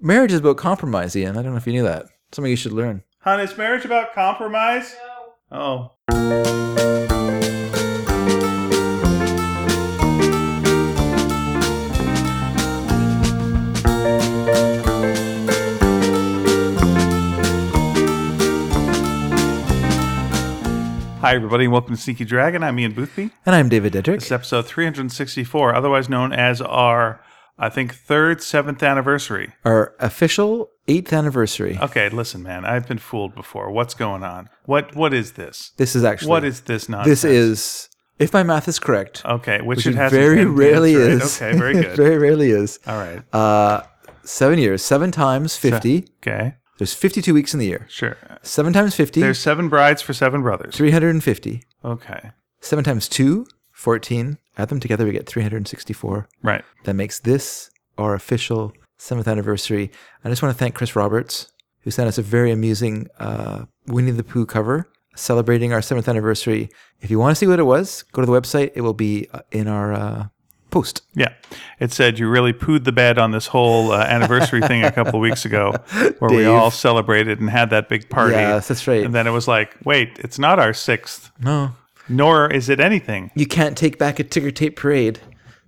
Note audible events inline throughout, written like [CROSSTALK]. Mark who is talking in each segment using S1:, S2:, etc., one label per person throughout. S1: Marriage is about compromise, Ian. I don't know if you knew that. Something you should learn.
S2: Hon, is marriage about compromise? Oh. Hi, everybody, and welcome to Sneaky Dragon. I'm Ian Boothby.
S1: And I'm David
S2: This
S1: Dedrick.
S2: is episode 364, otherwise known as our, I think, third, seventh anniversary.
S1: Our official eighth anniversary.
S2: Okay, listen, man, I've been fooled before. What's going on? What What is this?
S1: This is actually
S2: What is this nonsense?
S1: this is if my math is correct,
S2: Okay, which,
S1: which
S2: it
S1: it
S2: has
S1: very rarely is.
S2: Okay, very
S1: [LAUGHS]
S2: good.
S1: very rarely is.
S2: All right.
S1: Uh, seven years, seven times fifty.
S2: Okay,
S1: There's fifty-two weeks in the year.
S2: sure.
S1: Seven times fifty.
S2: There's seven brides for seven brothers.
S1: 350.
S2: Okay,
S1: 7 times 2, 14. Add them together, we get 364.
S2: right.
S1: That makes this our official 7th anniversary. I just want to thank Chris Roberts, who sent us a very amusing uh, Winnie the Pooh cover celebrating our 7th anniversary. If you want to see what it was, go to the website. It will be uh, in our uh, post.
S2: Yeah, it said you really pooed the bed on this whole uh, anniversary thing a couple of
S1: [LAUGHS]
S2: weeks ago, where we
S1: Dave.
S2: all celebrated and had that big party.
S1: Yes, that's right.
S2: And then it was like, wait, it's not our sixth,
S1: No.
S2: nor is it anything.
S1: You can't take back a ticker tape parade.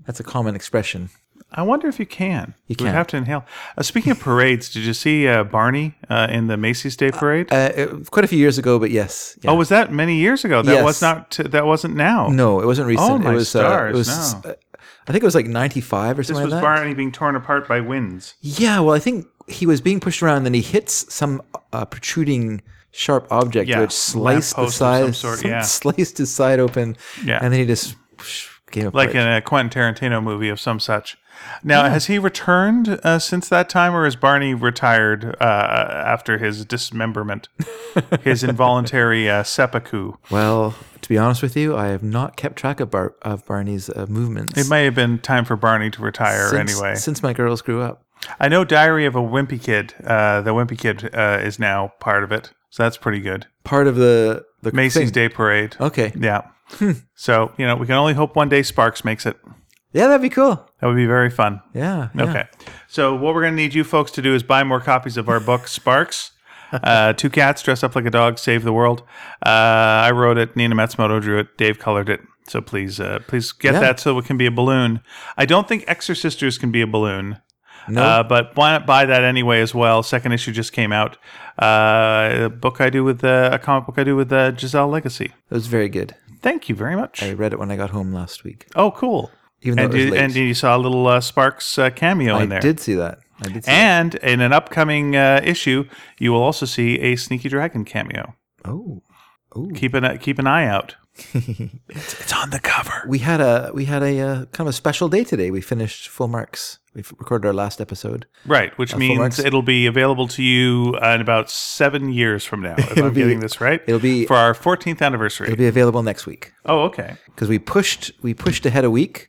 S1: That's a common expression.
S2: I wonder if you can. You
S1: can't.
S2: have to inhale. Uh, speaking of parades, did you see uh, Barney uh, in the Macy's Day Parade?
S1: Uh, it, quite a few years ago, but yes. Yeah.
S2: oh, was that many years ago? That
S1: Yes.
S2: was not. T- that wasn't now.
S1: No, it wasn't recent.
S2: Oh, my
S1: it was,
S2: stars,
S1: Uh, it was,
S2: no.
S1: uh, I think it was like 95 or
S2: This
S1: something
S2: was
S1: like that.
S2: Barney being torn apart by winds.
S1: Yeah, well, I think he was being pushed around, and then he hits some uh, protruding sharp object,
S2: Yeah,
S1: which sliced the
S2: lamppost of some
S1: side, [LAUGHS]
S2: sort, yeah.
S1: sliced his side open,
S2: Yeah.
S1: and then he just whoosh, gave up.
S2: like in a Quentin Tarantino movie of some such. Now, has he returned uh, since that time, or is Barney retired uh, after
S1: [LAUGHS]
S2: his dismemberment, his involuntary uh, seppuku?
S1: well, to be honest with you, I have not kept track of, Bar- of Barney's uh, movements.
S2: It may have been time for Barney to retire
S1: since,
S2: anyway.
S1: since my girls grew up.
S2: I know Diary of a Wimpy Kid. Uh, the Wimpy Kid uh, is now part of it, so that's pretty good.
S1: Part of the the
S2: Macy's
S1: thing. Oh. Hmm.
S2: Day Parade.
S1: Okay,
S2: Yeah. So you know, we can only hope one day Sparks makes it.
S1: yeah, that'd be cool.
S2: That would be very fun.
S1: Yeah. yeah.
S2: Okay. So what we're going to need you folks to do is buy more copies of our
S1: [LAUGHS]
S2: book, Sparks. Uh, two cats dress up like a dog, save the world. Uh, I wrote it. Nina Matsumoto drew it. Dave colored it. So please, uh, please get
S1: Yeah.
S2: that so it can be a balloon. I don't think Exorcisters can be a balloon.
S1: No.
S2: Uh, but why not buy that anyway as well? Second issue just came out. Uh, a book I do with uh, a comic book I do with uh, Giselle Legacy.
S1: That was very good.
S2: Thank you very much.
S1: I read it when I got home last week.
S2: Oh, cool.
S1: Even though
S2: And
S1: it was
S2: you,
S1: late.
S2: and you saw a little uh, Sparks uh, cameo
S1: I
S2: in there.
S1: did see that. I did see
S2: And in an upcoming uh, issue, you will also see a Sneaky Dragon cameo.
S1: that. Oh. Oh.
S2: Keep an uh, keep an eye [LAUGHS] out. it's, it's on the cover.
S1: we had a we had a uh, kind of a special day today. We finished full marks. We've recorded our last episode.
S2: Right, which means
S1: marks.
S2: it'll be available to you uh, in about seven years from now, [LAUGHS] if I'm
S1: be-
S2: getting this right.
S1: it'll be-
S2: for our 14th anniversary.
S1: It'll be available next week
S2: oh, okay.
S1: because we pushed we pushed ahead a week,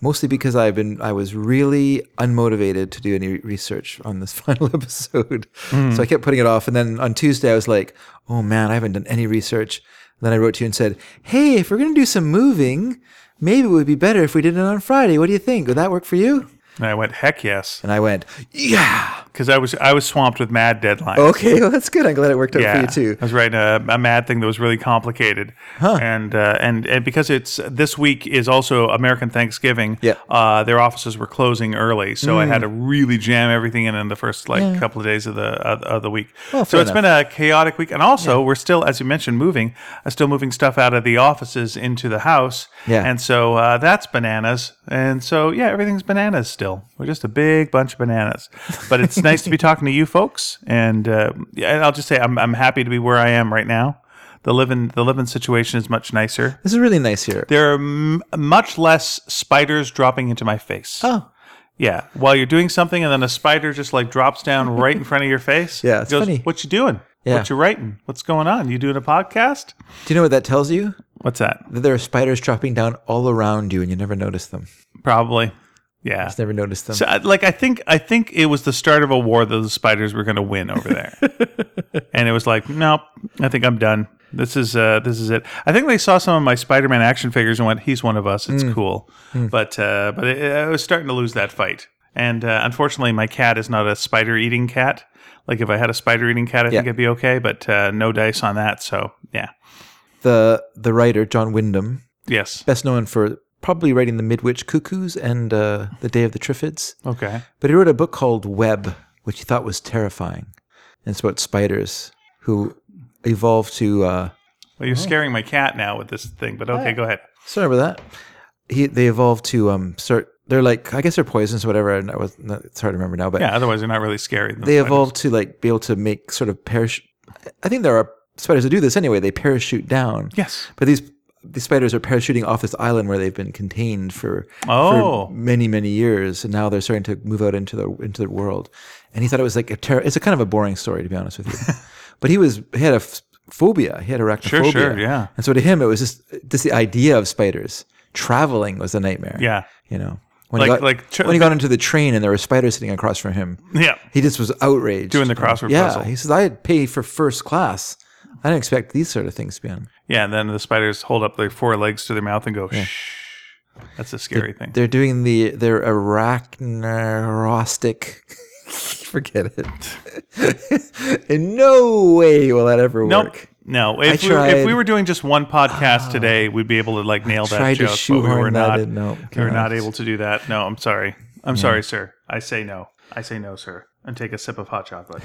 S1: mostly because I've been I was really unmotivated to do any research on this [LAUGHS] final episode, so I kept putting it off. And then on Tuesday I was like, oh man, I haven't done any research. Then I wrote to you and said, hey, if we're gonna do some moving, maybe it would be better if we did it on Friday. What do you think? Would that work for you?
S2: And I went, heck yes,
S1: And I went, yeah, [LAUGHS]
S2: because I was I was swamped with mad deadlines.
S1: okay, well that's good. I'm glad it worked out for you too.
S2: I was writing a, a mad thing that was really complicated, and uh, and and because it's this week is also American Thanksgiving.
S1: Yeah. Mm.
S2: uh, their offices were closing early, so I had to really jam everything in in the first like couple of days of the of, of the week.
S1: Well,
S2: so
S1: fair
S2: it's been a chaotic week, and also we're still, as you mentioned, moving. I'm still moving stuff out of the offices into the house.
S1: Yeah.
S2: and so uh, that's bananas, and so yeah, everything's bananas still. We're just a big bunch of bananas, but it's
S1: [LAUGHS]
S2: nice to be talking to you folks, and uh, yeah, and I'll just say I'm I'm happy to be where I am right now. The living the living situation is much nicer.
S1: This is really nice here.
S2: There are m- much less spiders dropping into my face.
S1: Oh,
S2: Yeah, while you're doing something, and then a spider just like
S1: [LAUGHS]
S2: drops down right in front of your face.
S1: Yeah, it's
S2: Goes,
S1: funny.
S2: What you doing?
S1: Yeah.
S2: What you writing? What's going on? You doing a podcast?
S1: do you know what that tells you?
S2: What's that?
S1: That there are spiders dropping down all around you, and you never notice them.
S2: Probably. Yeah.
S1: Just never notice them.
S2: So, I- like, I think I think it was the start of a war that the spiders were going to win
S1: [LAUGHS]
S2: over there, and it was like, nope, I think I'm done. This is uh, this is it. I think they saw some of my Spider-Man
S1: Mm.
S2: action figures and went, "He's one of us. It's cool." But uh, but it, I was starting to lose that fight, And uh, unfortunately, my cat is not a spider eating cat. Like if I had a spider eating cat, I think
S1: Yeah.
S2: I'd be okay, but uh, no dice on that. So yeah,
S1: The the writer John Wyndham,
S2: yes,
S1: best known for probably writing the Midwich Cuckoos and uh, the Day of the Triffids,
S2: okay,
S1: but he wrote a book called Web, which he thought was terrifying, and it's about spiders who evolved to. Uh,
S2: Well, you're scaring my cat now with this thing, but okay, go ahead.
S1: Sorry about that. He they evolved to um start. They're like I guess they're poisonous, or whatever. And I was not, it's hard to remember now, but
S2: Yeah, otherwise they're not really scary.
S1: they evolved to like be able to make sort of parachute. I think there are spiders that do this anyway. They parachute down.
S2: Yes.
S1: But these these spiders are parachuting off this island where they've been contained for,
S2: Oh.
S1: for many many years, and now they're starting to move out into the into the world. And he thought it was like a terror. It's a kind of a boring story to be honest with
S2: [LAUGHS]
S1: you. but he was he had a f- phobia. He had arachnophobia.
S2: sure, yeah.
S1: And so to him, it was just just the idea of spiders traveling was a nightmare.
S2: Yeah. [LAUGHS]
S1: You know. When he
S2: Like-
S1: got,
S2: like tr-
S1: when he got into the train and there were spiders sitting across from him,
S2: Yeah.
S1: he just was outraged.
S2: Doing the crossword
S1: yeah,
S2: puzzle.
S1: he says, "I had paid for first class. I didn't expect these sort of things to be on."
S2: Yeah, and then the spiders hold up their four legs to their mouth and go, shh. That's a scary thing.
S1: They're doing the their arachnarostic. [LAUGHS] Forget it. [LAUGHS] In no way will that ever
S2: Nope.
S1: work.
S2: No, if we, were,
S1: tried- Ah.
S2: if we were doing just one podcast today, we'd be able to like nail that
S1: tried to
S2: joke, but we
S1: shoehorn
S2: were
S1: that
S2: not.
S1: in. No,
S2: we were not
S1: cannot.
S2: able to do that. No, I'm sorry. I'm sorry, sir. I say no. I say no, sir. And take a sip of
S1: [LAUGHS]
S2: hot chocolate.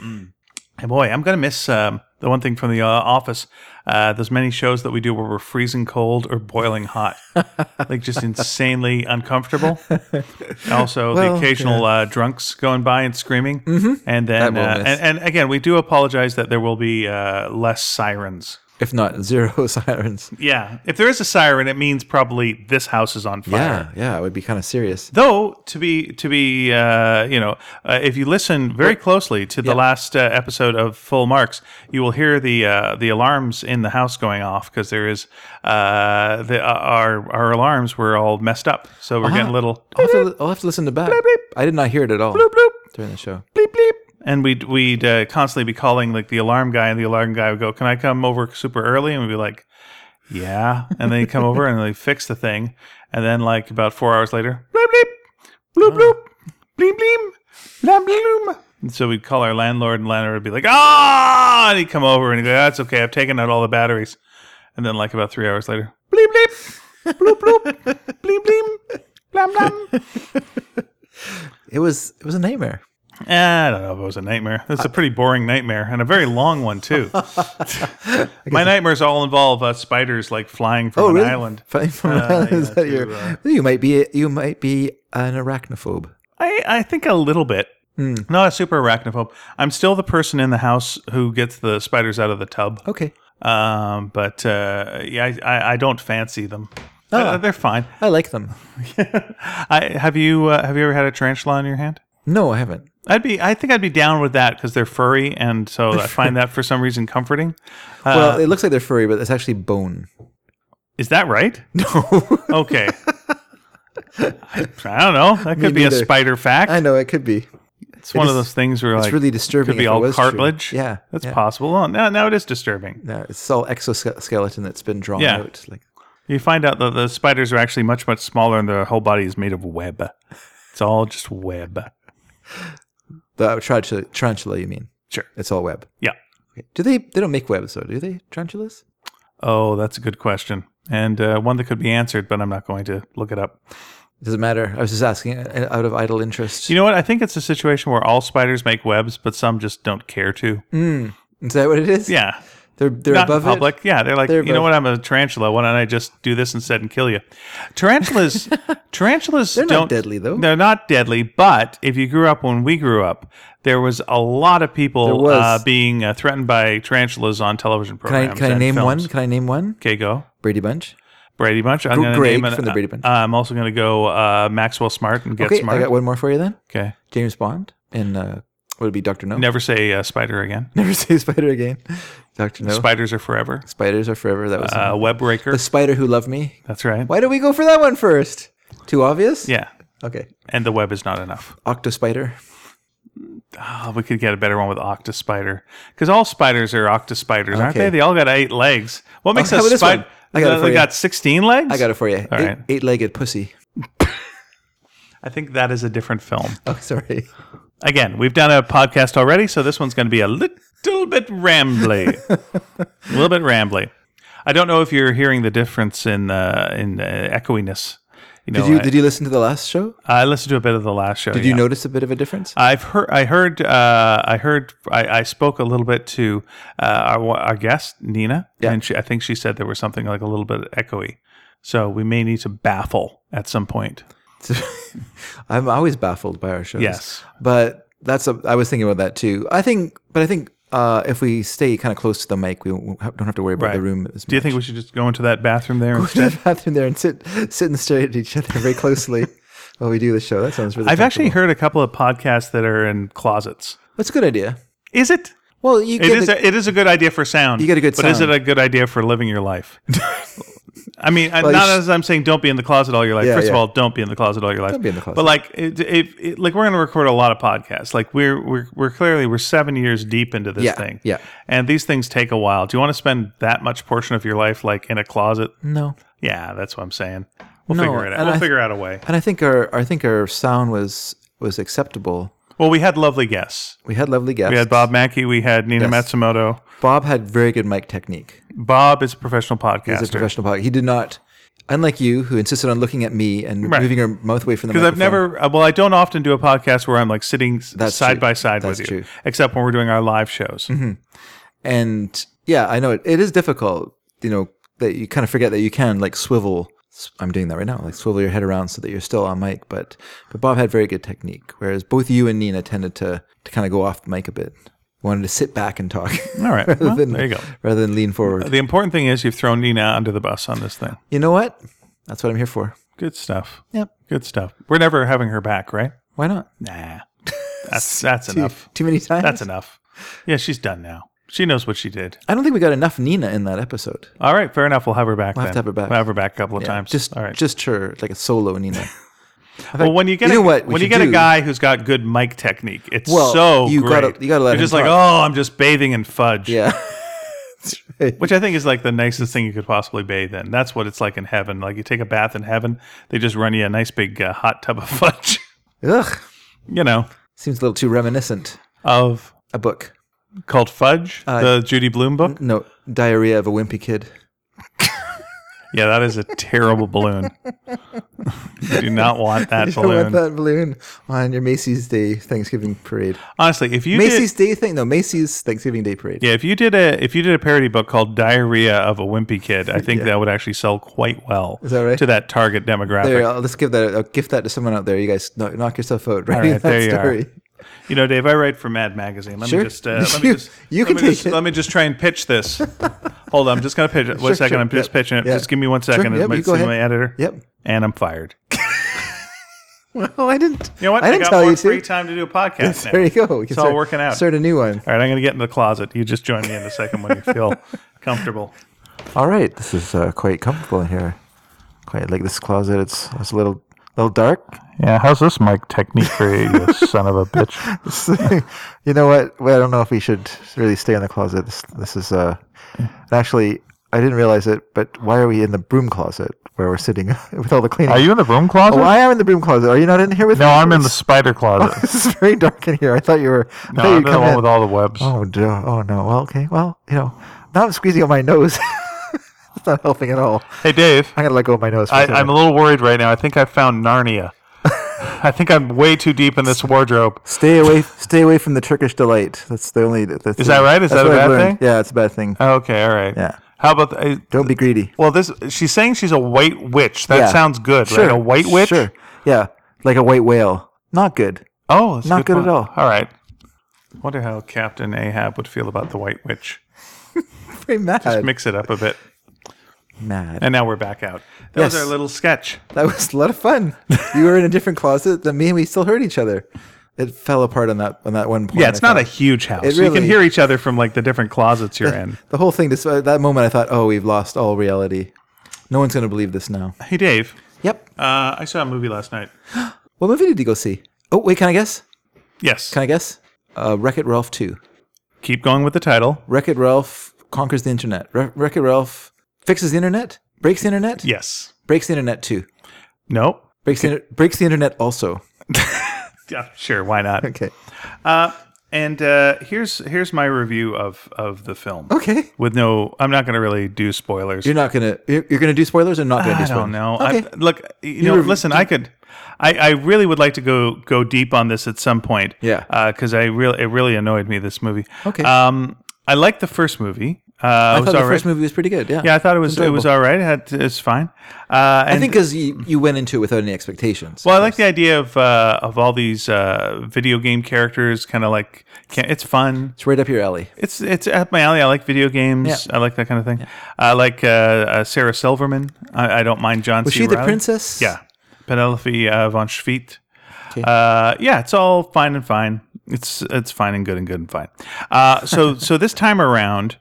S2: Mm. Hey, boy, I'm gonna miss um, the one thing from the uh, office. Uh, there's many shows that we do where we're freezing cold or boiling hot, like
S1: [LAUGHS]
S2: just insanely uncomfortable. Also, the
S1: Well, Mm-hmm.
S2: occasional uh, drunks going by and screaming, and
S1: That
S2: then
S1: we'll
S2: uh,
S1: miss.
S2: and, and again, we do apologize that there will be uh, less sirens.
S1: If not zero [LAUGHS] sirens.
S2: Yeah, if there is a siren, it means probably this house is on
S1: Yeah,
S2: fire.
S1: yeah, it would be kind of serious.
S2: Though to be to be uh, you know, uh, if you listen very closely to the last uh, episode of Full Marks, you will hear the uh, the alarms in the house going off because there is uh, the, uh, our our alarms were all messed up, so we're getting a little
S1: I'll have, to, I'll have to listen to back. I did not hear it at all
S2: bloop
S1: during the show.
S2: bleep bleep, and we'd we'd uh, constantly be calling like the alarm guy, and the alarm guy would go, "Can I come over super early?" And we'd be like, "Yeah," and then he'd come over and they fix the thing, and then like about four hours later, bleep bleep, bloop bloop, bleep bleep, blam bloom. And so we'd call our landlord, and landlord would be like, "Ah!" And he'd come over and he'd go, "That's okay, I've taken out all the batteries." And then like about three hours later, bleep bleep, bloop bloop, bleep bleep, blam blam.
S1: It was it was a nightmare.
S2: Eh, I don't know if it was a nightmare. It's a pretty boring nightmare and a very long one [LAUGHS] too. My nightmares all involve uh, spiders like flying
S1: Oh,
S2: from
S1: [LAUGHS]
S2: an island. Uh,
S1: Flying from an island. Is
S2: yeah,
S1: that
S2: to,
S1: your-
S2: uh,
S1: you might be you might be an arachnophobe.
S2: I, I think a little bit. Not a super arachnophobe. I'm still the person in the house who gets the spiders out of the tub.
S1: Okay,
S2: Um, but uh, yeah, I, I, I don't fancy them. Uh, they're [LAUGHS] fine.
S1: I like them.
S2: I, have you uh, have you ever had a tarantula in your hand?
S1: No, I haven't.
S2: I'd be I think I'd be down with that because they're furry and so I find that for some reason comforting. Uh,
S1: Well, it looks like they're furry, but it's actually bone. [LAUGHS]
S2: is that right?
S1: No,
S2: Okay. I, I don't know. That could be a
S1: neither.
S2: spider fact.
S1: I know it could be.
S2: it's one
S1: it
S2: of
S1: is-
S2: those things where
S1: It's
S2: like
S1: really disturbing.
S2: could be
S1: if it
S2: all
S1: was true.
S2: cartilage.
S1: Yeah,
S2: that's
S1: yeah.
S2: possible. Oh, now, now it is disturbing.
S1: No, it's all exoskeleton that's been drawn
S2: Yeah.
S1: out. Like
S2: You find out that the spiders are actually much much smaller, and their whole body is made of web. It's all just web.
S1: the tarantula, tarantula, you mean?
S2: Sure.
S1: It's all web.
S2: Yeah.
S1: Okay. Do they? They don't make webs though, do they? Tarantulas?
S2: Oh, that's a good question, and uh, one that could be answered, but I'm not going to look it up.
S1: Doesn't matter. I was just asking uh, out of idle interest.
S2: You know what? I think it's a situation where all spiders make webs, but some just don't care to.
S1: Mm. Is that what it is?
S2: Yeah.
S1: They're they're
S2: not in
S1: above
S2: public. Yeah, they're like,
S1: They're
S2: you know
S1: above-
S2: what? I'm a tarantula. Why don't I just do this instead and kill you?
S1: [LAUGHS]
S2: Tarantulas, tarantulas
S1: They're not
S2: don't
S1: deadly, though.
S2: They're not deadly. But if you grew up when we grew up, there was a lot of
S1: There
S2: people
S1: was.
S2: uh, being uh, threatened by tarantulas on television
S1: Can I
S2: programs.
S1: can I
S2: and
S1: name
S2: films.
S1: one? Can I name one?
S2: Okay, go.
S1: Brady Bunch.
S2: Brady Bunch. I'm going to
S1: Greg
S2: name an-
S1: from the Brady Bunch.
S2: Uh, I'm also going to go uh, Maxwell Smart and Get
S1: okay,
S2: Smart.
S1: I got one more for you then.
S2: okay.
S1: James Bond and uh, would it be Doctor No?
S2: Never say uh, spider again.
S1: Never say spider again. Doctor No.
S2: Spiders are forever.
S1: Spiders are forever. That was
S2: Uh, web breaker.
S1: the Spider Who Loved Me.
S2: That's right.
S1: Why don't we go for that one first? Too obvious.
S2: Yeah.
S1: Okay.
S2: And the web is not enough.
S1: Octo Spider.
S2: Oh, we could get a better one with octospider because all spiders are octospiders, aren't
S1: Okay.
S2: they? They all got eight legs. What makes
S1: how about
S2: a
S1: this
S2: spider?
S1: one? I got it for
S2: they
S1: you.
S2: got sixteen legs.
S1: I got it for you.
S2: All right.
S1: Eight, legged pussy.
S2: I think that is a different film.
S1: Oh, [LAUGHS] sorry.
S2: Again, we've done a podcast already, so this one's going to be a little bit
S1: [LAUGHS]
S2: rambly. a little bit rambly. I don't know if you're hearing the difference in uh, in uh, echoiness. You know,
S1: Did you
S2: I,
S1: did you listen to the last show?
S2: I listened to a bit of the last show.
S1: Did you notice a bit of a difference?
S2: I've heard. I heard. Uh, I heard. I, I spoke a little bit to uh, our, our guest Nina, and she, I think she said there was something like a little bit echoey. So we may need to baffle at some point.
S1: [LAUGHS] I'm always baffled by our shows.
S2: Yes.
S1: but that's a, I was thinking about that too. I think, but I think uh, if we stay kind of close to the mic, we won't- don't have to worry about
S2: Right.
S1: the room. As [LAUGHS]
S2: Do you think we should just go into that bathroom there
S1: go to
S2: instead?
S1: the bathroom there and sit sit and stare at each other very
S2: [LAUGHS]
S1: closely while we do the show? That sounds really.
S2: I've actually
S1: comfortable.
S2: heard a couple of podcasts that are in closets.
S1: that's a good idea.
S2: Is it?
S1: Well, you
S2: It
S1: get
S2: is.
S1: the-
S2: A, it is a good idea for sound.
S1: You get a good
S2: but is it
S1: sound.
S2: a good idea for living your
S1: [LAUGHS]
S2: life? I mean, I-
S1: Well, you
S2: not
S1: sh-
S2: as I'm saying don't be in the closet all your life.
S1: Yeah,
S2: First of
S1: yeah.
S2: all, don't be in the closet all your life.
S1: Don't be in the closet.
S2: But like, it, if it, like we're going to record a lot of podcasts. Like we're we're we're clearly we're seven years deep into this
S1: Yeah,
S2: thing.
S1: yeah.
S2: And these things take a while. Do you want to spend that much portion of your life like in a closet?
S1: no.
S2: Yeah, that's what I'm saying. We'll
S1: No,
S2: figure it out.
S1: and
S2: We'll
S1: I-
S2: figure out a way.
S1: And I think our I think our sound was was acceptable.
S2: Well, we had lovely guests.
S1: We had lovely guests.
S2: We had Bob Mackey. We had Nina
S1: Yes.
S2: Matsumoto.
S1: Bob had very good mic technique.
S2: Bob is a professional podcaster.
S1: He's a professional podcast. He did not, unlike you, who insisted on looking at me and
S2: Right.
S1: moving her mouth away from the.
S2: Because I've
S1: microphone.
S2: never, uh, well, I don't often do a podcast where I'm like sitting s-
S1: That's
S2: side
S1: true.
S2: by side
S1: That's
S2: with you,
S1: true. Mm-hmm.
S2: except when we're doing our live shows.
S1: and yeah i know it, it is difficult you know that you kind of forget that you can like swivel s- i'm doing that right now like swivel your head around so that you're still on mic but but bob had very good technique whereas both you and nina tended to to kind of go off the mic a bit wanted to sit back and talk [LAUGHS]
S2: All right. Well, there you go.
S1: rather than lean forward
S2: The important thing is you've thrown Nina under the bus on this thing.
S1: you know what that's what i'm here for
S2: Good stuff.
S1: yep
S2: Good stuff. We're never having her back, right?
S1: why not
S2: Nah. [LAUGHS]
S1: [LAUGHS]
S2: That's that's
S1: too,
S2: enough.
S1: too many times
S2: That's enough. Yeah, she's done now. She knows what she did.
S1: i don't think we got enough nina in that episode
S2: All right, fair enough. We'll have her back.
S1: We'll
S2: then.
S1: have to have her back.
S2: We'll have her back a couple of
S1: Yeah,
S2: times.
S1: just
S2: all right.
S1: just her like a solo
S2: [LAUGHS]
S1: nina
S2: well, when you get
S1: you
S2: a,
S1: know what we
S2: when you
S1: should
S2: get a
S1: do?
S2: guy who's got good mic technique, it's
S1: Well,
S2: so
S1: you
S2: great.
S1: gotta- you gotta let
S2: You're
S1: him
S2: just like, oh, I'm just bathing in fudge.
S1: yeah [LAUGHS] That's right.
S2: Which I think is like the nicest thing you could possibly bathe in. That's what it's like in heaven. Like you take a bath in heaven, they just run you a nice big uh, hot tub of [LAUGHS] fudge,
S1: ugh
S2: you know,
S1: seems a little too reminiscent
S2: of
S1: a book
S2: called Fudge,
S1: Uh,
S2: the Judy Bloom book.
S1: No, diarrhea of a wimpy [LAUGHS] kid.
S2: Yeah, that is a terrible balloon. you do not want
S1: [LAUGHS]
S2: that
S1: You don't
S2: balloon.
S1: want that balloon on your Macy's Day Thanksgiving parade.
S2: Honestly, if you did,
S1: Macy's Day thing? No, Macy's Thanksgiving Day parade.
S2: yeah, if you did a if you did a parody book called Diarrhea of a Wimpy Kid, I
S1: [LAUGHS]
S2: think that would actually sell quite well.
S1: Is that right?
S2: To that target demographic.
S1: There, I'll just give that. I'll gift that to someone out there. You guys, knock, knock yourself out. Right,
S2: right, there you are. You know, Dave, I write for Mad Magazine. Let
S1: Sure.
S2: me just, uh, let
S1: [LAUGHS]
S2: me
S1: You-
S2: just,
S1: you
S2: let
S1: can
S2: me
S1: take
S2: just,
S1: it.
S2: Let me just try and
S1: [LAUGHS]
S2: pitch this. Hold on, I'm just gonna pitch it. One
S1: Sure,
S2: second,
S1: sure.
S2: I'm just
S1: Yep.
S2: pitching it.
S1: Yeah.
S2: Just give me one second.
S1: Yep,
S2: It might
S1: you go
S2: send
S1: ahead.
S2: my editor.
S1: Yep.
S2: And I'm fired.
S1: [LAUGHS] Well, Oh, I didn't.
S2: You know what?
S1: I didn't
S2: got
S1: tell
S2: more
S1: you
S2: free
S1: to.
S2: time
S1: [LAUGHS]
S2: to do a podcast.
S1: There
S2: now.
S1: you go. We can
S2: It's all working out.
S1: Start a new one.
S2: All right, I'm gonna get in the closet. You just join me in a second when
S1: [LAUGHS]
S2: you feel comfortable.
S1: All right, this is uh, quite comfortable in here. Quite like this closet. It's it's a little little dark.
S2: Yeah, how's this mic technique for you,
S1: [LAUGHS]
S2: you son of a bitch?
S1: you know what? Well, I don't know if we should really stay in the closet. This, this is uh, and actually, I didn't realize it, but why are we in the broom closet where we're sitting [LAUGHS] with all the cleaning?
S2: you in the broom closet?
S1: oh, I am in the broom closet. Are you not in here with me?
S2: spider closet.
S1: [LAUGHS] This is very dark in here. I thought you were. I thought you'd come in.
S2: all the webs.
S1: oh, do, oh no. Well, okay. Well, you know, now I'm squeezing on my nose. [LAUGHS] it's not helping at all.
S2: Hey, Dave.
S1: I'm gonna let go of my nose. For
S2: I,
S1: a second.
S2: I'm a little worried right now. I think I
S1: [LAUGHS]
S2: found Narnia. I think I'm way too deep in this wardrobe.
S1: stay away. Stay away from the Turkish delight. That's the only. That's
S2: Is that right? Is
S1: that's
S2: that a
S1: what I've
S2: bad
S1: learned.
S2: thing?
S1: Yeah, it's a bad thing.
S2: Okay, all right.
S1: Yeah.
S2: How about the, uh,
S1: Don't be greedy.
S2: well? This she's saying she's a white witch. That
S1: Yeah.
S2: sounds good.
S1: Sure.
S2: Like a white witch.
S1: Sure. Yeah. Like a white whale. Not good.
S2: Oh, that's a
S1: Not good at
S2: point.
S1: all.
S2: All right. Wonder how Captain Ahab would feel about the white witch.
S1: Very mad.
S2: Mix it up a bit.
S1: mad.
S2: And now we're back out. That was
S1: Yes.
S2: our little sketch.
S1: That was a lot of
S2: [LAUGHS]
S1: fun. you were in a different closet than me, and we still heard each other. It fell apart on that on that one point.
S2: Yeah, it's
S1: I
S2: not a
S1: thought.
S2: huge house.
S1: It
S2: you can
S1: really-
S2: hear each other from like the different
S1: [LAUGHS]
S2: closets you're in.
S1: the whole thing. This uh, that moment, I thought, oh, we've lost all reality. No one's going to believe this now.
S2: Hey, Dave.
S1: Yep.
S2: Uh, I saw a movie last night.
S1: What movie did you go see? Oh, wait, can I guess?
S2: Yes.
S1: Can I guess? Uh, Wreck It Ralph two.
S2: Keep going with the title.
S1: Wreck It Ralph conquers the internet. Re- Wreck It Ralph fixes the internet, breaks the internet,
S2: Yes.
S1: breaks the internet too.
S2: No.
S1: Breaks the, inter- breaks the internet also.
S2: Yeah, sure, why not?
S1: Okay.
S2: And uh, here's here's my review of of the film.
S1: Okay.
S2: With no, I'm not going to really do spoilers.
S1: You're not going to, you're, you're going to do spoilers or not going to
S2: I
S1: do spoilers?
S2: don't know.
S1: Okay.
S2: I, look, you, know,
S1: were-
S2: listen, I could, I, I really would like to go go deep on this at some point.
S1: Yeah.
S2: because I really it really annoyed me this movie.
S1: Okay.
S2: Um, I liked the first movie. Uh,
S1: I
S2: I
S1: thought
S2: was
S1: the
S2: all right.
S1: first movie was pretty good. Yeah.
S2: Yeah, I thought it was it was all right. It had it's fine. Uh, and
S1: I think because you, you went into it without any expectations.
S2: Well, I like the idea of uh, of all these uh, video game characters, kind of like can, it's fun.
S1: it's right up your alley.
S2: It's it's up my alley. I like video games. I like that kind of thing. I like uh, uh, Sarah Silverman. I, I don't mind John.
S1: Was
S2: C.
S1: she the
S2: Reilly.
S1: princess?
S2: Yeah, Penelope uh, von Schwedt. Uh, yeah, it's all fine and fine. It's it's fine and good and good and fine. Uh,
S1: [LAUGHS]
S2: so so this time around,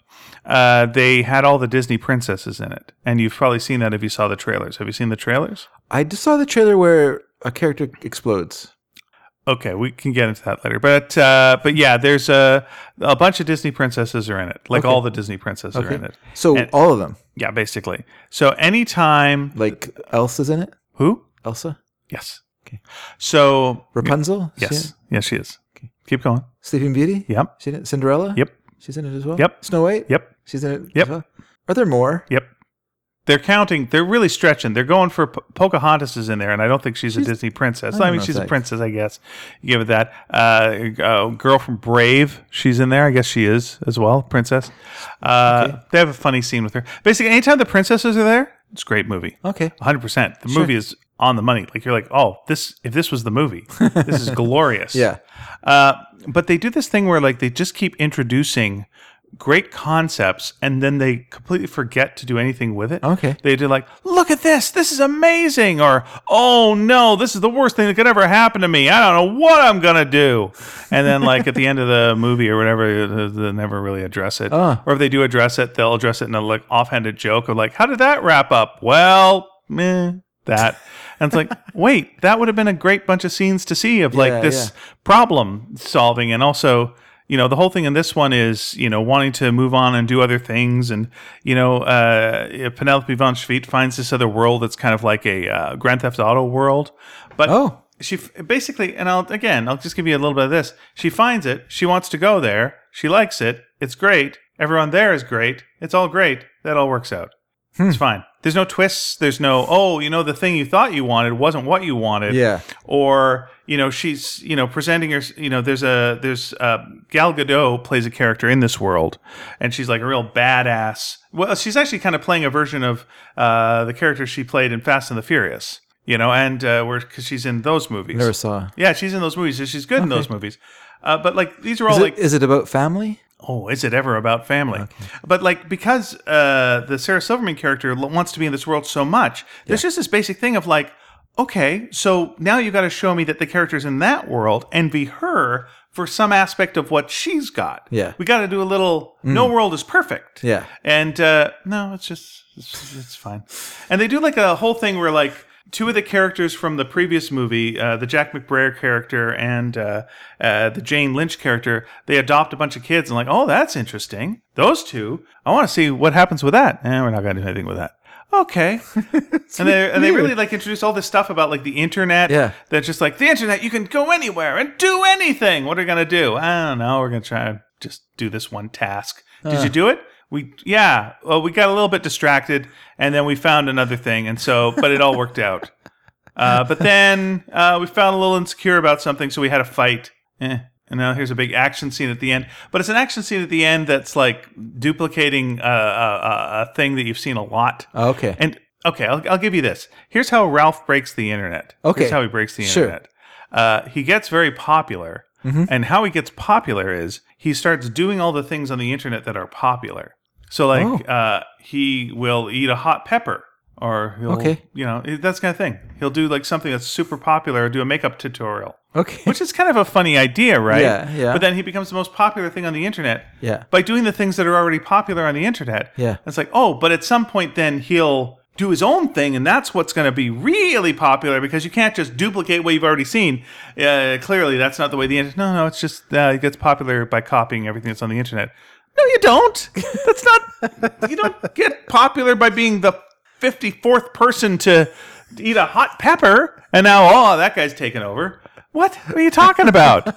S2: uh, they had all the Disney princesses in it, and you've probably seen that if you saw the trailers. Have you seen the trailers?
S1: I just saw the trailer where a character explodes.
S2: Okay, we can get into that later. But uh, but yeah, there's a a bunch of Disney princesses are in it. Like all the Disney princesses are in it.
S1: So
S2: And-
S1: all of them.
S2: Yeah, basically. So anytime
S1: Like Elsa's in it?
S2: who?
S1: Elsa?
S2: Yes. Okay. So
S1: Rapunzel? She in
S2: yes,
S1: it?
S2: yes, she is. Keep going.
S1: Sleeping Beauty?
S2: Yep.
S1: She in it? Cinderella?
S2: Yep.
S1: She's in it as well?
S2: Yep.
S1: Snow White?
S2: Yep.
S1: She's in it as
S2: Yep.
S1: well? Are there more?
S2: Yep. They're counting. They're really stretching. They're going for Po- Pocahontas is in there, and I don't think she's, a Disney princess. I,
S1: don't
S2: mean,
S1: know if
S2: she's a
S1: that-
S2: princess, I guess. You give it that. Uh, uh, girl from Brave, she's in there. I guess she is as well, princess. Uh, They have a funny scene with her. Basically, anytime the princesses are there, it's a great movie.
S1: Okay.
S2: 100%. The movie is on the money. Like you're like, oh, this if this was the movie, this
S1: [LAUGHS]
S2: is glorious.
S1: Yeah.
S2: Uh, but they do this thing where like they just keep introducing great concepts and then they completely forget to do anything with it.
S1: Okay.
S2: They do like, look at this, this is amazing, or oh no, this is the worst thing that could ever happen to me. I don't know what I'm gonna do. And then like at the end of the movie or whatever, uh, they they never really address it.
S1: Uh.
S2: Or if they do address it, they'll address it in a like offhanded joke of like, how did that wrap up? Well, meh, that. And it's like, [LAUGHS] wait, that would have been a great bunch of scenes to see of like
S1: Yeah,
S2: this
S1: yeah.
S2: problem solving and also you know the whole thing in this one is you know wanting to move on and do other things and you know uh, penelope von schwedt finds this other world that's kind of like a uh, grand theft auto world but
S1: Oh.
S2: she f- basically and i'll again i'll just give you a little bit of this she finds it she wants to go there she likes it it's great everyone there is great it's all great that all works out
S1: Hmm.
S2: it's fine there's no twists there's no oh you know the thing you thought you wanted wasn't what you wanted
S1: Yeah.
S2: or you know she's you know presenting her you know there's a there's uh Gal Gadot plays a character in this world and she's like a real badass well she's actually kind of playing a version of uh the character she played in Fast and the Furious you know and uh where cuz she's in those movies
S1: Never saw.
S2: yeah she's in those movies and she's good in those movies uh, but like these are all
S1: Is,
S2: like
S1: it, is it about family?
S2: oh, is it ever about family? But like because uh, the Sarah Silverman character l- wants to be in this world so much, there's just this basic thing of like, okay, so now you got to show me that the characters in that world envy her for some aspect of what she's got.
S1: Yeah.
S2: we got to do a little. No world is perfect.
S1: Yeah.
S2: And uh, no, it's just it's, it's fine. And they do like a whole thing where like two of the characters from the previous movie, uh, the Jack McBrayer character and uh, uh, the Jane Lynch character, they adopt a bunch of kids and like, oh, that's interesting. Those two, I want to see what happens with that. And we're not gonna do anything with that. Okay, and they and they really like introduce all this stuff about like the internet.
S1: Yeah.
S2: that's just like the internet. You can go anywhere and do anything. What are we gonna do? I don't know. We're gonna try to just do this one task. Did you do it? We yeah. Well, we got a little bit distracted, and then we found another thing, and so but it all worked out. Uh, but then uh, we found a little insecure about something, so we had a fight. Eh. And now here's a big action scene at the end. But it's an action scene at the end that's like duplicating uh, a, a, a thing that you've seen a lot.
S1: Oh, okay.
S2: And okay, I'll, I'll give you this. Here's how Ralph breaks the internet.
S1: Okay.
S2: Here's how he breaks the
S1: Sure. Mm-hmm.
S2: internet. Uh, he gets very popular. And how he gets popular is he starts doing all the things on the internet that are popular. So, like,
S1: Oh.
S2: uh, he will eat a hot pepper or he'll,
S1: Okay.
S2: you know, that's kind of thing. He'll do like something that's super popular or do a makeup tutorial,
S1: okay.
S2: [LAUGHS] which is kind of a funny idea, right?
S1: Yeah, yeah.
S2: But then he becomes the most popular thing on the internet
S1: yeah.
S2: by doing the things that are already popular on the internet.
S1: Yeah.
S2: It's like, oh, but at some point then he'll do his own thing, and that's what's going to be really popular because you can't just duplicate what you've already seen. Uh, clearly, that's not the way the internet. No, no, it's just uh, it gets popular by copying everything that's on the internet. No, you don't. That's not. you don't get popular by being the fifty-fourth person to to eat a hot pepper, and now oh that guy's taken over. What are you talking about?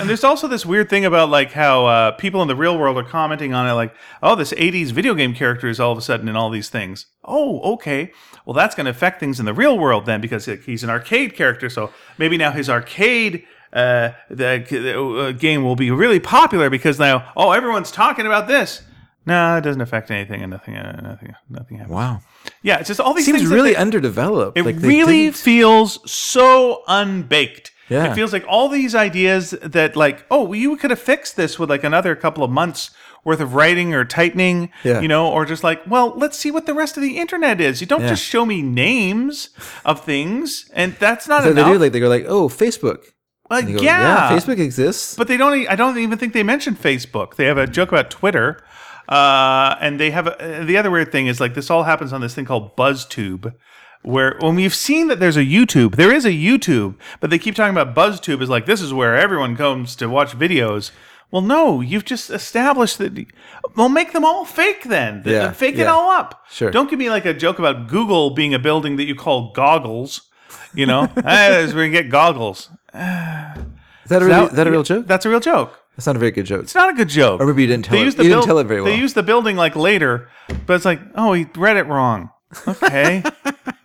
S2: and there's also this weird thing about like how uh, people in the real world are commenting on it, like, oh, this '80s video game character is all of a sudden in all these things. Oh, okay. Well, that's going to affect things in the real world then, because like, he's an arcade character. So maybe now his arcade uh, the, the uh, game will be really popular because now, oh, everyone's talking about this. No, it doesn't affect anything, and nothing, uh, nothing, nothing happens.
S1: Wow.
S2: Yeah, it's just all these
S1: Seems
S2: things that
S1: really
S2: they-
S1: underdeveloped.
S2: it
S1: Like, they
S2: really
S1: didn't-
S2: feels so unbaked.
S1: Yeah.
S2: It feels like all these ideas that like, oh, well, you could have fixed this with like another couple of months worth of writing or tightening,
S1: Yeah.
S2: you know, or just like, well, let's see what the rest of the internet is. You don't just show me names of things, and that's not
S1: So they
S2: enough.
S1: do like they go like, oh, Facebook.
S2: Like,
S1: And you go,
S2: yeah,
S1: Facebook exists.
S2: but they don't. e- I don't even think they mentioned Facebook. They have a joke about Twitter, uh, and they have a, uh, the other weird thing is like this all happens on this thing called BuzzTube, where when we've seen that there's a YouTube, there is a YouTube, but they keep talking about BuzzTube is like this is where everyone comes to watch videos. Well, no, you've just established that. Well, make them all fake then. Th-
S1: Yeah,
S2: fake it
S1: yeah.
S2: all up.
S1: Sure.
S2: Don't give me like a joke about Google being a building that you call goggles. You know, [LAUGHS] hey, we're gonna get goggles.
S1: is that a, really, is that a real joke?
S2: That's a real joke.
S1: That's not a very good joke.
S2: It's not a good joke.
S1: Or maybe you didn't tell
S2: They
S1: it.
S2: use
S1: You
S2: the
S1: didn't
S2: buil-
S1: tell it very well.
S2: They use the building like later, but it's like, oh, he read it wrong.
S1: [LAUGHS]
S2: Okay,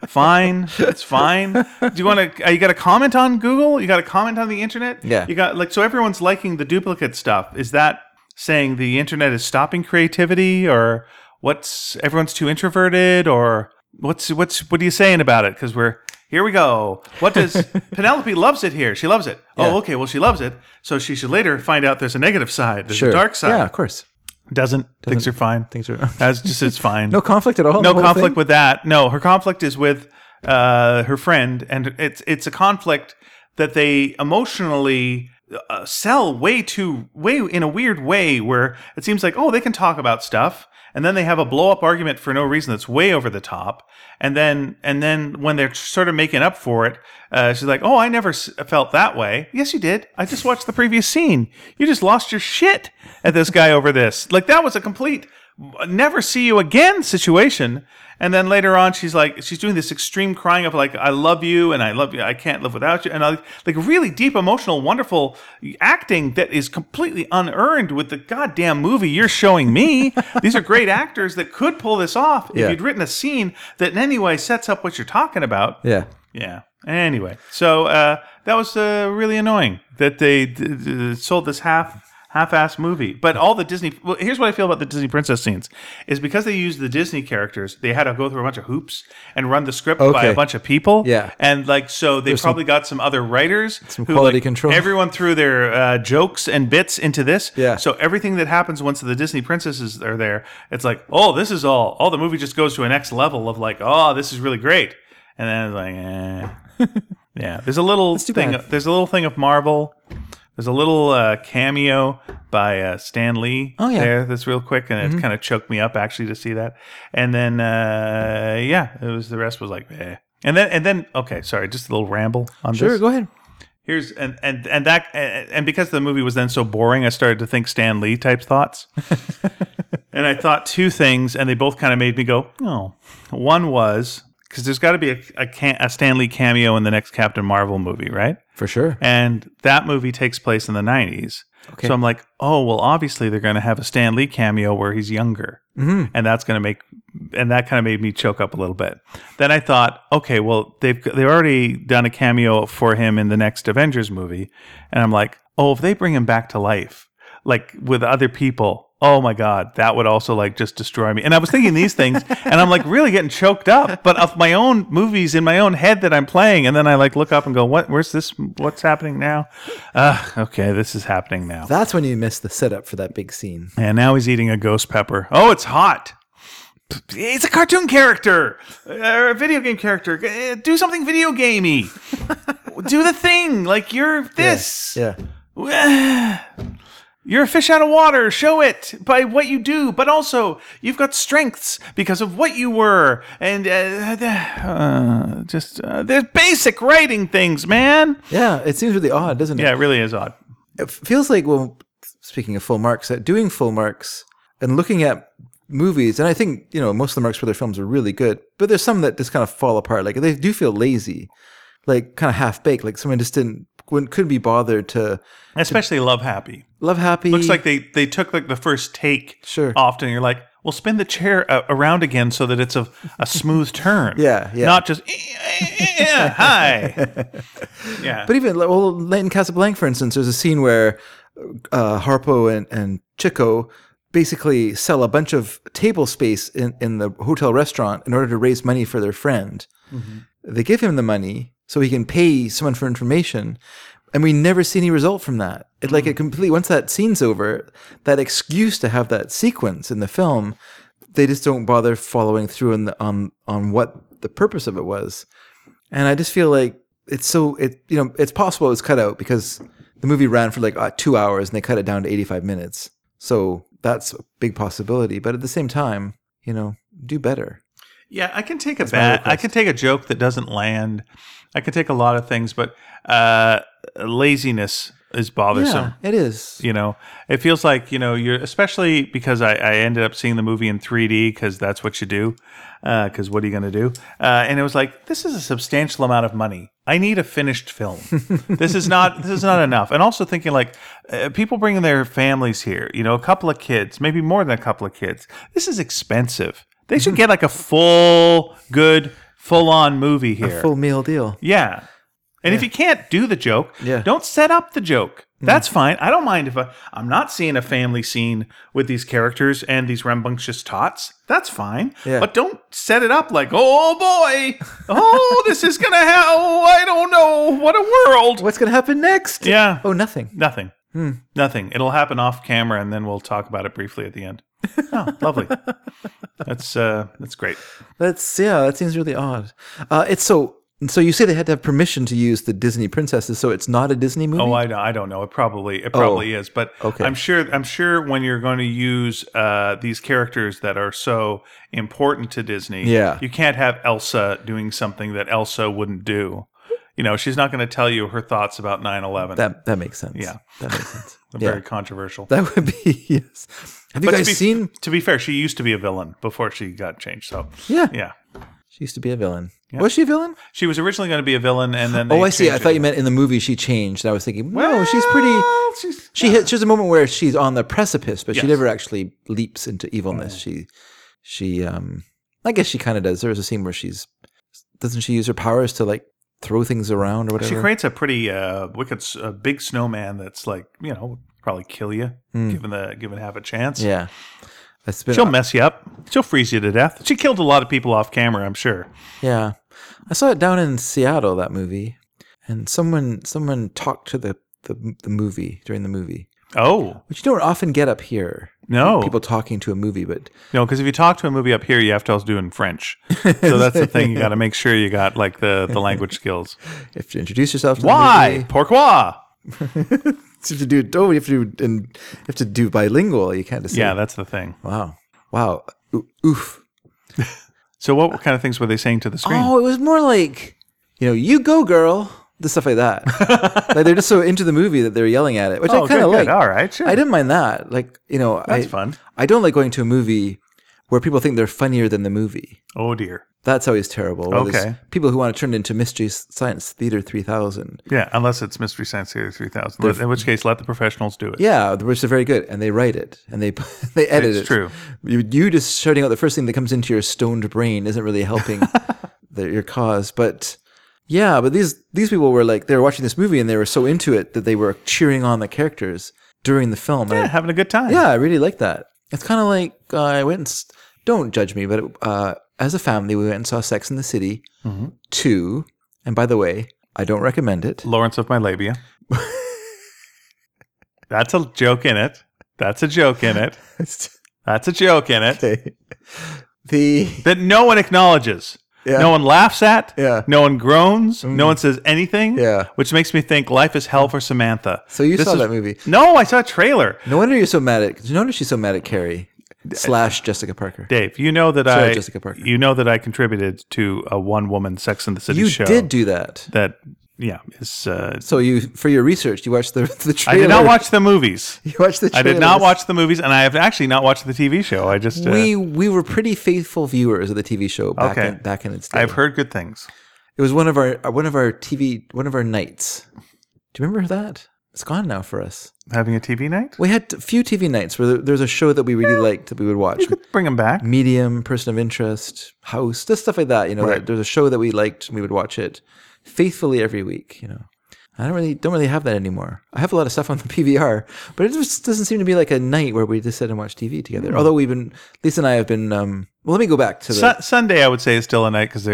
S2: fine, it's fine. Do you want to? Uh, you got a comment on Google? You got a comment on the internet?
S1: Yeah.
S2: You got like so everyone's liking the duplicate stuff. Is that saying the internet is stopping creativity, or what's everyone's too introverted, or what's what's what are you saying about it? Because we're here we go. What does
S1: [LAUGHS]
S2: Penelope loves it here? She loves it.
S1: Yeah.
S2: Oh, okay. Well, she loves it, so she should later find out there's a negative side. There's
S1: Sure.
S2: a dark side.
S1: Yeah, of course.
S2: Doesn't, things are fine.
S1: Things are [LAUGHS]
S2: That's just it's fine.
S1: no conflict at all.
S2: No conflict with that. No, her conflict is with uh, her friend, and it's it's a conflict that they emotionally uh, sell way too way in a weird way where it seems like oh they can talk about stuff. And then they have a blow up argument for no reason that's way over the top. And then, and then when they're sort of making up for it, uh, she's like, "Oh, I never s- felt that way." Yes, you did. I just watched the previous scene. You just lost your shit at this guy over this. Like that was a complete never see you again situation. And then later on, she's like, she's doing this extreme crying of like, I love you and I love you. I can't live without you. And I, like really deep, emotional, wonderful acting that is completely unearned with the goddamn movie you're showing me. These are great actors that could pull this off
S1: Yeah.
S2: if you'd written a scene that in any way sets up what you're talking about.
S1: Yeah.
S2: Yeah. Anyway, so uh, that was uh, really annoying that they d- d- sold this half half-ass movie. But all the Disney. Well, here's what I feel about the Disney princess scenes is because they used the Disney characters, they had to go through a bunch of hoops and run the script by
S1: Okay.
S2: a bunch of people.
S1: Yeah.
S2: And like so, they probably got some other writers. Some
S1: quality control.
S2: Everyone threw their uh, jokes and bits into this.
S1: Yeah.
S2: So everything that happens once the Disney princesses are there, it's like, oh, this is all. Oh, the movie just goes to a next level of like, oh, this is really great. And then
S1: [LAUGHS]
S2: it's like, eh. yeah. There's a little
S1: too
S2: thing.
S1: bad.
S2: There's a little thing of Marvel. There's a little uh, cameo by uh, Stan Lee.
S1: Oh, yeah. Mm-hmm.
S2: There, that's real quick, and it kind of choked me up actually to see that. And then, uh, yeah, it was the rest was like, eh. And then, and then, okay, sorry, just a little ramble on
S1: Sure.
S2: this
S1: Go ahead.
S2: here's and and and that and, and because the movie was then so boring i started to think stan lee type thoughts and i thought two things and they both kind of made me go oh one was because there's got to be a, a, can, a stan lee cameo in the next captain marvel movie right
S1: For sure.
S2: and that movie takes place in the 90s
S1: Okay.
S2: so i'm like oh well obviously they're going to have a stan lee cameo where he's younger
S1: Mhm.
S2: and that's going to make and that kind of made me choke up a little bit. Then I thought, okay, well they've they've already done a cameo for him in the next Avengers movie, and I'm like, oh, if they bring him back to life, like with other people, oh my god, that would also like just destroy me. And I was thinking these things, [LAUGHS] and I'm like really getting choked up, but of my own movies in my own head that I'm playing, and then I like look up and go, what? Where's this? What's happening now? Uh, okay, this is happening now.
S1: That's when you miss the setup for that big scene.
S2: And now he's eating a ghost pepper. Oh, it's hot. It's a cartoon character or a video game character. Eh, Do something video [LAUGHS] gamey. Do the thing like you're this. Uh,
S1: Yeah.
S2: You're a fish out of water. Show it by what you do, but also you've got strengths because of what you were. And uh, uh, just uh, there's basic writing things, man.
S1: Yeah. It seems really odd, doesn't it?
S2: Yeah, it really is odd.
S1: it feels like well speaking of full marks that doing full marks and looking at movies, and I think you know most of the Marx Brothers films are really good, but there's some that just kind of fall apart. Like they do feel lazy, like kind of half baked. Like someone just didn't couldn't couldn't be bothered to
S2: Especially Love Happy.
S1: love happy.
S2: Looks like they they took like the first take.
S1: Sure.
S2: Often you're like, well, spin the chair uh, around again so that it's a, a smooth turn.
S1: Yeah, yeah.
S2: Not just eh, eh, eh,
S1: [LAUGHS]
S2: eh, hi. yeah.
S1: But even well, Leighton Casablanca, for instance, there's a scene where uh, Harpo and, and Chico basically sell a bunch of table space in, in the hotel restaurant in order to raise money for their friend. They give him the money so he can pay someone for information, and we never see any result from that. It like it completely once that scene's over, that excuse to have that sequence in the film, they just don't bother following through on the, on on what the purpose of it was. And I just feel like it's so it you know it's possible it was cut out because the movie ran for like uh, two hours and they cut it down to eighty five minutes. So that's a big possibility. But at the same time, you know, do better.
S2: Yeah, I can take a
S1: my
S2: bat. I
S1: request.
S2: can take a joke that doesn't land. I can take a lot of things, but uh, laziness is bothersome.
S1: it is.
S2: You know, it feels like you know you're especially because I, I ended up seeing the movie in 3D because that's what you do. Because what are you going to do? Uh, and it was like this is a substantial amount of money. I need a finished film. this is not this is not enough. And also thinking like uh, people bringing their families here. You know, a couple of kids, maybe more than a couple of kids. This is expensive. They should get like a full good full on movie here.
S1: Full meal deal.
S2: Yeah. And if you can't do the joke,
S1: Yeah. Mm.
S2: don't set up the joke. That's fine. I don't mind if I, I'm not seeing a family scene with these characters and these rambunctious tots. That's fine.
S1: Yeah.
S2: But don't set it up like, oh boy, oh, this is going to happen. [LAUGHS] Oh, I don't know. What a
S1: [LAUGHS]
S2: world.
S1: What's gonna happen next?
S2: Yeah.
S1: Oh, nothing.
S2: Nothing.
S1: Hmm.
S2: Nothing. It'll happen off camera and then we'll talk about it briefly at the end. Oh,
S1: [LAUGHS]
S2: lovely. that's uh, that's great.
S1: That's yeah. That seems really odd. Uh, it's so. So you say they had to have permission to use the Disney princesses, so it's not a Disney movie.
S2: Oh, I, don't- I don't know. It probably it probably is, but
S1: Oh, okay.
S2: I'm sure I'm sure when you're going to use uh, these characters that are so important to Disney,
S1: Yeah.
S2: you can't have Elsa doing something that Elsa wouldn't do. You know, she's not going to tell you her thoughts about 9/11.
S1: that that makes sense.
S2: Yeah.
S1: that makes
S2: [LAUGHS]
S1: sense.
S2: Very controversial.
S1: that would be [LAUGHS] yes. Have you
S2: But
S1: guys
S2: to be,
S1: seen?
S2: To be fair, she used to be a villain before she got changed. So
S1: Yeah.
S2: yeah,
S1: she used to be a villain. Was she a villain?
S2: she was originally going to be a villain, and then
S1: Oh,
S2: they
S1: I see. I
S2: changed
S1: thought
S2: it.
S1: you meant in the movie she changed. And I was thinking, no, she's pretty.
S2: Well, she's-
S1: She hits. There's a moment where she's on the precipice, but
S2: Yes.
S1: she never actually leaps into evilness. She, she, um, I guess she kind of does. There's a scene where she's, doesn't she use her powers to like throw things around or whatever?
S2: She creates a pretty uh, wicked, s- uh, big snowman that's like you know would probably kill you given the given half a chance.
S1: Hmm. yeah, that's been.
S2: She'll mess you up. She'll freeze you to death. She killed a lot of people off camera, I'm sure.
S1: Yeah, I saw it down in Seattle that movie, and someone someone talked to the the, the movie during the movie,
S2: Oh
S1: which you don't often get up here.
S2: no,
S1: People talking to a movie, but
S2: no, because if you talk to a movie up here, you have to also do it in French. So that's the thing. You got to make sure you got like the the
S1: [LAUGHS]
S2: language skills.
S1: you have to introduce yourself. To The movie.
S2: Why? Pourquoi?
S1: you have to do oh, you have to do and you have to do bilingual. You can't just say,
S2: Yeah, that's the thing.
S1: Wow, wow, Ooh, oof.
S2: So what kind of things were they saying to the screen?
S1: Oh, it was more like you know, you go, girl, the stuff like
S2: [LAUGHS]
S1: that. like they're just so into the movie that they're yelling at it, which I
S2: Oh, good,
S1: kind of like.
S2: good. All right, sure.
S1: I didn't mind that. Like you know,
S2: that's
S1: I,
S2: fun.
S1: I don't like going to a movie where people think they're funnier than the movie.
S2: Oh dear.
S1: That's always terrible. where there's
S2: Okay.
S1: people who want to turn it into Mystery Science Theater three thousand.
S2: Yeah, unless it's Mystery Science Theater 3000, Let- in which case let the professionals do it.
S1: Yeah, which are very good, and they write it and they [LAUGHS] they edit
S2: It's
S1: it.
S2: true.
S1: You, you just shouting out the first thing that comes into your stoned brain isn't really [LAUGHS] helping the, your cause. But yeah, but these these people were like they were watching this movie and they were so into it that they were cheering on the characters during the film. And I-
S2: Yeah, having a good time.
S1: yeah, I really like that. It's kind of like uh, I went and s- don't judge me, but uh, as a family we went and saw Sex in the City two. And by the way, I don't recommend it. [LAUGHS]
S2: Lawrence of my labia. That's a joke in it. That's a joke in it. That's a joke in it
S1: [LAUGHS] the
S2: that no one acknowledges.
S1: Yeah.
S2: No one laughs at.
S1: Yeah. Mm.
S2: No one groans. No one says anything.
S1: Yeah.
S2: Which makes me think life is hell for Samantha.
S1: so you
S2: This
S1: saw
S2: is-
S1: that movie.
S2: No, I saw a trailer.
S1: No wonder you're so mad at. No wonder she's so mad at Carrie slash Jessica Parker.
S2: Dave, you know that
S1: Sorry,
S2: I
S1: Jessica Parker.
S2: you know that I contributed to a one woman Sex in the City
S1: You
S2: show.
S1: did do that.
S2: that yeah, is uh,
S1: So you for your research, you watched the [LAUGHS] the
S2: I
S1: trailer.
S2: did not watch the movies.
S1: You watched the.
S2: I
S1: Trailers.
S2: did not watch the movies, and I have actually not watched the TV show. I just uh,
S1: We we were pretty faithful viewers of the TV show back
S2: Okay.
S1: in, back in its day.
S2: I've heard good things.
S1: It was one of our one of our TV one of our nights. Do you remember that? It's gone now for us.
S2: Having a TV night,
S1: We had a few TV nights where there there was a show that we really liked that we would watch.
S2: bring them back.
S1: Medium, Person of Interest, House, just stuff like that. You know,
S2: Right.
S1: that, there was a show that we liked and we would watch it faithfully every week. You know, I don't really don't really have that anymore. I have a lot of stuff on the [LAUGHS] PVR, but it just doesn't seem to be like a night where we just sit and watch TV together.
S2: Hmm.
S1: Although we've been Lisa and I have been. Um, well, let me go back to the
S2: Su- Sunday, I would say, is still a night because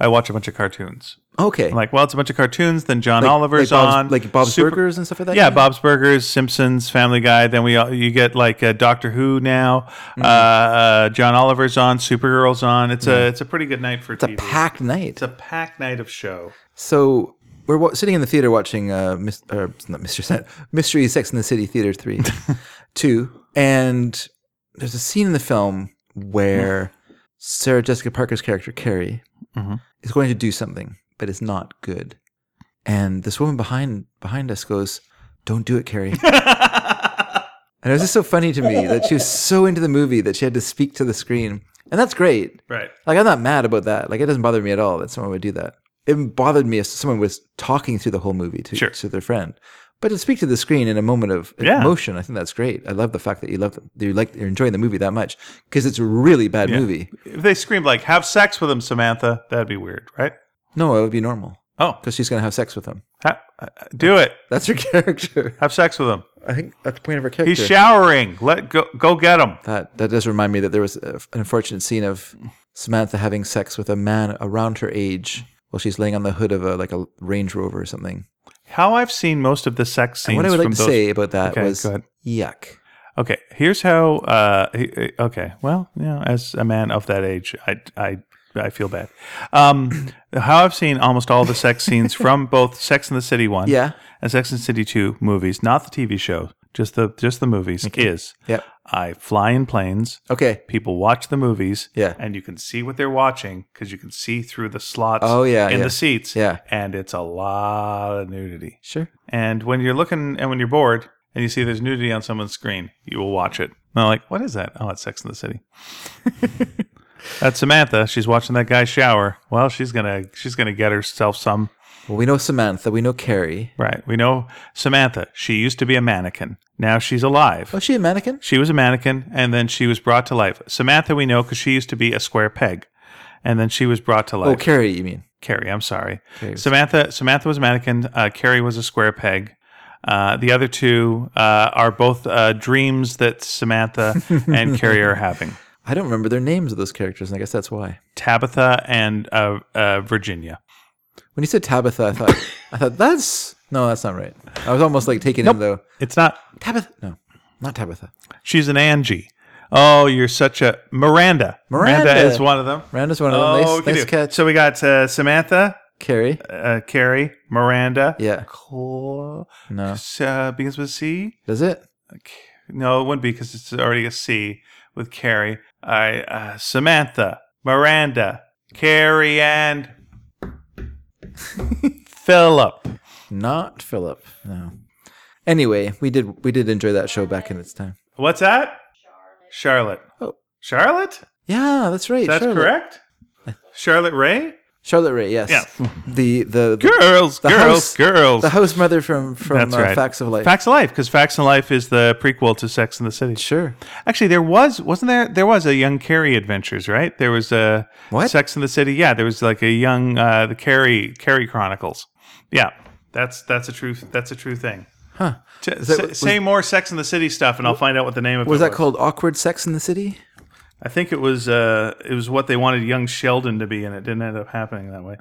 S2: I watch a bunch of cartoons.
S1: okay,
S2: I'm like, well, it's a bunch of cartoons. Then John
S1: like
S2: Oliver's
S1: Bob's,
S2: on,
S1: like Bob's
S2: Super-
S1: Burgers and stuff like that.
S2: Yeah, Bob's Burgers, Simpsons, Family Guy. Then we all, you get like uh, Doctor Who now.
S1: Mm-hmm.
S2: Uh, uh, John Oliver's on, Supergirl's on. It's a it's a pretty good night for
S1: Mm. It's
S2: TV.
S1: a packed night.
S2: it's a packed night
S1: [LAUGHS]
S2: of show.
S1: So we're wa- sitting in the theater watching uh, mis- or, not Mr. Sen- Mystery Sex in the City Theater 3, 2. And there's a scene in the film where Sarah Jessica Parker's character, Carrie,
S2: Mhm.
S1: is going to do something, but it's not good. And this woman behind behind us goes, Don't do it, Carrie. and it was just so funny to me that she was so into the movie that she had to speak to the screen. And that's great.
S2: Right.
S1: Like I'm not mad about that. Like it doesn't bother me at all that someone would do that. It bothered me if someone was talking through the whole movie to,
S2: Sure.
S1: to their friend. But to speak to the screen in a moment of
S2: Yeah.
S1: emotion, I think that's great. I love the fact that you love that you like you're enjoying the movie that much because it's a really bad movie.
S2: If they screamed like "Have sex with him, Samantha," that'd be weird, right?
S1: No, it would be normal
S2: Oh,
S1: because she's gonna have sex with him.
S2: ha- uh, do it.
S1: That's her [LAUGHS] character.
S2: Have sex with him.
S1: I think that's the point of her character.
S2: He's showering. Let go. Go get him.
S1: that that does remind me that there was a, an unfortunate scene of Samantha having sex with a man around her age while she's laying on the hood of a like a Range Rover or something.
S2: How I've seen most of the sex scenes.
S1: What I would like
S2: from
S1: to
S2: those-
S1: say about that
S2: Okay,
S1: was
S2: go ahead.
S1: yuck.
S2: Okay, here's how. Uh, he- he- okay, well, you know, as a man of that age, I, I, I feel bad. Um, [CLEARS THROAT] how I've seen almost all the sex scenes
S1: [LAUGHS]
S2: from both Sex and the City one,
S1: Yeah.
S2: and Sex and the City two movies, not the TV show, just the just the movies. Is
S1: Yep.
S2: I fly in planes.
S1: Okay.
S2: People watch the movies,
S1: Yeah.
S2: and you can see what they're watching because you can see through the slots.
S1: Oh, yeah,
S2: in
S1: yeah.
S2: the seats,
S1: Yeah.
S2: and it's a lot of nudity.
S1: Sure.
S2: And when you're looking and when you're bored and you see there's nudity on someone's screen, you will watch it. And I'm like, what is that? Oh, it's Sex in
S1: [LAUGHS]
S2: the City. That's Samantha. She's watching that guy shower. Well, she's gonna she's gonna get herself some.
S1: Well, we know Samantha. We know Carrie.
S2: Right. We know Samantha. She used to be a mannequin. Now she's alive.
S1: Was Oh, she a mannequin?
S2: She was a mannequin, and then she was brought to life. Samantha, we know because she used to be a square peg, and then she was brought to life.
S1: Oh, Carrie, you mean?
S2: Carrie, I'm sorry.
S1: Carrie was-
S2: Samantha Samantha was a mannequin. Uh, Carrie was a square peg. Uh, the other two uh, are both uh, dreams
S1: [LAUGHS]
S2: that Samantha and Carrie are having.
S1: I don't remember their names of those characters, and I guess that's why.
S2: Tabitha and uh, uh, Virginia.
S1: When you said Tabitha, I thought,
S2: [COUGHS]
S1: I thought that's no, that's not right. I was almost like taken in though.
S2: It's not.
S1: Tabitha? No, not Tabitha.
S2: She's an Angie. Oh, you're such a Miranda.
S1: Miranda.
S2: is one of them.
S1: Miranda's one of them.
S2: Oh,
S1: nice, nice
S2: okay.
S1: catch.
S2: So we got uh, Samantha,
S1: Carrie.
S2: uh, Carrie, Miranda.
S1: Yeah.
S2: Cool.
S1: No.
S2: Uh, begins with C.
S1: Does it?
S2: No, it wouldn't be because it's already a C with Carrie. I uh, Samantha, Miranda, Carrie, [LAUGHS] and Philip.
S1: Not Philip. No. Anyway, we did we did enjoy that show back in its time.
S2: What's that? Charlotte.
S1: Oh.
S2: Charlotte.
S1: Yeah, that's right.
S2: That's
S1: Charlotte.
S2: [LAUGHS] correct. Charlotte Ray.
S1: Charlotte Ray. Yes.
S2: Yeah.
S1: The the, the
S2: Girls,
S1: The
S2: girls,
S1: house-
S2: girls.
S1: the house mother from from
S2: That's
S1: uh,
S2: right.
S1: Facts of Life.
S2: Facts of Life, because Facts of Life is the prequel to Sex and the City.
S1: Sure.
S2: Actually, there was wasn't there? There was a young Carrie Adventures, right? There was a
S1: What?
S2: Sex in the City. Yeah, there was like a young uh, the Carrie Carrie Chronicles. Yeah, that's that's a true that's a true thing.
S1: Huh.
S2: T-
S1: that-
S2: say-
S1: was-
S2: say more Sex in the City stuff, and I'll find out what the name of
S1: Was
S2: it
S1: that called Awkward Sex in the City?
S2: I think it was uh, it was what they wanted young Sheldon to be, and it didn't end up happening that way.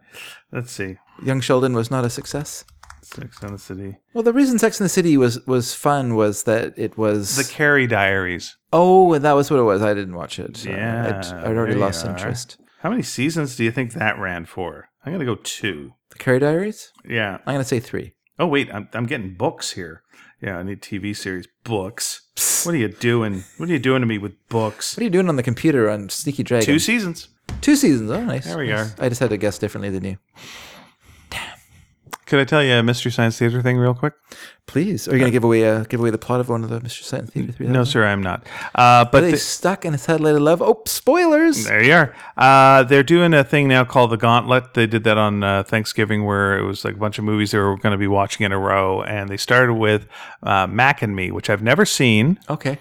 S2: Let's see,
S1: Young Sheldon was not a success.
S2: Sex in the City,
S1: Well, the reason Sex in the City was was fun was that it was
S2: The Carrie Diaries.
S1: oh, and that was what it was. I didn't watch it. Uh,
S2: Yeah,
S1: I'd, I'd already
S2: there you
S1: lost
S2: are.
S1: interest.
S2: How many seasons do you think that ran for? I'm gonna go two.
S1: The Carrie Diaries.
S2: Yeah.
S1: I'm gonna say three.
S2: Oh wait, I'm I'm getting books here. Yeah, I need TV series books. What are you doing? What are you doing to me with books?
S1: What are you doing on the computer on Sneaky Dragon?
S2: Two seasons.
S1: Two seasons. Oh, nice.
S2: There we
S1: nice. I just had to guess differently than you.
S2: Could I tell you a Mystery Science Theater thing real quick?
S1: Please, are you going to give away uh, give away the plot of one of the Mr. Science Theater three?
S2: No, sir, I'm not. Uh,
S1: Are
S2: but
S1: they
S2: the-
S1: stuck in a satellite of love? Oh, spoilers!
S2: There you are. Uh, they're doing a thing now called the Gauntlet. They did that on uh, Thanksgiving, where it was like a bunch of movies they were going to be watching in a row, and they started with uh, Mac and Me, which I've never seen.
S1: Okay.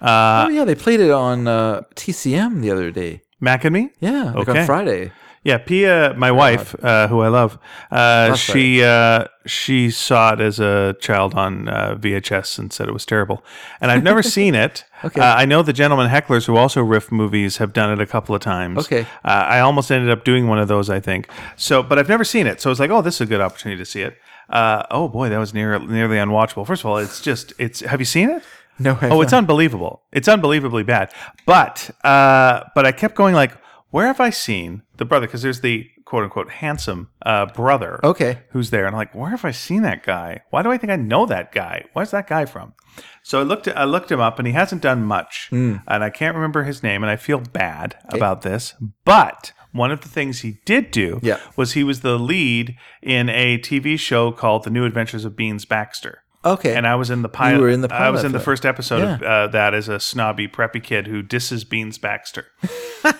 S1: Uh, oh yeah, they played it on uh, TCM the other day.
S2: Mac and Me.
S1: Yeah, like
S2: Okay.
S1: on Friday.
S2: Yeah, Pia, my wife, uh, who I love, uh, she uh, she saw it as a child on uh, VHS and said it was terrible. And I've
S1: [LAUGHS]
S2: never seen it.
S1: Okay.
S2: Uh, I know the gentlemen hecklers who also riff movies have done it a couple of times.
S1: Okay.
S2: Uh, I almost ended up doing one of those, I think. So, but I've never seen it. So I was like, oh, this is a good opportunity to see it. Uh, oh boy, that was near, nearly unwatchable. First of all, it's just it's. Have you seen it?
S1: No, I
S2: oh, it's unbelievable. It's unbelievably bad. But uh, but I kept going like, where have I seen the brother? Because there's the quote unquote handsome uh, brother.
S1: Okay.
S2: Who's there? And I'm like, where have I seen that guy? Why do I think I know that guy? Where's that guy from? So I looked I looked him up, and he hasn't done much,
S1: Mm.
S2: and I can't remember his name, and I feel bad
S1: Eh.
S2: about this. But one of the things he did do
S1: Yeah.
S2: was he was the lead in a TV show called The New Adventures of Beans Baxter.
S1: okay.
S2: And I was in the pilot.
S1: were in the
S2: I was
S1: pilot
S2: in the
S1: for that.
S2: first episode of uh, that as a snobby preppy kid who disses Beans Baxter. [LAUGHS] and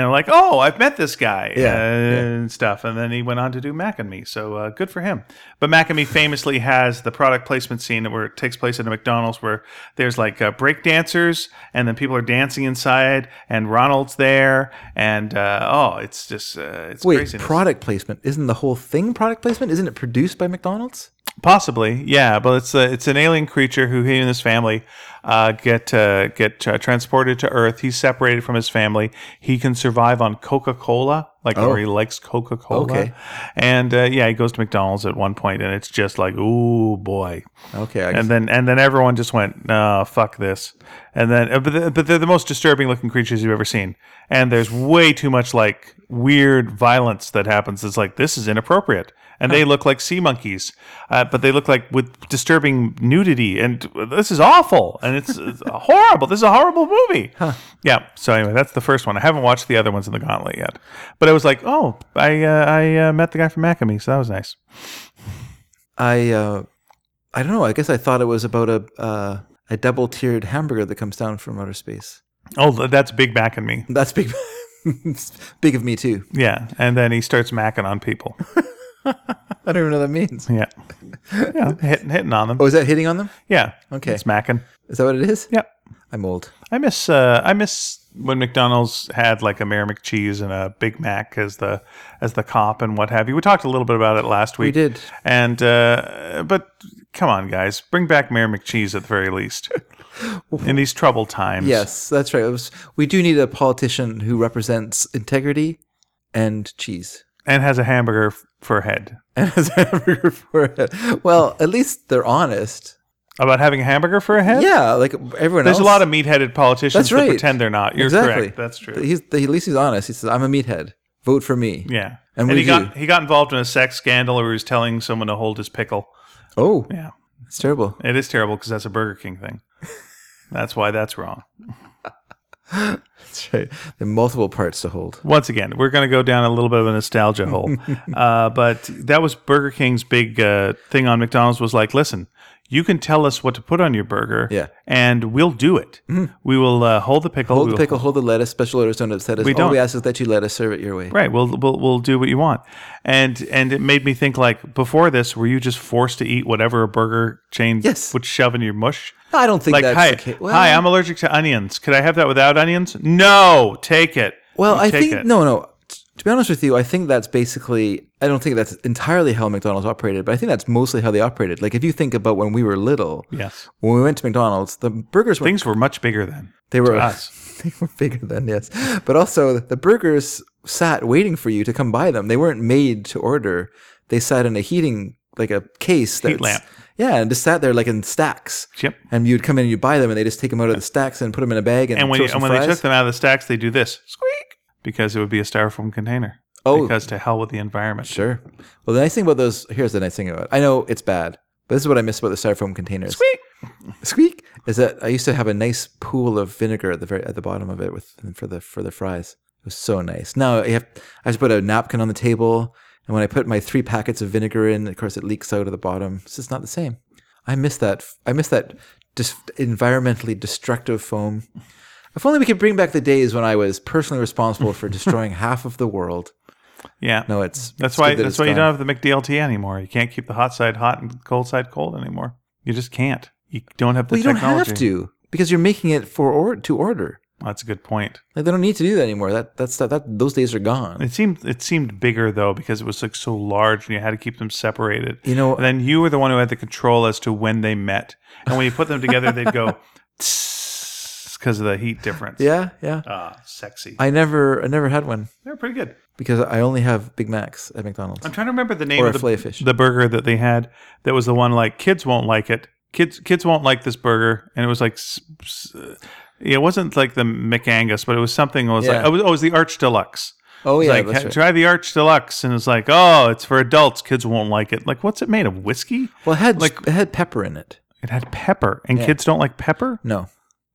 S2: I'm like, oh, I've met this guy
S1: Yeah,
S2: and stuff. And then he went on to do Mac and Me. So uh, good for him. But Mac and Me famously has the product placement scene where it takes place at a McDonald's where there's like uh, break dancers and then people are dancing inside and Ronald's there. And uh, oh, it's just, uh, it's
S1: Wait,
S2: craziness.
S1: product placement isn't the whole thing product placement? Isn't it produced by McDonald's?
S2: Possibly, yeah, but it's a, it's an alien creature who he and his family uh, get uh, get uh, transported to Earth. He's separated from his family. He can survive on Coca Cola, like or he likes Coca Cola.
S1: Okay.
S2: and uh, yeah, he goes to McDonald's at one point, and it's just like, ooh boy.
S1: Okay, I
S2: And then and then everyone just went, nah, fuck this. And then uh, but, the, but they're the most disturbing looking creatures you've ever seen. And there's way too much like weird violence that happens. It's like this is inappropriate. And they look like sea monkeys, uh, but they look like with disturbing nudity. And this is awful. And it's, it's [LAUGHS] horrible. This is a horrible movie. Yeah. So anyway, that's the first one. I haven't watched the other ones in the gauntlet yet. But I was like, oh, I uh, I uh, met the guy from Acme, so that was nice.
S1: I uh, I don't know. I guess I thought it was about a uh, a double tiered hamburger that comes down from outer space.
S2: Oh, that's Big Mac and me.
S1: That's big, [LAUGHS] big of me too.
S2: Yeah, and then he starts macking on people.
S1: I don't even know what that means. [LAUGHS]
S2: Yeah, yeah, hitting hitting on them.
S1: Oh, is that hitting on them?
S2: Yeah,
S1: Okay.
S2: it's macking.
S1: Is that what it is?
S2: Yep,
S1: I'm old.
S2: I miss uh, I miss when McDonald's had like a Mayor McCheese and a Big Mac as the as the cop and what have you. We talked a little bit about it last week.
S1: did.
S2: and uh, but come on, guys, bring back Mayor McCheese at the
S1: [LAUGHS]
S2: very least in these troubled times.
S1: Yes, that's right. It was, we do need a politician who represents integrity and cheese. [LAUGHS]
S2: and has a hamburger f- for a head.
S1: And has a hamburger for it. Well, at least they're honest.
S2: About having a hamburger for a head.
S1: Yeah, like everyone else.
S2: There's a lot of meat-headed politicians
S1: That's
S2: that
S1: right.
S2: pretend they're not. You're
S1: exactly.
S2: correct. That's true.
S1: He's, at least he's honest. He says, "I'm a meathead. Vote for me."
S2: Yeah.
S1: And
S2: he
S1: we
S2: got he got involved in a sex scandal where he was telling someone to hold his pickle.
S1: Oh,
S2: Yeah.
S1: it's terrible.
S2: It is terrible because that's a Burger King thing. That's why that's wrong.
S1: That's right. There are multiple parts to hold.
S2: Once again, we're going to go down a little bit of a nostalgia
S1: [LAUGHS]
S2: hole. uh, but that was Burger King's big uh, thing on McDonald's was like, listen, you can tell us what to put on your burger,
S1: Yeah. Mm-hmm.
S2: and we'll do it. We will uh, hold the pickle.
S1: Hold
S2: we
S1: the
S2: will-
S1: pickle, hold the lettuce. Special orders don't upset us.
S2: We
S1: All
S2: don't.
S1: we ask is that you let us serve it your way.
S2: Right. We'll, we'll we'll do what you want, and and it made me think like before this, were you just forced to eat whatever a burger chain
S1: Yes.
S2: would shove in your mush?
S1: I don't think
S2: like
S1: that's
S2: hi,
S1: the case. Well,
S2: hi, I'm allergic to onions. Could I have that without onions? No, take it.
S1: well,
S2: You
S1: I
S2: take
S1: think
S2: it.
S1: no, no. T- To be honest with you, I think that's basically. I don't think that's entirely how McDonald's operated, but I think that's mostly how they operated. Like if you think about when we were little,
S2: Yes,
S1: when we went to McDonald's, the burgers were
S2: things were much bigger then.
S1: they [LAUGHS] were
S2: us.
S1: they were bigger than yes, but also the burgers sat waiting for you to come buy them. They weren't made to order. They sat in a heating like a case that's,
S2: lamp.
S1: Yeah, and just sat there like in stacks.
S2: Yep.
S1: And you'd come in and you'd buy them, and they just take them out of the stacks and put them in a bag and,
S2: And when
S1: throw
S2: you,
S1: some
S2: and when
S1: fries.
S2: they took them out of the stacks, they do this squeak because it would be a styrofoam container.
S1: Oh.
S2: because to hell with the environment.
S1: Sure. Well, the nice thing about those here's the nice thing about. It. I know it's bad, but this is what I miss about the styrofoam containers.
S2: Squeak.
S1: [LAUGHS] Squeak is that I used to have a nice pool of vinegar at the very at the bottom of it with for the for the fries. It was so nice. Now you have, I just put a napkin on the table And when I put my three packets of vinegar in, of course, it leaks out of the bottom. It's just not the same. I miss that. I miss that dis- environmentally destructive foam. If only we could bring back the days when I was personally responsible
S2: [LAUGHS]
S1: for destroying half of the world.
S2: Yeah.
S1: No, it's
S2: That's
S1: it's
S2: why.
S1: good that
S2: That's
S1: it's
S2: why you
S1: gone.
S2: don't have the McDLT anymore. You can't keep the hot side hot and cold side cold anymore. You just can't. You don't have the
S1: Well, you don't
S2: technology.
S1: have to because you're making it for or- to order.
S2: That's a good point.
S1: Like they don't need to do that anymore. That that's that, that those days are gone.
S2: It seemed it seemed bigger though because it was like so large and you had to keep them separated.
S1: You know,
S2: And then you were the one who had the control as to when they met. And when you put them together, they'd go [LAUGHS] because of the heat difference.
S1: yeah, yeah.
S2: Ah, sexy.
S1: I never I never had one
S2: They're pretty good.
S1: because I only have Big Macs at McDonald's
S2: I'm trying to remember the name
S1: or a
S2: of the,
S1: Filet-O-Fish.
S2: the burger that they had that was the one like kids won't like it. Kids kids won't like this burger, and it was like s- s- uh, it wasn't like the McAngus, but it was something. It was like
S1: Yeah.
S2: oh, it was, oh, it was the Arch Deluxe.
S1: oh
S2: It was
S1: yeah,
S2: like,
S1: that's
S2: "Ha-
S1: right.
S2: try the Arch Deluxe, and it's like oh, it's for adults. Kids won't like it. Like what's it made of? Whiskey?
S1: Well, it had
S2: like-
S1: it had pepper in it.
S2: It had pepper, and
S1: Yeah.
S2: kids don't like pepper.
S1: No,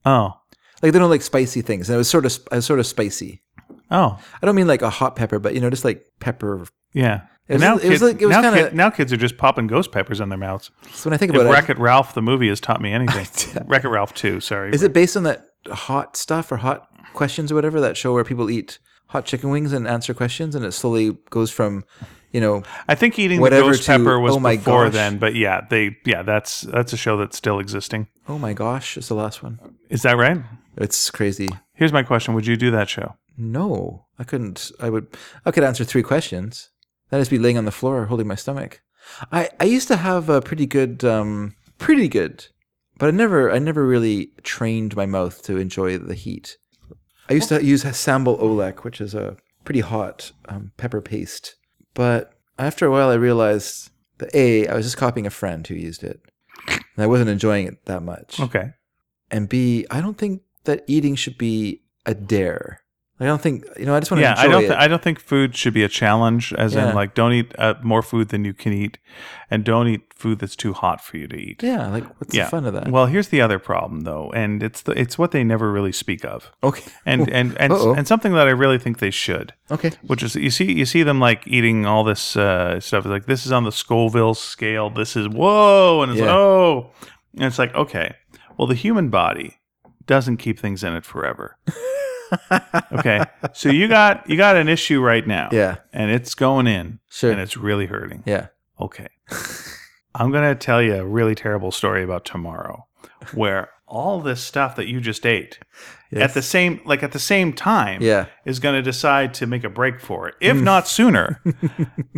S2: Oh,
S1: like they don't like spicy things. And it was sort of sp- it was sort of spicy.
S2: oh,
S1: I don't mean like a hot pepper, but you know, just like pepper.
S2: yeah.
S1: It was-
S2: now,
S1: it was
S2: kids,
S1: like- it was
S2: now,
S1: kinda-
S2: kid- now kids are just popping ghost peppers in their mouths.
S1: So when I think
S2: If
S1: about it,
S2: Wreck It Ralph, the movie, has taught
S1: [LAUGHS]
S2: me anything. Wreck It Ralph 2, sorry.
S1: is it based on that hot stuff or hot questions or whatever that show where people eat hot chicken wings and answer questions, and it slowly goes from, you know,
S2: I think eating the
S1: Whatever
S2: ghost
S1: to-
S2: pepper was
S1: oh my
S2: before
S1: gosh.
S2: then, but yeah, they yeah, that's that's a show that's still existing.
S1: oh my gosh, it's the last one.
S2: Is that right?
S1: It's crazy.
S2: Here's my question: Would you do that show?
S1: No, I couldn't. I would. I could answer three questions. That'd just be laying on the floor, holding my stomach. I I used to have a pretty good, um, pretty good, but I never I never really trained my mouth to enjoy the heat. I used to use sambal olek, which is a pretty hot um, pepper paste. But after a while, I realized that a I was just copying a friend who used it, and I wasn't enjoying it that much
S2: Okay.
S1: and B, I don't think that eating should be a dare. I don't think you know. I just want
S2: Yeah,
S1: to enjoy
S2: I don't.
S1: it.
S2: Th- I don't think food should be a challenge, as
S1: Yeah.
S2: in like don't eat uh, more food than you can eat, and don't eat food that's too hot for you to eat.
S1: yeah, like what's
S2: Yeah.
S1: the fun of that?
S2: Well, here's the other problem though, and it's the it's what they never really speak of,
S1: okay,
S2: and and and,
S1: Uh-oh.
S2: and something that I really think they should.
S1: okay,
S2: which is you see you see them like eating all this uh, stuff. It's like this is on the Scoville scale. This is whoa, and it's
S1: Yeah.
S2: like, oh, and it's like okay, well the human body doesn't keep things in it
S1: [LAUGHS]
S2: forever. okay, so you got you got an issue right now,
S1: yeah,
S2: and it's going in,
S1: Sure.
S2: and it's really hurting.
S1: yeah.
S2: Okay, I'm gonna tell you a really terrible story
S1: [LAUGHS]
S2: about tomorrow, where all this stuff that you just ate at
S1: Yes.
S2: the same like at the same time
S1: yeah,
S2: is going to decide to make a break for it, if
S1: [LAUGHS]
S2: not sooner.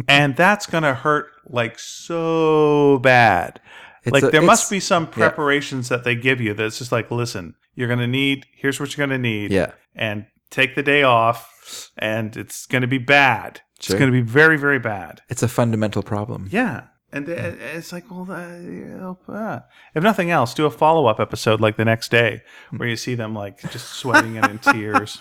S2: and that's going to hurt like so bad.
S1: It's
S2: like
S1: a-
S2: there must
S1: it's-
S2: be some preparations that they give you that's just like, listen, you're going to need, here's what you're going to need,
S1: yeah.
S2: and take the day off, and it's going to be bad.
S1: Sure.
S2: It's going to be very, very bad.
S1: It's a fundamental problem.
S2: Yeah. And th- and it's like, well, uh, you know, uh. if nothing else, do a follow up episode like the next day where you see them like just sweating and in
S1: [LAUGHS]
S2: tears.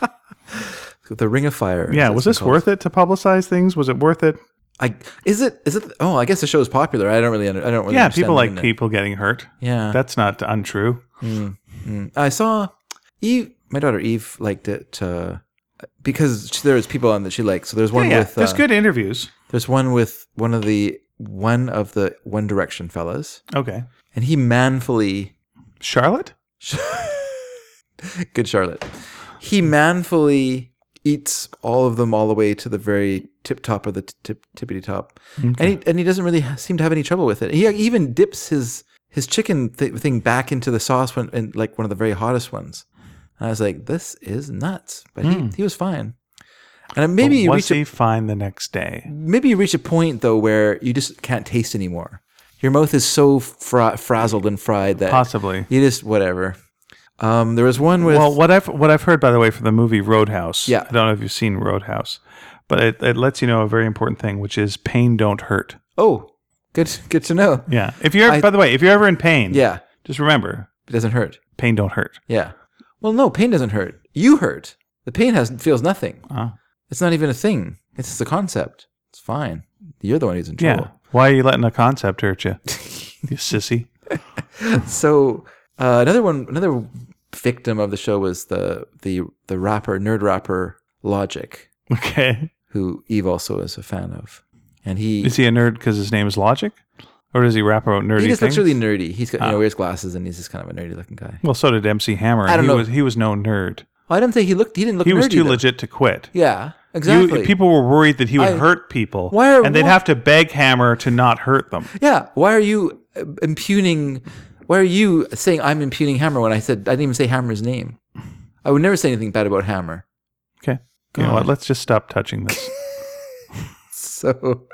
S1: The Ring of Fire.
S2: Yeah, was this worth it to publicize things? Was it worth it?
S1: I is it is it? Oh, I guess the show is popular. I don't really. Under, I don't really.
S2: yeah,
S1: understand
S2: people
S1: the
S2: like
S1: internet.
S2: people getting hurt.
S1: Yeah, mm,
S2: That's not untrue.
S1: I saw Eve. My daughter Eve liked it uh, because she, there's people on that she likes. So there's one
S2: yeah,
S1: with
S2: there's
S1: uh,
S2: good interviews.
S1: there's one with one of the one of the One Direction fellas.
S2: Okay,
S1: and he manfully [LAUGHS]
S2: Charlotte.
S1: good charlotte he manfully eats all of them all the way to the very tip top of the t- tip tippity top and he and he doesn't really ha- seem to have any trouble with it he even dips his his chicken th- thing back into the sauce when and like one of the very hottest ones and i was like this is nuts but he, he was fine and maybe you reach
S2: was
S1: a,
S2: he fine the next day?
S1: maybe you reach a point though where you just can't taste anymore your mouth is so fra- frazzled and fried that
S2: Possibly.
S1: you just whatever. Um, there was one with
S2: Well, what I've what I've heard by the way from the movie Roadhouse.
S1: Yeah.
S2: I don't know if you've seen Roadhouse, but it, it lets you know a very important thing, which is pain don't hurt.
S1: oh, good good to know.
S2: Yeah. If you're
S1: I-
S2: by the way, if you're ever in pain,
S1: Yeah,
S2: just remember
S1: it doesn't hurt.
S2: pain don't hurt.
S1: Yeah. Well, no, pain doesn't hurt. You hurt. The pain has feels nothing.
S2: Uh,
S1: It's not even a thing. It's just a concept. It's fine. You're the one who's in
S2: yeah.
S1: trouble.
S2: Why are you letting a concept hurt you, [LAUGHS] you sissy?
S1: So uh, another one, another victim of the show was the the the rapper nerd rapper Logic,
S2: Okay.
S1: who Eve also is a fan of. and he
S2: Is he a nerd because his name is Logic, or does he rap about nerdy Ah.
S1: he just
S2: things?
S1: looks really nerdy. He's got you know wears glasses and he's just kind of a nerdy looking guy.
S2: well, so did MC Hammer.
S1: I don't
S2: he
S1: know.
S2: Was, he was no nerd.
S1: I don't think he looked. He didn't look.
S2: He was
S1: nerdy,
S2: too
S1: though.
S2: legit to quit.
S1: Yeah,
S2: You-
S1: exactly.
S2: people were worried that he would
S1: I-
S2: hurt people,
S1: Why are-
S2: and they'd
S1: why-
S2: have to beg Hammer to not hurt them.
S1: yeah. Why are you uh, impugning? Why are you saying I'm impugning Hammer when I said I didn't even say Hammer's name? I would never say anything bad about Hammer.
S2: Okay, you know
S1: God.
S2: what? Let's just stop
S1: [LAUGHS]
S2: touching this.
S1: So,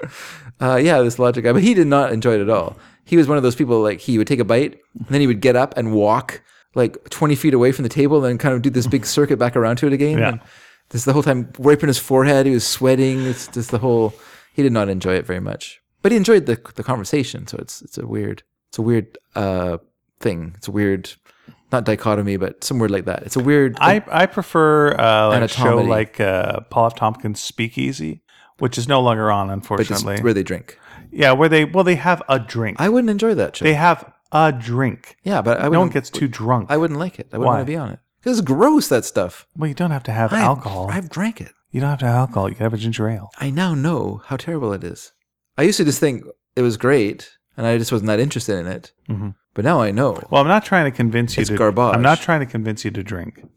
S1: uh, yeah, this logic guy, but he did not enjoy it at all. He was one of those people like he would take a bite, and then he would get up and walk like 20 feet away from the table, and then kind of do this
S2: [LAUGHS]
S1: big circuit back around to it again.
S2: Yeah.
S1: And this the whole time wiping his forehead, he was sweating. It's just the whole. He did not enjoy it very much, but he enjoyed the the conversation. So it's it's a weird it's a weird uh thing. It's a weird not dichotomy, but some word like that. It's a weird.
S2: I I prefer uh, like
S1: And
S2: a
S1: a
S2: show
S1: comedy.
S2: like uh, Paul F. Tompkins' Speakeasy, which is no longer on,
S1: but just
S2: unfortunately.
S1: where they drink.
S2: yeah, where they well they have a drink.
S1: I wouldn't enjoy that show.
S2: they have a drink.
S1: yeah, but I
S2: No one
S1: wouldn't.
S2: gets too drunk.
S1: I wouldn't like it. I wouldn't
S2: Why?
S1: want to be on it. Because it's gross, that stuff.
S2: well, you don't have to have
S1: I've-
S2: alcohol.
S1: I've drank it.
S2: you don't have to have alcohol. You can have a ginger ale.
S1: I now know how terrible it is. I used to just think it was great and I just wasn't that interested in it.
S2: Mhm.
S1: But now I know.
S2: Well, I'm not trying to convince you
S1: It's
S2: to.
S1: garbage.
S2: I'm not trying to convince you to drink,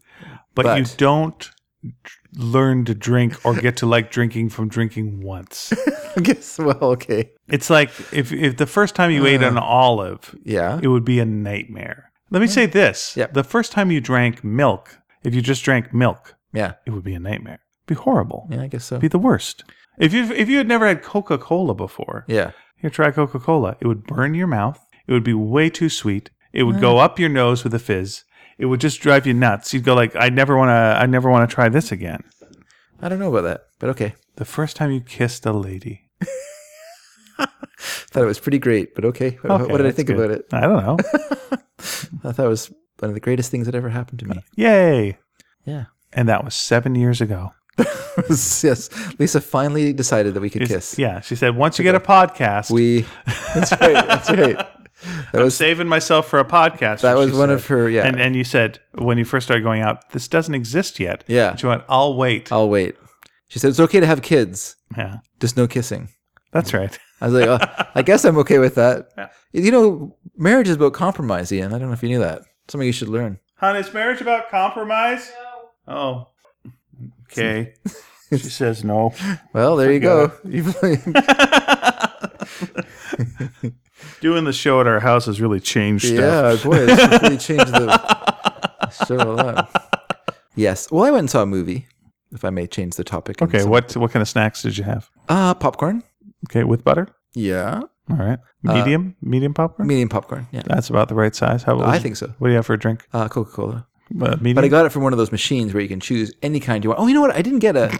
S2: but, you
S1: But-
S2: don't dr- learn to drink or get to like drinking from
S1: [LAUGHS]
S2: drinking once.
S1: [LAUGHS] I guess, well, okay.
S2: it's like if if the first time you ate
S1: Uh.
S2: an olive,
S1: Yeah.
S2: it would be a nightmare. Let me say this:
S1: Yep.
S2: the first time you drank milk, if you just drank milk,
S1: Yeah.
S2: it would be a nightmare. It'd be horrible.
S1: Yeah, I guess so.
S2: It'd be the worst. If you if you had never had Coca Cola before,
S1: Yeah.
S2: you try Coca Cola. It would burn your mouth. It would be way too sweet. It would go up your nose with a fizz. It would just drive you nuts. You'd go like, I never want to. I never want to try this again.
S1: I don't know about that, but okay.
S2: The first time you kissed a lady,
S1: Thought it was pretty great, but okay. What,
S2: Okay,
S1: what did I
S2: that's
S1: think
S2: good.
S1: about it?
S2: I don't
S1: [LAUGHS]
S2: know.
S1: I thought it was one of the greatest things that ever happened to me.
S2: Yay!
S1: [LAUGHS] Yeah.
S2: And that was seven years ago.
S1: yes. Lisa finally decided that we could
S2: It's-
S1: kiss.
S2: Yeah, she said once you get a podcast,
S1: We. [LAUGHS] That's right. That's right. [LAUGHS] That
S2: I'm
S1: was
S2: saving myself for a podcast.
S1: that
S2: she
S1: was one
S2: said.
S1: of her. Yeah.
S2: And and you said when you first started going out, this doesn't exist yet.
S1: Yeah.
S2: And she went, I'll wait.
S1: I'll wait. She said, It's okay to have kids,
S2: yeah,
S1: just no kissing.
S2: that's right. [LAUGHS]
S1: I was like, oh, I guess I'm okay with that.
S2: Yeah.
S1: You know, marriage is about compromise, Ian. I don't know if you knew that. Something you should learn.
S2: Hon, is marriage about compromise? No. Oh. Okay.
S1: [LAUGHS]
S2: she says no.
S1: Well, there you go. [LAUGHS] You've-
S2: Doing the show at our house has really changed stuff.
S1: yeah, boy, it's completely changed the show a lot. Yes. Well, I went and saw a movie, if I may change the topic. and
S2: Okay,
S1: some-
S2: what what kind of snacks did you have?
S1: Uh, popcorn.
S2: Okay, with butter?
S1: Yeah.
S2: All right.
S1: Uh,
S2: Medium? medium popcorn?
S1: Medium popcorn. Yeah.
S2: That's about the right size. How about
S1: I think so.
S2: What do you have for a drink?
S1: Uh, Coca Cola.
S2: Uh, medium?
S1: But I got it from one of those machines where you can choose any kind you want. Oh, you know what? I didn't get
S2: [LAUGHS]
S1: a,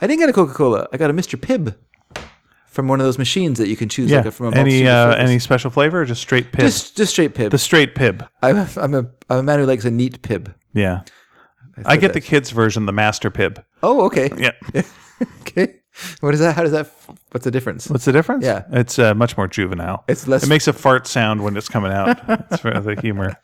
S1: I didn't get a Coca Cola. I got a Mr. Pibb from one of those machines that you can choose.
S2: yeah.
S1: like a, from a
S2: any
S1: multitude of
S2: uh,
S1: flavors.
S2: any special flavor or just straight pib?
S1: just just straight Pibb.
S2: the straight pib.
S1: I'm, a, I'm a I'm a man who likes a neat Pibb.
S2: Yeah. I get the kids version, the master pib.
S1: Oh, okay.
S2: Yeah.
S1: Okay. What is that? How does that? f- What's the difference?
S2: What's the difference?
S1: Yeah.
S2: It's uh, much more juvenile.
S1: It's less-
S2: It makes a fart sound when it's coming out. it's for the humor.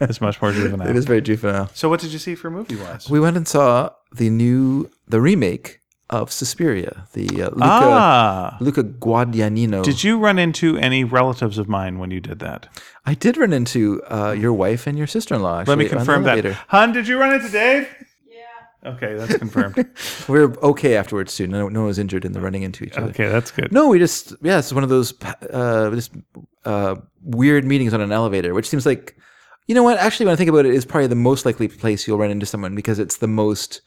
S2: It's much more juvenile.
S1: It is very juvenile.
S2: So, what did you see for movie wise?
S1: We went and saw the new the remake of Suspiria. The uh, Luca
S2: Ah.
S1: Luca Guadagnino.
S2: Did you run into any relatives of mine when you did that?
S1: I did run into uh, your wife and your sister in law.
S2: Let me confirm that. Hun, did you run into Dave? Yeah. Okay,
S1: [LAUGHS]
S2: that's confirmed.
S1: We were okay afterwards too. No, no one was injured in the running into each other.
S2: okay, that's good.
S1: No, we just yeah, it's one of those uh, just uh, weird meetings on an elevator, which seems like you know what? Actually, when I think about it, is probably the most likely place you'll run into someone because it's the most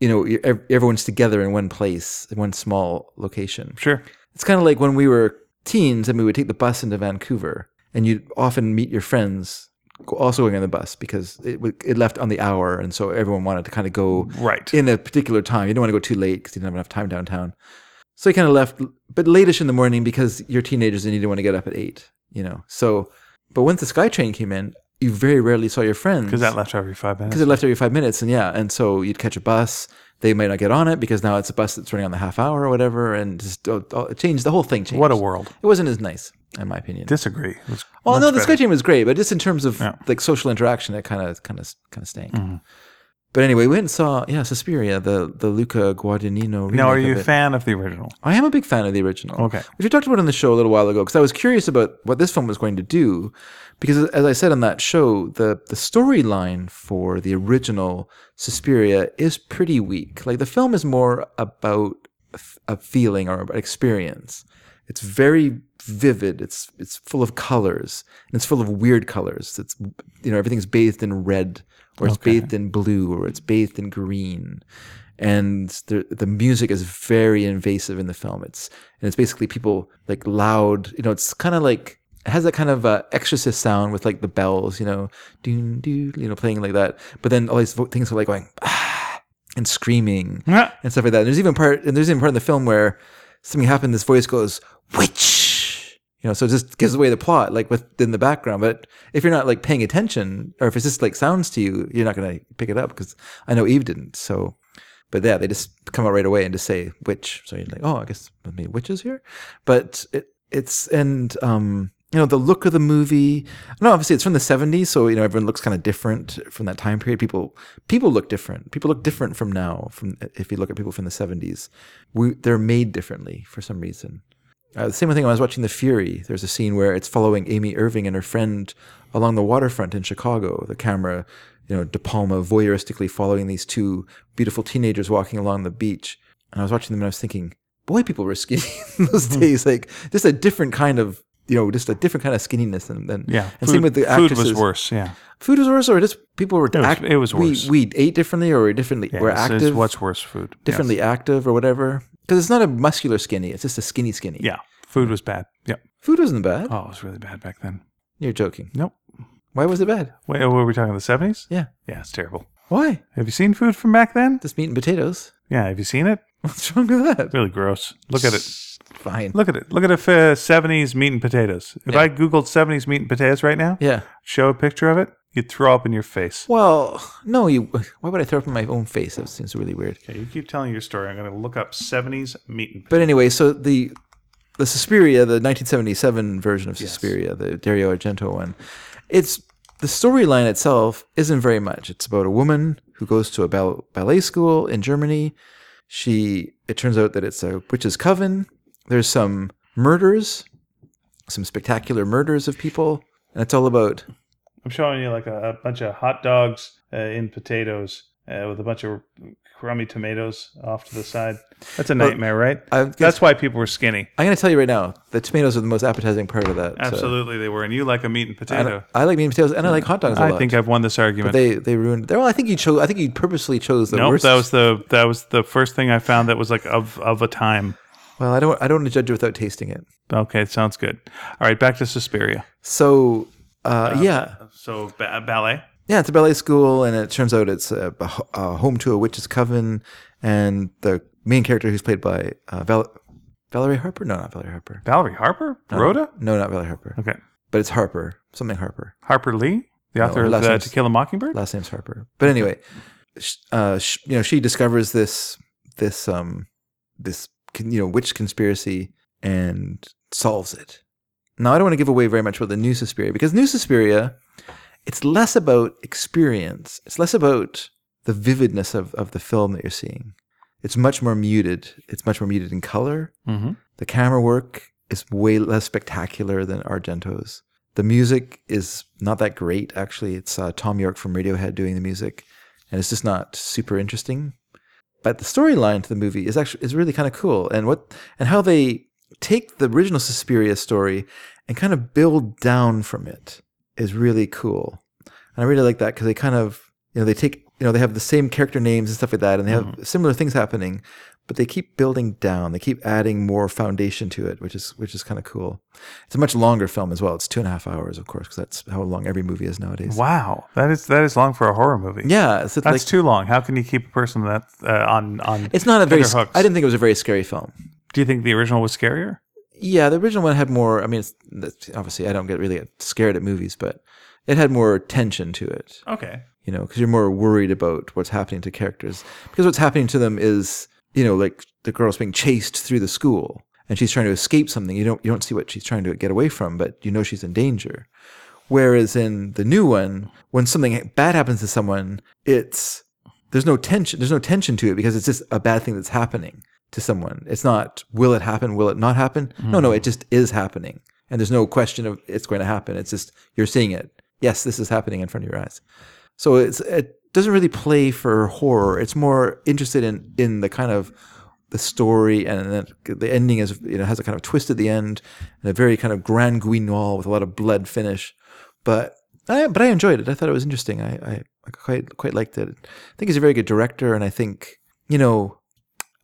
S1: you know you're- ev- everyone's together in one place in one small location.
S2: Sure.
S1: It's kind of like when we were teens and we would take the bus into Vancouver, and you'd often meet your friends also going on the bus because it w- it left on the hour, and so everyone wanted to kind of go
S2: Right.
S1: in a particular time. You don't want to go too late because you didn't have enough time downtown. So you kind of left, but lateish in the morning because you're teenagers and you didn't want to get up at eight, you know. So, but once the SkyTrain came in, you very rarely saw your friends
S2: Because that left every five minutes.
S1: because it left every five minutes, and yeah, and so you'd catch a bus. They might not get on it because now it's a bus that's running on the half hour or whatever, and just uh, uh, it changed the whole thing. Changed.
S2: What a world.
S1: It wasn't as nice, in my opinion.
S2: Disagree. It was
S1: Well,
S2: much
S1: no, the
S2: better.
S1: SkyTrain was great, but just in terms of
S2: Yeah. Mm-hmm.
S1: like social interaction, it kind of, kind of, kind of stank. But anyway, we went and saw yeah Suspiria, the the Luca Guadagnino.
S2: Now, are
S1: remake
S2: you
S1: of
S2: a
S1: it.
S2: fan of the original?
S1: I am a big fan of the original.
S2: Okay.
S1: Which we talked about on the show a little while ago because I was curious about what this film was going to do. Because as I said on that show, the, the storyline for the original Suspiria is pretty weak. Like the film is more about a f- a feeling or an experience. It's very vivid. It's it's full of colors and it's full of weird colors. It's you know everything's bathed in red or it's bathed in blue or it's bathed in green and the the music is very invasive in the film. It's and it's basically people like loud. You know, it's kind of like it has that kind of uh, exorcist sound with like the bells. You know, doon doo. You know, playing like that. But then all these vo- things are like going "Ah," and screaming
S2: Yeah.
S1: and stuff like that. And there's even part and there's even part in the film where something happened. This voice goes witch. You know, so it just gives away the plot, like within the background. But if you're not like paying attention, or if it's just like sounds to you, you're not gonna pick it up because I know Eve didn't. So, but yeah, they just come out right away and just say witch. So you're like, oh, I guess maybe witches here. But it, it's and um, you know, the look of the movie. No, obviously it's from the '70s, so you know everyone looks kind of different from that time period. People people look different. People look different from now. From if you look at people from the '70s, we, they're made differently for some reason. Uh, the same thing when I was watching The Fury. There's a scene where it's following Amy Irving and her friend along the waterfront in Chicago. The camera, you know, De Palma voyeuristically following these two beautiful teenagers walking along the beach. And I was watching them and I was thinking, boy, people were [LAUGHS] skinny in those
S2: Hmm.
S1: days. Like just a different kind of, you know, just a different kind of skinniness. And then,
S2: Yeah.
S1: And same with the
S2: food
S1: actresses.
S2: was worse. Yeah.
S1: Food was worse, or just people were. It
S2: was- it was worse.
S1: We, we ate differently, or we differently.
S2: yeah
S1: were
S2: it's- it's
S1: active
S2: what's worse, food. Yes.
S1: differently active or whatever. Because it's not a muscular skinny; it's just a skinny skinny.
S2: Yeah. Food was bad. Yep.
S1: food wasn't bad.
S2: Oh, it was really bad back then.
S1: You're joking.
S2: Nope.
S1: Why was it bad?
S2: Wait, oh, were we talking the 70s?
S1: Yeah.
S2: Yeah, it's terrible.
S1: Why?
S2: Have you seen food from back then?
S1: Just meat and potatoes.
S2: Yeah, have you seen it?
S1: [LAUGHS] What's wrong with that?
S2: Really gross. Look at it.
S1: Fine.
S2: Look at it. Look at if uh, 70s meat and potatoes. If I Googled 70s meat and potatoes right now,
S1: Yeah.
S2: show a picture of it, you'd throw up in your face.
S1: Well, no. You. Why would I throw up in my own face? That seems really weird.
S2: Okay, you keep telling your story. I'm going to look up 70s meat and potatoes.
S1: But anyway, so the the Suspiria, the 1977 version of Suspiria, the Dario Argento one, it's the storyline itself isn't very much. It's about a woman who goes to a bal- ballet school in Germany. She it turns out that it's a witch's coven. There's some murders, some spectacular murders of people, and it's all about
S2: I'm showing you like a, a bunch of hot dogs uh, in potatoes uh, with a bunch of crummy tomatoes off to the side. That's a nightmare, right?
S1: I guess-
S2: That's why people were skinny.
S1: I'm going to tell you right now, the tomatoes are the most appetizing part of that. so-
S2: Absolutely, they were. And you like a meat and
S1: And
S2: potato.
S1: I, like meat and potatoes, and I like hot dogs a
S2: I,
S1: lot.
S2: think I've won this argument.
S1: they they ruined. Well, I think you chose. I think you purposely chose the
S2: nope,
S1: worst.
S2: that was the that was the first thing I found that was like of of a time.
S1: Well, I don't I don't want to judge it without tasting it.
S2: Okay, sounds good. All right, back to Suspiria.
S1: So uh, yeah,
S2: So ba- ballet.
S1: yeah, it's a ballet school, and it turns out it's a, a ho- a home to a witch's coven, and the main character who's played by uh, Val- Valerie Harper. No, not Valerie Harper.
S2: Valerie Harper, Rhoda.
S1: No, not Valerie Harper.
S2: Okay,
S1: But it's Harper. Something Harper.
S2: Harper Lee, the author
S1: her
S2: of
S1: last
S2: uh,
S1: name's-
S2: To Kill a Mockingbird.
S1: Last name's Harper. But anyway, sh- uh, sh- you know, she discovers this this um this con- you know witch conspiracy and solves it. Now, I don't want to give away very much about the new Suspiria because new Suspiria, it's less about experience. It's less about the vividness of, of the film that you're seeing. It's much more muted. It's much more muted in color.
S2: Mm-hmm.
S1: The camera work is way less spectacular than Argento's. The music is not that great, actually. It's uh, Tom York from Radiohead doing the music, and it's just not super interesting. But the storyline to the movie is actually is really kind of cool, and what and how they take the original Suspiria story and kind of build down from it is really cool. And I really like that because they kind of, you know, they take, you know, they have the same character names and stuff like that, and they have similar things happening, but they keep building down. They keep adding more foundation to it, which is which is kind of cool. It's a much longer film as well. It's two and a half hours, of course, because that's how long every movie is nowadays.
S2: Wow, that is that is long for a horror movie.
S1: Yeah, so it's
S2: that's
S1: like
S2: too long. How can you keep a person that uh, on on?
S1: it's not a very.
S2: Tender
S1: sc-
S2: hooks.
S1: I didn't think it was a very scary film.
S2: Do you think the original was scarier?
S1: Yeah, the original one had more. I mean, it's, that's- obviously, I don't get really scared at movies, but it had more tension to it.
S2: Okay,
S1: you know, because you're more worried about what's happening to characters. Because what's happening to them is, you know, like the girl's being chased through the school and she's trying to escape something. You don't you don't see what she's trying to get away from, but you know she's in danger. Whereas in the new one, when something bad happens to someone, it's there's no tension there's no tension to it because it's just a bad thing that's happening to someone. It's not will it happen, will it not happen? No, no, it just is happening. And there's no question of it's going to happen. It's just you're seeing it. Yes, this is happening in front of your eyes. So it's it doesn't really play for horror. It's more interested in in the kind of the story and then the ending is you know has a kind of twist at the end and a very kind of grand guignol with a lot of blood finish. But I, but I enjoyed it. I thought it was interesting. I, I, I quite quite liked it. I think he's a very good director, and I think you know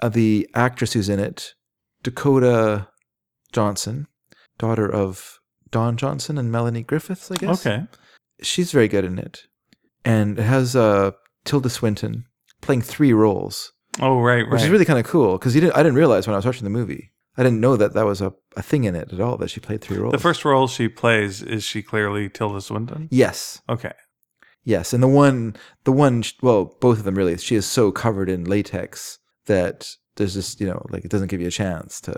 S1: uh, the actress who's in it, Dakota Johnson, daughter of Don Johnson and Melanie Griffiths. I guess
S2: Okay.
S1: she's very good in it, and it has uh, Tilda Swinton playing three roles,
S2: Oh right, right.
S1: which is really kind of cool because you didn't. I didn't realize when I was watching the movie. I didn't know that that was a, a thing in it at all that she played three roles.
S2: the first role she plays is she clearly Tilda Swinton.
S1: yes,
S2: Okay.
S1: Yes, and the one, the one, well, both of them really. She is so covered in latex that there's just you know like it doesn't give you a chance to.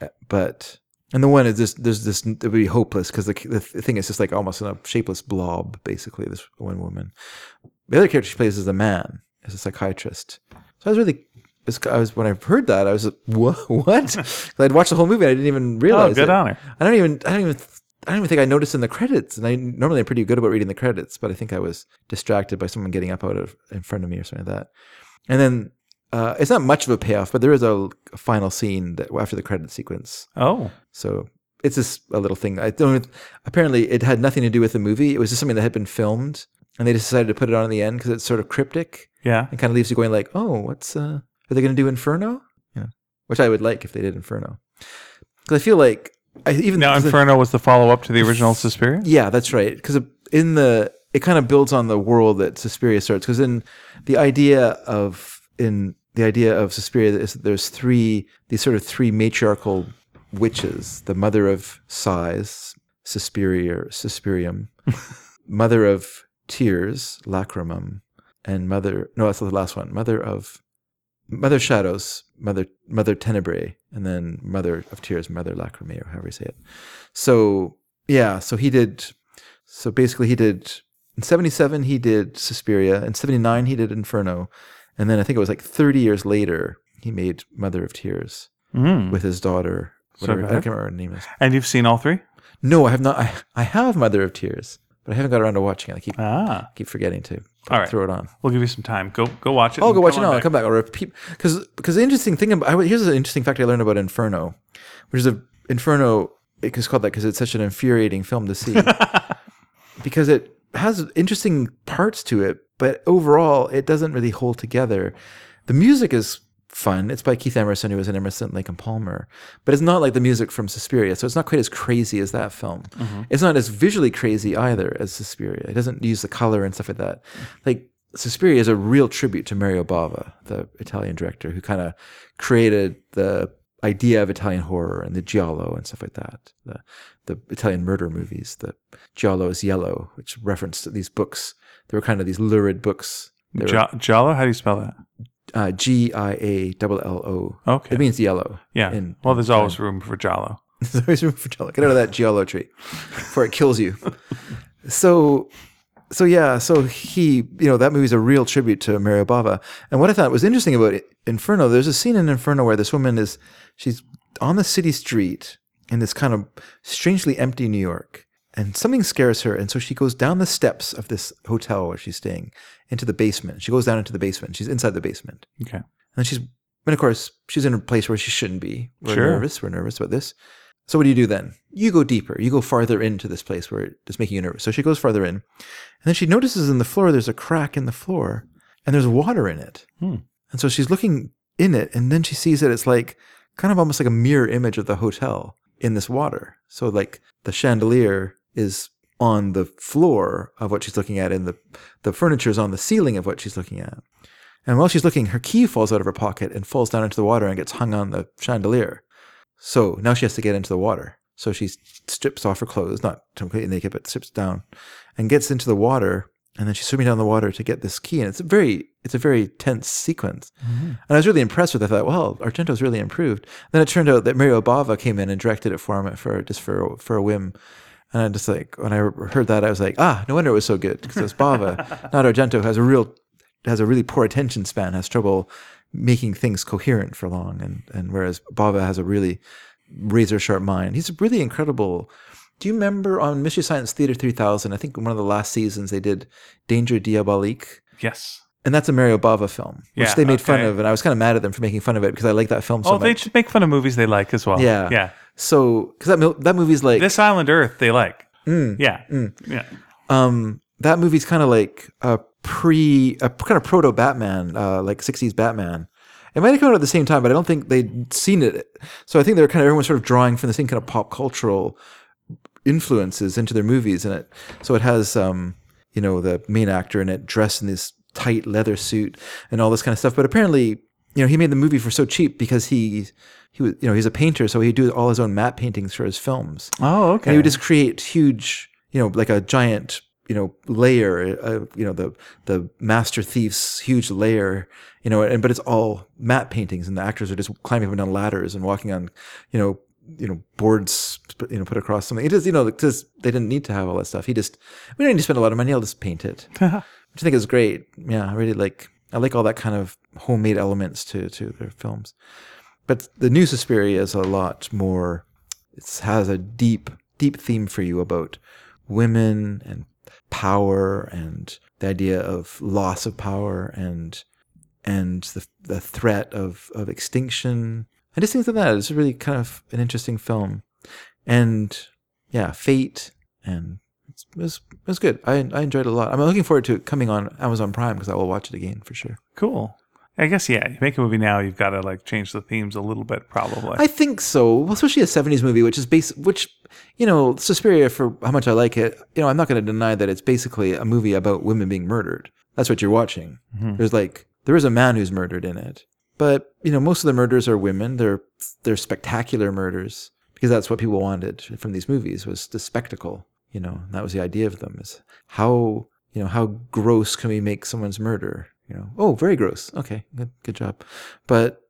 S1: eh, But and the one is just there's this it would be hopeless because the the thing is just like almost in a shapeless blob basically. This one woman, the other character she plays is a man, is a psychiatrist. So I was really. it's- I was when I heard that I was like, "Wha- [LAUGHS] what? 'Cause I'd watched the whole movie and I didn't even realize.
S2: oh, good
S1: it.
S2: on her.
S1: I don't even I don't even I don't even think I noticed in the credits. And I normally am pretty good about reading the credits, but I think I was distracted by someone getting up out of in front of me or something like that. And then uh, it's not much of a payoff, but there is a, a final scene that after the credit sequence.
S2: Oh,
S1: So it's just a little thing. I don't. Apparently, it had nothing to do with the movie. It was just something that had been filmed, and they just decided to put it on at the end because it's sort of cryptic
S2: yeah.
S1: and kind of leaves you going like, oh, what's uh, are they going to do Inferno? Yeah, which I would like if they did Inferno, because I feel like I even
S2: Now,
S1: 'cause I-
S2: Inferno was the follow up to the original Suspiria.
S1: yeah, that's right. Because in the it kind of builds on the world that Suspiria starts. Because in the idea of in the idea of Suspiria is that there's three these sort of three matriarchal witches: the mother of sighs, Suspiria, Suspirium, mother of tears, Lacrimum, and mother. No, that's the last one. Mother of Mother Shadows, Mother Mother Tenebrae, and then Mother of Tears, Mother Lacrimae, or however you say it. So yeah, so he did. So basically, he did in '77 he did Suspiria, in '79 he did Inferno, and then I think it was like 30 years later he made Mother of Tears
S2: Mm.
S1: with his daughter. Whatever, I
S2: bad.
S1: can't remember her name is.
S2: And you've seen all three?
S1: No, I have not. I, I have Mother of Tears, but I haven't got around to watching it. I keep
S2: Ah,
S1: keep forgetting to
S2: All right.
S1: throw it on.
S2: we'll give you some time. Go go watch it.
S1: Oh,
S2: and
S1: go watch it
S2: come
S1: now.
S2: on
S1: I'll come back. I'll repeat because because the interesting thing about I- here's an interesting fact I learned about Inferno, which is a Inferno. It's called that because it's such an infuriating film to
S2: [LAUGHS]
S1: see, because it has interesting parts to it, but overall it doesn't really hold together. The music is fun. It's by Keith Emerson, who was an Emerson Lake and Palmer, but it's not like the music from Suspiria, so it's not quite as crazy as that film.
S2: Mm-hmm.
S1: It's not as visually crazy either as Suspiria. It doesn't use the color and stuff like that. Like Suspiria is a real tribute to Mario Bava, the Italian director who kind of created the idea of Italian horror and the giallo and stuff like that. The, the Italian murder movies, the giallo is yellow, which referenced these books. They were kind of these lurid books. They were,
S2: Ja- Jalo, how do you spell that?
S1: uh, G I A L L O.
S2: Okay.
S1: It means yellow.
S2: yeah.
S1: in-
S2: well, there's always room for Jalo.
S1: [LAUGHS] There's always room for jello. Get out of that giallo tree before it kills you. So, so yeah, so he, you know, that movie's a real tribute to Mario Bava. And what I thought was interesting about Inferno, there's a scene in Inferno where this woman is, she's on the city street in this kind of strangely empty New York, and something scares her, and so she goes down the steps of this hotel where she's staying into the basement. She goes down into the basement. She's inside the basement.
S2: Okay.
S1: And then she's, and of course, she's in a place where she shouldn't be. We're
S2: Sure.
S1: nervous. We're nervous about this. So what do you do then? You go deeper. You go farther into this place where it's making you nervous. So she goes farther in, and then she notices in the floor there's a crack in the floor, and there's water in it.
S2: Hmm.
S1: And so she's looking in it, and then she sees that it's like kind of almost like a mirror image of the hotel in this water. So like the chandelier is on the floor of what she's looking at, and the the furniture is on the ceiling of what she's looking at. And while she's looking, her key falls out of her pocket and falls down into the water and gets hung on the chandelier. So now she has to get into the water. So she strips off her clothes, not completely naked, but strips down and gets into the water. And then she's swimming down the water to get this key. And it's a very, it's a very tense sequence. And I was really impressed with it. I thought, well, Argento's really improved. Then it turned out that Mario Bava came in and directed it for him for just for for a whim. And I [LAUGHS] just like when I heard that, I was like, ah, no wonder it was so good because it's Bava, not Argento, who has a real has a really poor attention span, has trouble making things coherent for long, and and whereas Bava has a really razor sharp mind. He's really incredible. Do you remember on Mystery Science Theater 3000? I think one of the last seasons they did Danger Diabolique,
S2: Yes.
S1: and that's a Mario Bava film, which
S2: Yeah,
S1: they made fun
S2: okay.
S1: of, and I was kind of mad at them for making fun of it because I like that film so
S2: oh, they
S1: much.
S2: should make fun of movies they like as well.
S1: Yeah.
S2: Yeah.
S1: So because that mil- that movie's like
S2: This Island Earth they like.
S1: Mm.
S2: yeah. Yeah.
S1: um that movie's kind of like a pre a kind of proto batman uh like 60s batman it might have come out at the same time but i don't think they'd seen it so i think they're kind of everyone's sort of drawing from the same kind of pop cultural influences into their movies and it so it has um you know the main actor in it dressed in this tight leather suit and all this kind of stuff but apparently you know he made the movie for so cheap because he he was you know he's a painter so he'd do all his own matte paintings for his films
S2: Oh, okay.
S1: and he would just create huge, you know, like a giant, you know, layer, uh, you know, the the master thief's huge layer, you know, and but it's all matte paintings, and the actors are just climbing up and down ladders and walking on, you know, you know, boards, sp- you know, put across something. It is, you know, because they didn't need to have all that stuff. He just, we don't need to spend a lot of money. I'll just paint it, which I think is great. Yeah, I really like. I like all that kind of homemade elements to to their films. But the new Suspiria is a lot more it has a deep, deep theme for you about women and power and the idea of loss of power and and the the threat of of extinction and just things like that. It's really kind of an interesting film, and yeah, fate and it's, it was it was good. I I enjoyed it a lot. I'm looking forward to it coming on Amazon Prime because I will watch it again for sure.
S2: cool. I guess yeah. You make a movie now, you've got to like change the themes a little bit, probably.
S1: I think so. Well, especially a '70s movie, which is base, which you know, Suspiria. For how much I like it, you know, I'm not going to deny that it's basically a movie about women being murdered. That's what you're watching. There's like there is a man who's murdered in it, but you know, most of the murders are women. They're they're spectacular murders because that's what people wanted from these movies was the spectacle. You know, and that was the idea of them is how you know how gross can we make someone's murder? You know, oh, very gross. Okay, good, good job. But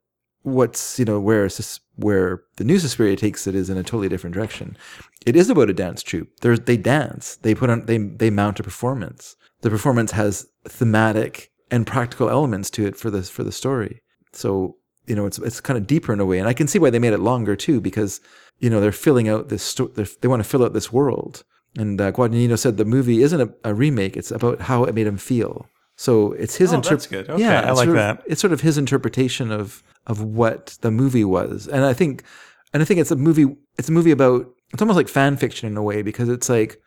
S1: what's you know where Sus- where the new Suspiria takes it is in a totally different direction. It is about a dance troupe. There's, they dance. They put on they they mount a performance. The performance has thematic and practical elements to it for this for the story. So you know it's it's kind of deeper in a way, and I can see why they made it longer too because you know they're filling out this sto- they're, they want to fill out this world. And uh, Guadagnino said the movie isn't a, a remake; it's about how it made him feel. So it's his
S2: Oh,
S1: interpretation
S2: that's good. Okay, I
S1: it's
S2: like
S1: sort of-
S2: that.
S1: It's sort of his interpretation of of what the movie was, and I think, and I think it's a movie. It's a movie about. It's almost like fan fiction in a way because it's like,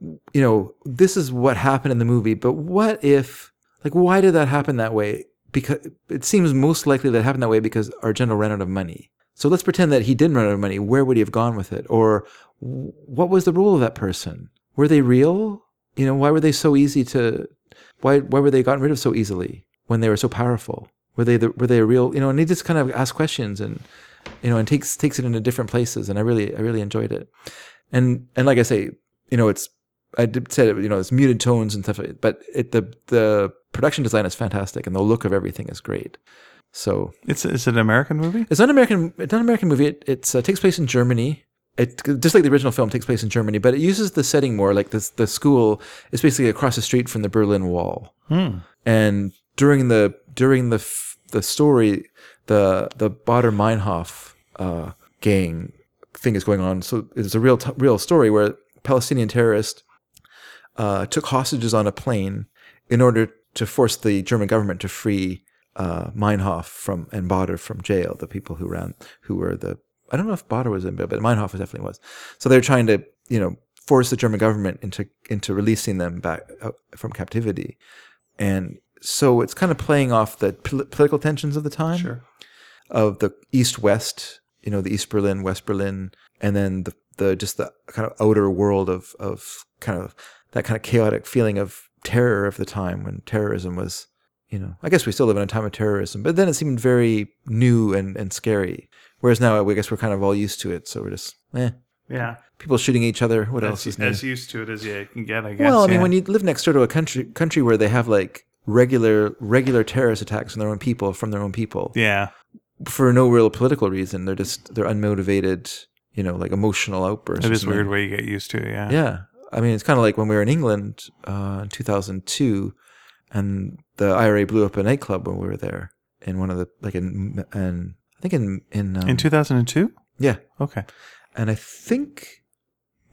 S1: you know, this is what happened in the movie, but what if, like, why did that happen that way? Because it seems most likely that it happened that way because Argento ran out of money. So let's pretend that he didn't run out of money. Where would he have gone with it? Or w- what was the role of that person? Were they real? You know, why were they so easy to, why why were they gotten rid of so easily when they were so powerful? Were they the, were they a real you know? And he just kind of asks questions and you know and takes takes it into different places. And I really I really enjoyed it. And and like I say, you know, it's I did said it, you know, it's muted tones and stuff. But it the the production design is fantastic and the look of everything is great. So
S2: it's it's an American movie.
S1: it's not an American. It's not an American movie. It it's, uh, takes place in Germany. It just like the original film takes place in Germany, but it uses the setting more. Like the the school is basically across the street from the Berlin Wall. And during the during the f- the story, the the Bader Meinhof uh, gang thing is going on. So it's a real t- real story where Palestinian terrorist uh, took hostages on a plane in order to force the German government to free uh, Meinhof from and Bader from jail. The people who ran, who were the, I don't know if Bader was in jail, but Meinhof was definitely was. So they're trying to, you know, force the German government into into releasing them back uh, from captivity, and so it's kind of playing off the pol- political tensions of the time of the east west you know the east berlin west berlin and then the, the just the kind of outer world of of kind of that kind of chaotic feeling of terror of the time when terrorism was you know i guess we still live in a time of terrorism but then it seemed very new and and scary whereas now i guess we're kind of all used to it so we're just eh
S2: Yeah.
S1: people shooting each other what else is
S2: As,
S1: new
S2: as used to it as you can get, I guess.
S1: well, I mean,
S2: yeah.
S1: when you live next door to a country country where they have like regular regular terrorist attacks on their own people from their own people,
S2: yeah.
S1: for no real political reason. They're just they're unmotivated, you know, like emotional outbursts.
S2: It is
S1: And then-
S2: weird where you get used to it. Yeah.
S1: Yeah, I mean, it's kind of like when we were in England uh, in 2002. and the IRA blew up a nightclub when we were there in one of the like in and I think in in, um,
S2: in 2002.
S1: yeah,
S2: Okay.
S1: and I think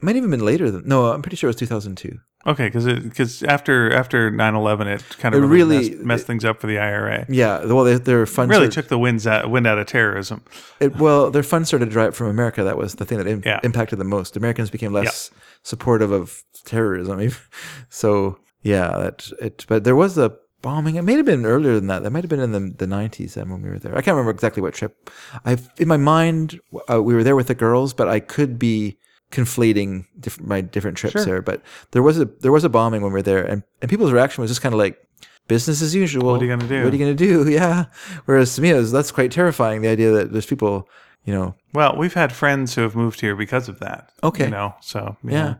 S1: it might even been later than no, I'm pretty sure it was 2002.
S2: Okay, because because after after 11 it kind of
S1: It
S2: really,
S1: really-
S2: messed, messed things up for the IRA.
S1: Yeah, well, their, their funds
S2: Really
S1: are-
S2: took the winds out, wind out of terrorism.
S1: It, well, their funds started to dry up from America. That was the thing that im-
S2: Yeah.
S1: impacted them most. Americans became less supportive of terrorism. even. [LAUGHS] so yeah, that it. But there was a bombing. It may have been earlier than that. That might have been in the the nineties when we were there. I can't remember exactly what trip. I in my mind uh, we were there with the girls, but I could be conflating diff- my different trips
S2: Sure.
S1: there. But there was a there was a bombing when we were there, and and people's reaction was just kind of like. Business as usual.
S2: What are you gonna do?
S1: What are you going to do? [LAUGHS] Yeah. Whereas to me, it was, that's quite terrifying. The idea that there's people, you know,
S2: Well, we've had friends who have moved here because of that.
S1: Okay.
S2: You know, so you
S1: Yeah.
S2: know.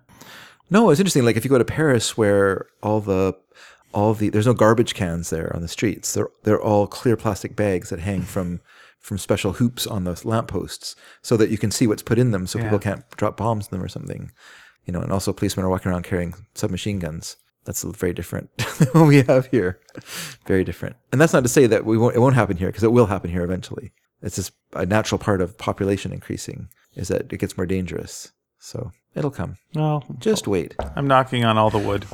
S1: No, it's interesting. Like if you go to Paris, where all the all the there's no garbage cans there on the streets. They're they're all clear plastic bags that hang from from special hoops on the lampposts, so that you can see what's put in them, so people can't drop bombs in them or something. You know, and also policemen are walking around carrying submachine guns. That's a very different [LAUGHS] than what we have here. Very different. And that's not to say that we won't it won't happen here because it will happen here eventually. It's just a natural part of population increasing is that it gets more dangerous. So it'll come.
S2: Well,
S1: Just wait
S2: I'm knocking on all the wood.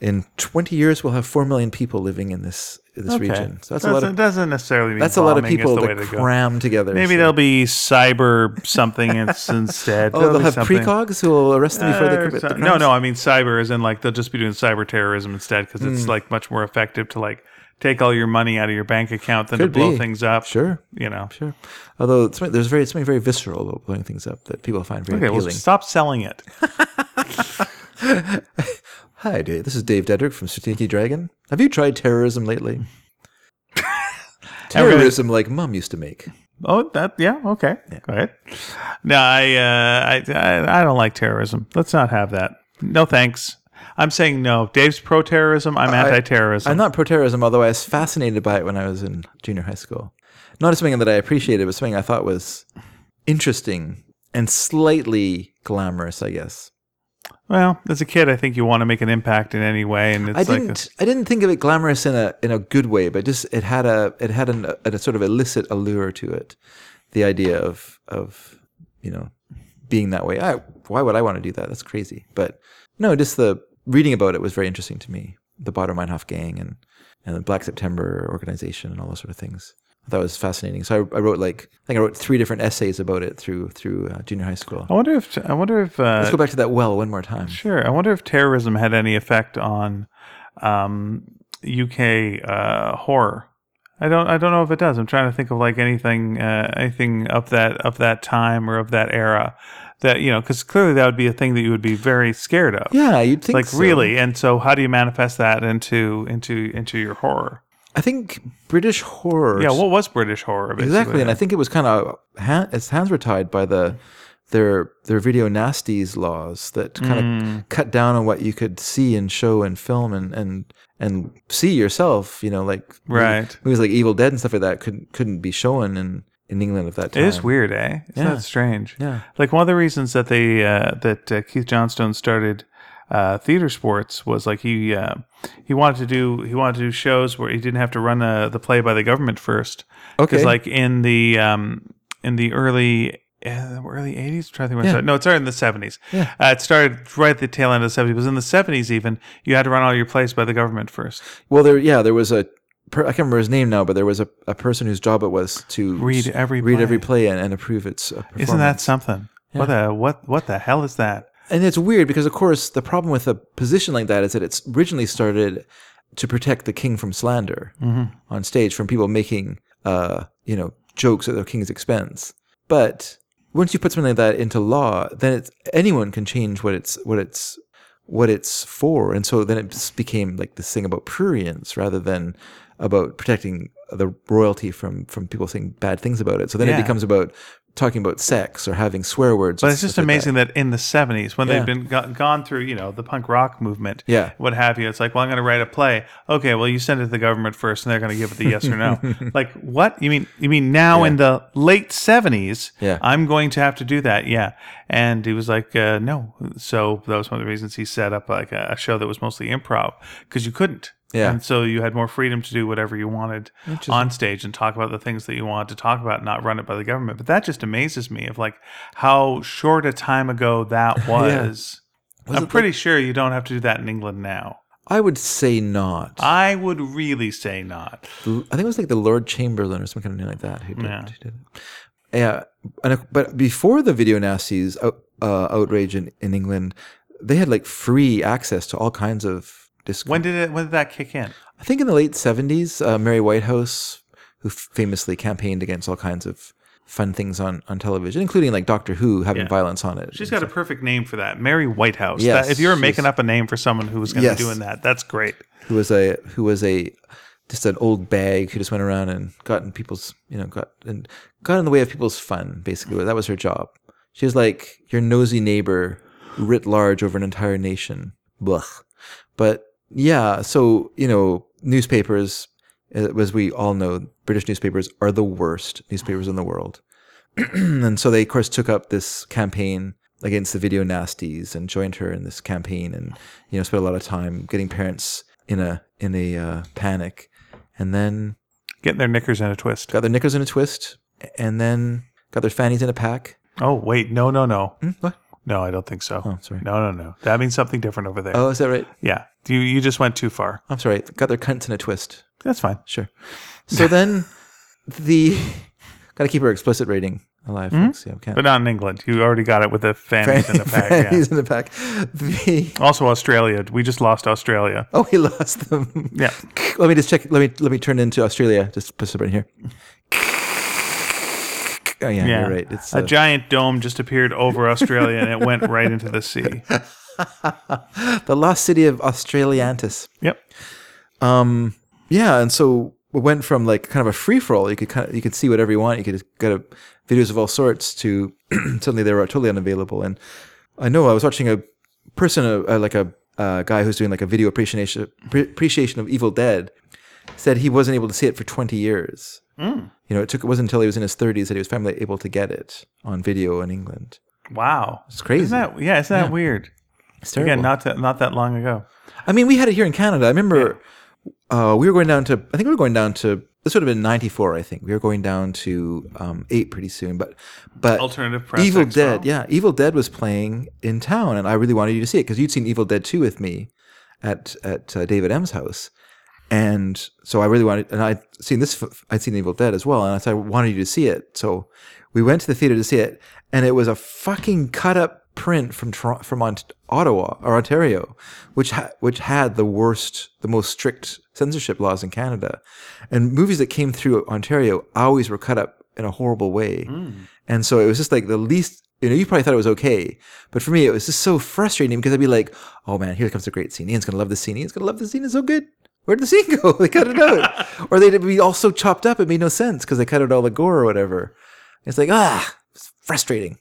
S1: in 20 years we'll have 4 million people living in this in this
S2: Okay.
S1: region so that's
S2: doesn't,
S1: a lot of
S2: doesn't necessarily mean
S1: that's a lot of
S2: bombing is
S1: people
S2: the way
S1: that
S2: to go.
S1: cram together
S2: Maybe
S1: so-
S2: there'll be cyber something
S1: [LAUGHS]
S2: ins- instead.
S1: oh
S2: There'll
S1: they'll
S2: be
S1: have
S2: something.
S1: precogs who will arrest them before they
S2: Uh,
S1: commit
S2: so-
S1: the
S2: no,
S1: crimes.
S2: no, I mean cyber is in like they'll just be doing cyber terrorism instead because
S1: Mm.
S2: it's like much more effective to like take all your money out of your bank account than
S1: Could
S2: to blow
S1: be.
S2: things up.
S1: sure
S2: You know.
S1: sure although it's, there's very something very visceral about blowing things up that people find very
S2: Okay, well,
S1: appealing
S2: stop selling it.
S1: hi Dave. this is dave dedrick from strategic dragon have you tried terrorism lately
S2: [LAUGHS]
S1: terrorism like mom used to make
S2: Oh, that yeah, okay, go ahead. No, I, uh, I, I, I don't like terrorism. Let's not have that. No, thanks. I'm saying no. Dave's pro-terrorism. I'm anti-terrorism.
S1: I'm not pro terrorism, although I was fascinated by it when I was in junior high school. Not something that I appreciated, but something I thought was interesting and slightly glamorous, I guess.
S2: well, as a kid, I think you want to make an impact in any way, and it's
S1: I
S2: like a-
S1: didn't I didn't think of it glamorous in a in a good way, but just it had a it had an, a, sort of illicit allure to it. The idea of of you know being that way. I, why would I want to do that? That's crazy. But no, just the reading about it was very interesting to me. The Bader Meinhof gang and and the Black September organization and all those sort of things. That was fascinating. So I, I wrote like I think I wrote three different essays about it through through uh, junior high school.
S2: I wonder if I wonder if Oh, uh,
S1: Let's go back to that well one more time.
S2: Sure. I wonder if terrorism had any effect on um, UK uh, horror. I don't. I don't know if it does. I'm trying to think of like anything, uh, anything of that of that time or of that era, that you know, because clearly that would be a thing that you would be very scared of.
S1: Yeah, you'd think
S2: Like
S1: so.
S2: really, and so how do you manifest that into into into your horror?
S1: I think British horror.
S2: Yeah, what was British horror? Basically?
S1: Exactly, and I think it was kind of ha- its hands were tied by the their their video nasties laws that kind
S2: Mm.
S1: of cut down on what you could see and show and film and and and see yourself. You know, like
S2: Right.
S1: movies like Evil Dead and stuff like that couldn't couldn't be shown in in England at that time.
S2: It is weird, eh? Isn't
S1: Yeah.
S2: that strange?
S1: Yeah.
S2: Like one of the reasons that they uh, that uh, Keith Johnstone started uh, theater sports was like he uh, he wanted to do he wanted to do shows where he didn't have to run uh the play by the government first.
S1: Okay.
S2: Because like in the um, in the early uh, early 80s I'm trying to think when it started. no it started in the 70s
S1: Yeah.
S2: uh, it started right at the tail end of the 70s it was in the 70s even you had to run all your plays by the government first
S1: Well, there, yeah, there was a. Per, I can't remember his name now, but there was a, a person whose job it was to
S2: Read every
S1: read
S2: play.
S1: every play and, and approve its. Uh,
S2: isn't
S1: performance.
S2: that something what the what what the hell is that
S1: And it's weird because, of course, the problem with a position like that is that it's originally started to protect the king from slander
S2: Mm-hmm.
S1: on stage, from people making, uh, you know, jokes at the king's expense. But once you put something like that into law, then it's, anyone can change what it's what it's what it's for, and so then it just became like this thing about prurience rather than about protecting the royalty from from people saying bad things about it. So then
S2: Yeah.
S1: it becomes about talking about sex or having swear words.
S2: But it's just amazing that. in the 70s, when
S1: Yeah.
S2: they've been go- gone through, you know, the punk rock movement,
S1: Yeah.
S2: what have you, it's like, well, I'm going to write a play. Okay, well, you send it to the government first, and they're going to give it the yes or
S1: [LAUGHS]
S2: no. Like, what? You mean you mean now in the late 70s,
S1: Yeah.
S2: I'm going to have to do that? Yeah. And he was like, uh, no. So that was one of the reasons he set up like a, a show that was mostly improv because you couldn't.
S1: Yeah.
S2: And so you had more freedom to do whatever you wanted
S1: Interesting.
S2: on stage and talk about the things that you wanted to talk about, not run it by the government. But that just amazes me of like how short a time
S1: [LAUGHS]
S2: ago that was.
S1: Was
S2: I'm
S1: it
S2: pretty sure you don't have to do that in England now.
S1: I would say not. I,
S2: I would really say not.
S1: think it was like the Lord Chamberlain or something like that who did,
S2: Yeah.
S1: who did it. Yeah. And, uh, but before the video Nazis out, uh, outrage in, in England, they had like free access to all kinds of disc.
S2: When did it? When did that kick in?
S1: I think in the late 70s, uh, Mary Whitehouse, who famously campaigned against all kinds of fun things on, on television, including like Doctor Who having
S2: Yeah.
S1: violence on it.
S2: She's got a perfect name for that, Mary Whitehouse.
S1: Yes,
S2: That- if you were
S1: she's-
S2: making up a name for someone who was going to
S1: Yes.
S2: be doing that, that's great.
S1: who was a who was a just an old bag who just went around and got in people's you know got and got in the way of people's fun basically that was her job she was like your nosy neighbor writ large over an entire nation Blech. but yeah so you know newspapers uh, as we all know british newspapers are the worst newspapers in the world [CLEARS THROAT] and so they of course took up this campaign against the video nasties and joined her in this campaign and you know spent a lot of time getting parents in a in a uh, panic and then
S2: Getting their knickers in a twist.
S1: got their knickers in a twist and then got their fannies in a pack
S2: Oh wait, no, no, no,
S1: Hmm? what
S2: no. I don't think so.
S1: oh sorry
S2: No, no, no. That means something different over there.
S1: oh is that right
S2: Yeah, you you just went too far.
S1: i'm sorry got their cunts in a twist
S2: That's fine.
S1: sure
S2: [LAUGHS]
S1: so then the gotta keep our explicit rating alive folks. yeah we can't
S2: But not in England. You already got it with Hmm? the fannies in the pack. Yeah.
S1: fannies in a pack the
S2: Also, Australia. We just lost Australia.
S1: Oh, we lost them. [LAUGHS]
S2: Yeah.
S1: Let me just check. Let me let me turn into Australia. Just put it right here. [LAUGHS] Oh yeah,
S2: Yeah.
S1: you're right. It's
S2: a
S1: uh,
S2: giant dome just appeared over Australia and it went right into
S1: [LAUGHS]
S2: the sea.
S1: the lost city of Australiantis.
S2: Yep.
S1: Um, yeah, and so we went from like kind of a free for all. You could kind of you could see whatever you want. You could get a, videos of all sorts. To [CLEARS THROAT] suddenly they were totally unavailable. And I know I was watching a person, a, a, like a, uh guy who's doing like a video appreciation pre- appreciation of Evil Dead, said he wasn't able to see it for twenty years. You know, it took it wasn't until he was in his thirties that he was finally able to get it on video in England.
S2: Wow.
S1: It's crazy.
S2: Isn't that yeah? Isn't that weird?
S1: It's terrible.
S2: Again, not that not that long ago.
S1: I mean, we had it here in Canada. I remember uh, we were going down to, I think we were going down to, this would have been 94, I think. We were going down to um, 8 pretty soon. But, but
S2: Alternative press.
S1: Evil
S2: Expo.
S1: Dead, yeah. Evil Dead was playing in town, and I really wanted you to see it because you'd seen Evil Dead 2 with me at, at uh, David M's house. And so I really wanted, and I'd seen this, f- I'd seen Evil Dead as well, and I said, I wanted you to see it. So we went to the theater to see it, and it was a fucking cut up print from Toron- from Ont- Ottawa or Ontario, which ha- which had the worst, the most strict censorship laws in Canada, and movies that came through Ontario always were cut up in a horrible way, and so it was just like the least. You know, you probably thought it was okay, but for me, it was just so frustrating because I'd be like, "Oh man, here comes a great scene. Ian's gonna love this scene. Ian's gonna love this scene. It's so good." Where did the scene [LAUGHS] go? They cut it out, or they'd be all so chopped up. It made no sense because they cut out all the gore or whatever. It's like, ah, it's frustrating.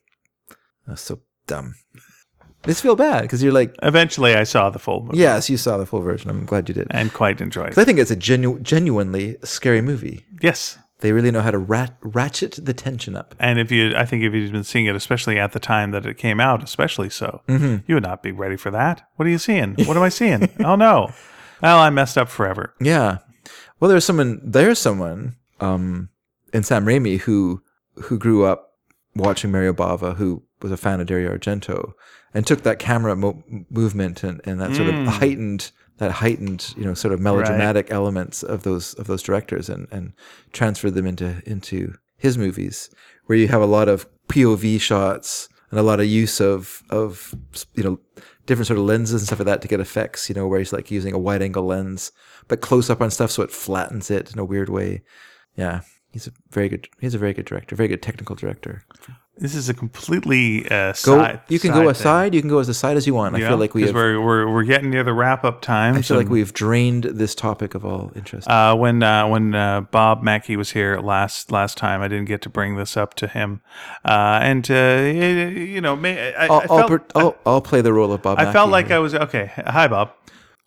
S1: That's so dumb. I just feel bad because you're like,
S2: Eventually, I saw the full movie
S1: yes, you saw the full version. I'm glad you did. 'Cause
S2: and quite enjoyed.
S1: I
S2: it.
S1: think it's a genu- genuinely scary movie.
S2: Yes.
S1: They really know how to rat- ratchet the tension up.
S2: And if you, I think if you'd been seeing it, especially at the time that it came out, especially so,
S1: Mm-hmm.
S2: you would not be ready for that. What are you seeing? What am
S1: [LAUGHS]
S2: I seeing? oh no! Well, I messed up forever.
S1: Yeah. Well, there's someone, there's someone um, in Sam Raimi who who grew up watching Mario Bava, who was a fan of Dario Argento, and took that camera mo- movement and, and that sort of heightened that heightened you know sort of melodramatic elements of those of those directors and and transferred them into into his movies, where you have a lot of POV shots and a lot of use of of you know different sort of lenses and stuff like that to get effects. You know, where he's like using a wide angle lens but close up on stuff so it flattens it in a weird way. Yeah, he's a very good. He's a very good director. Very good technical director.
S2: This is a completely uh,
S1: Go.
S2: side.
S1: you can
S2: side
S1: go
S2: thing,
S1: aside. You can go as aside as you want.
S2: you
S1: I
S2: know?
S1: feel like we
S2: 'Cause
S1: have.
S2: we're, we're we're getting near the wrap up time.
S1: I feel like we've drained this topic of all interest.
S2: Uh, when uh, when uh, Bob Mackey was here last last time, I didn't get to bring this up to him, uh, and uh, it- you know, may, I, I
S1: I'll, I'll,
S2: felt,
S1: per- I'll, I'll play the role of Bob.
S2: I felt
S1: Mackie
S2: like
S1: here.
S2: I was okay. Hi, Bob.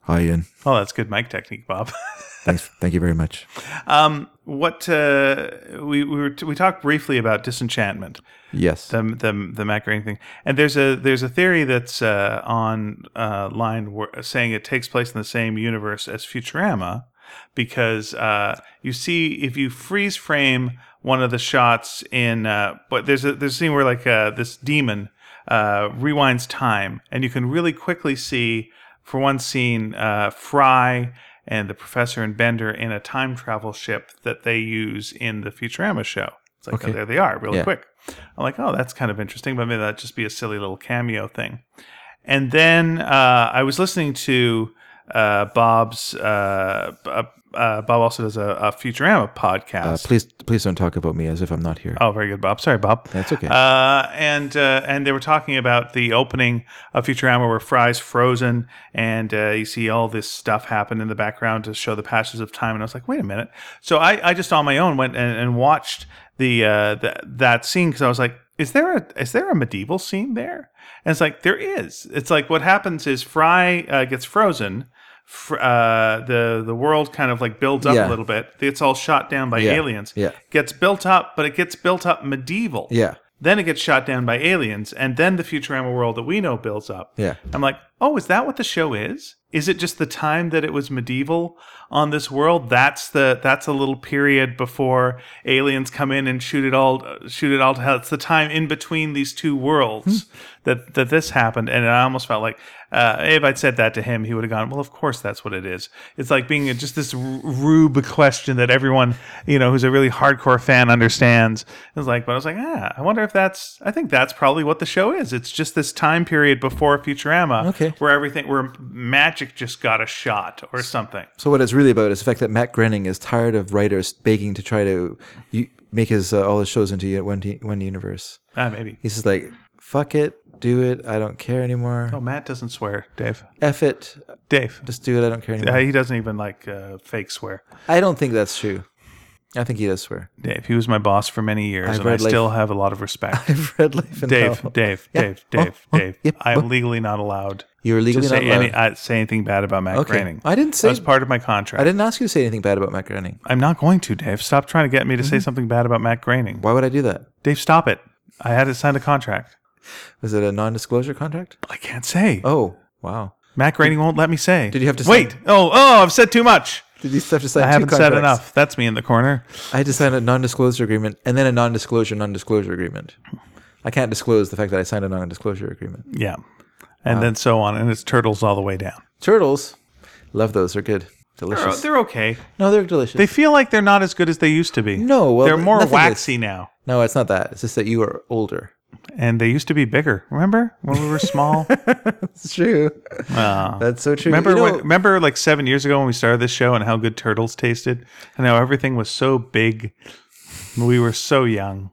S1: Hi, Ian.
S2: Oh, that's good mic technique, Bob. [LAUGHS]
S1: Thanks. Thank you very much.
S2: um, what uh, we we, were t- we talked briefly about disenchantment,
S1: Yes.
S2: the the the Macarena thing, and there's a there's a theory that's uh, on uh, line where, saying it takes place in the same universe as Futurama, because uh, you see if you freeze frame one of the shots in, uh, but there's a there's a scene where like uh, this demon uh, rewinds time, and you can really quickly see for one scene, uh, Fry and the professor and Bender in a time travel ship that they use in the Futurama show. It's like,
S1: Okay.
S2: oh, there they are, really
S1: Yeah.
S2: quick. I'm like, oh, that's kind of interesting, but maybe that'd just be a silly little cameo thing. And then uh, I was listening to uh, Bob's. Uh, b- uh, Bob also does a, a Futurama
S1: Uh,
S2: podcast.
S1: please, please don't talk about me as if I'm not here.
S2: oh, very good, Bob. Sorry, Bob.
S1: That's okay.
S2: Uh, and uh, and they were talking about the opening of Futurama where Fry's frozen, and uh, you see all this stuff happen in the background to show the passage of time. And I was like, wait a minute. So I, I just on my own went and, and watched the, uh, the that scene because I was like, is there a is there a medieval scene there? And it's like there is. It's like what happens is Fry uh, gets frozen. Fr- uh, the the world kind of like builds up
S1: Yeah.
S2: a little bit. It's all shot down by aliens.
S1: Yeah.
S2: Gets built up, but it gets built up medieval.
S1: yeah.
S2: Then it gets shot down by aliens, and then the Futurama world that we know builds up.
S1: Yeah.
S2: I'm like, oh, is that what the show is? Is it just the time that it was medieval on this world? That's the that's a little period before aliens come in and shoot it all shoot it all to hell. It's the time in between these two worlds that that this happened, and I almost felt like uh, if I'd said that to him, he would have gone, well, of course that's what it is. It's like being a- just this r- rube question that everyone you know who's a really hardcore fan understands. It's like, but I was like, ah, I wonder if that's. I think that's probably what the show is. It's just this time period before Futurama
S1: Okay.
S2: where everything where magic just got a shot or something.
S1: So what it's really about is the fact that Matt Groening is tired of writers begging to try to u- make his uh, all his shows into u- one t- one universe.
S2: Ah, maybe.
S1: He's just like, fuck it, do it. I don't care anymore.
S2: Oh, Matt doesn't swear, Dave.
S1: F it,
S2: Dave,
S1: just do it. I don't care anymore.
S2: uh, he doesn't even like uh, fake swear.
S1: I don't think that's true. I think he does swear. [LAUGHS]
S2: Dave, he was my boss for many years,
S1: I've
S2: and I
S1: read, like-
S2: still have a lot of respect.
S1: I've read Life and
S2: Dave,
S1: Hell.
S2: Dave,
S1: Yeah.
S2: Dave,
S1: Oh,
S2: Dave,
S1: oh,
S2: Dave.
S1: yep.
S2: I'm legally not allowed
S1: You're
S2: to
S1: legally not
S2: say
S1: allowed.
S2: any uh, say anything bad about Matt
S1: okay.
S2: Groening.
S1: I didn't
S2: That
S1: say.
S2: was part of my contract.
S1: I didn't ask you to say anything bad about Matt Groening.
S2: I'm not going to, Dave. Stop trying to get me to
S1: Mm-hmm.
S2: say something bad about Matt Groening.
S1: Why would I do that?
S2: Dave, stop it. I had to sign a contract.
S1: Was it a non-disclosure contract?
S2: I can't say.
S1: Oh, wow.
S2: Matt Groening won't let me say.
S1: did you have to
S2: Wait.
S1: sign-
S2: Oh, oh, I've said too much.
S1: Did you have to sign
S2: I
S1: two
S2: haven't said
S1: contracts?
S2: enough. That's me in the corner.
S1: I had to sign a non-disclosure agreement and then a non-disclosure non-disclosure agreement. I can't disclose the fact that I signed a non-disclosure agreement.
S2: Yeah. And then so on. And it's turtles all the way down.
S1: Turtles, love those. They're good,
S2: They're,
S1: delicious.
S2: they're okay.
S1: no, they're delicious.
S2: They feel like they're not as good as they used to be.
S1: No, well,
S2: they're more
S1: nothing is.
S2: waxy now.
S1: no, it's not that. It's just that you are older.
S2: And they used to be bigger. Remember when we were small?
S1: It's true.
S2: Ah.
S1: That's so true.
S2: Remember,
S1: You know-
S2: when, remember, like seven years ago when we started this show and how good turtles tasted, and how everything was so big. We were so young.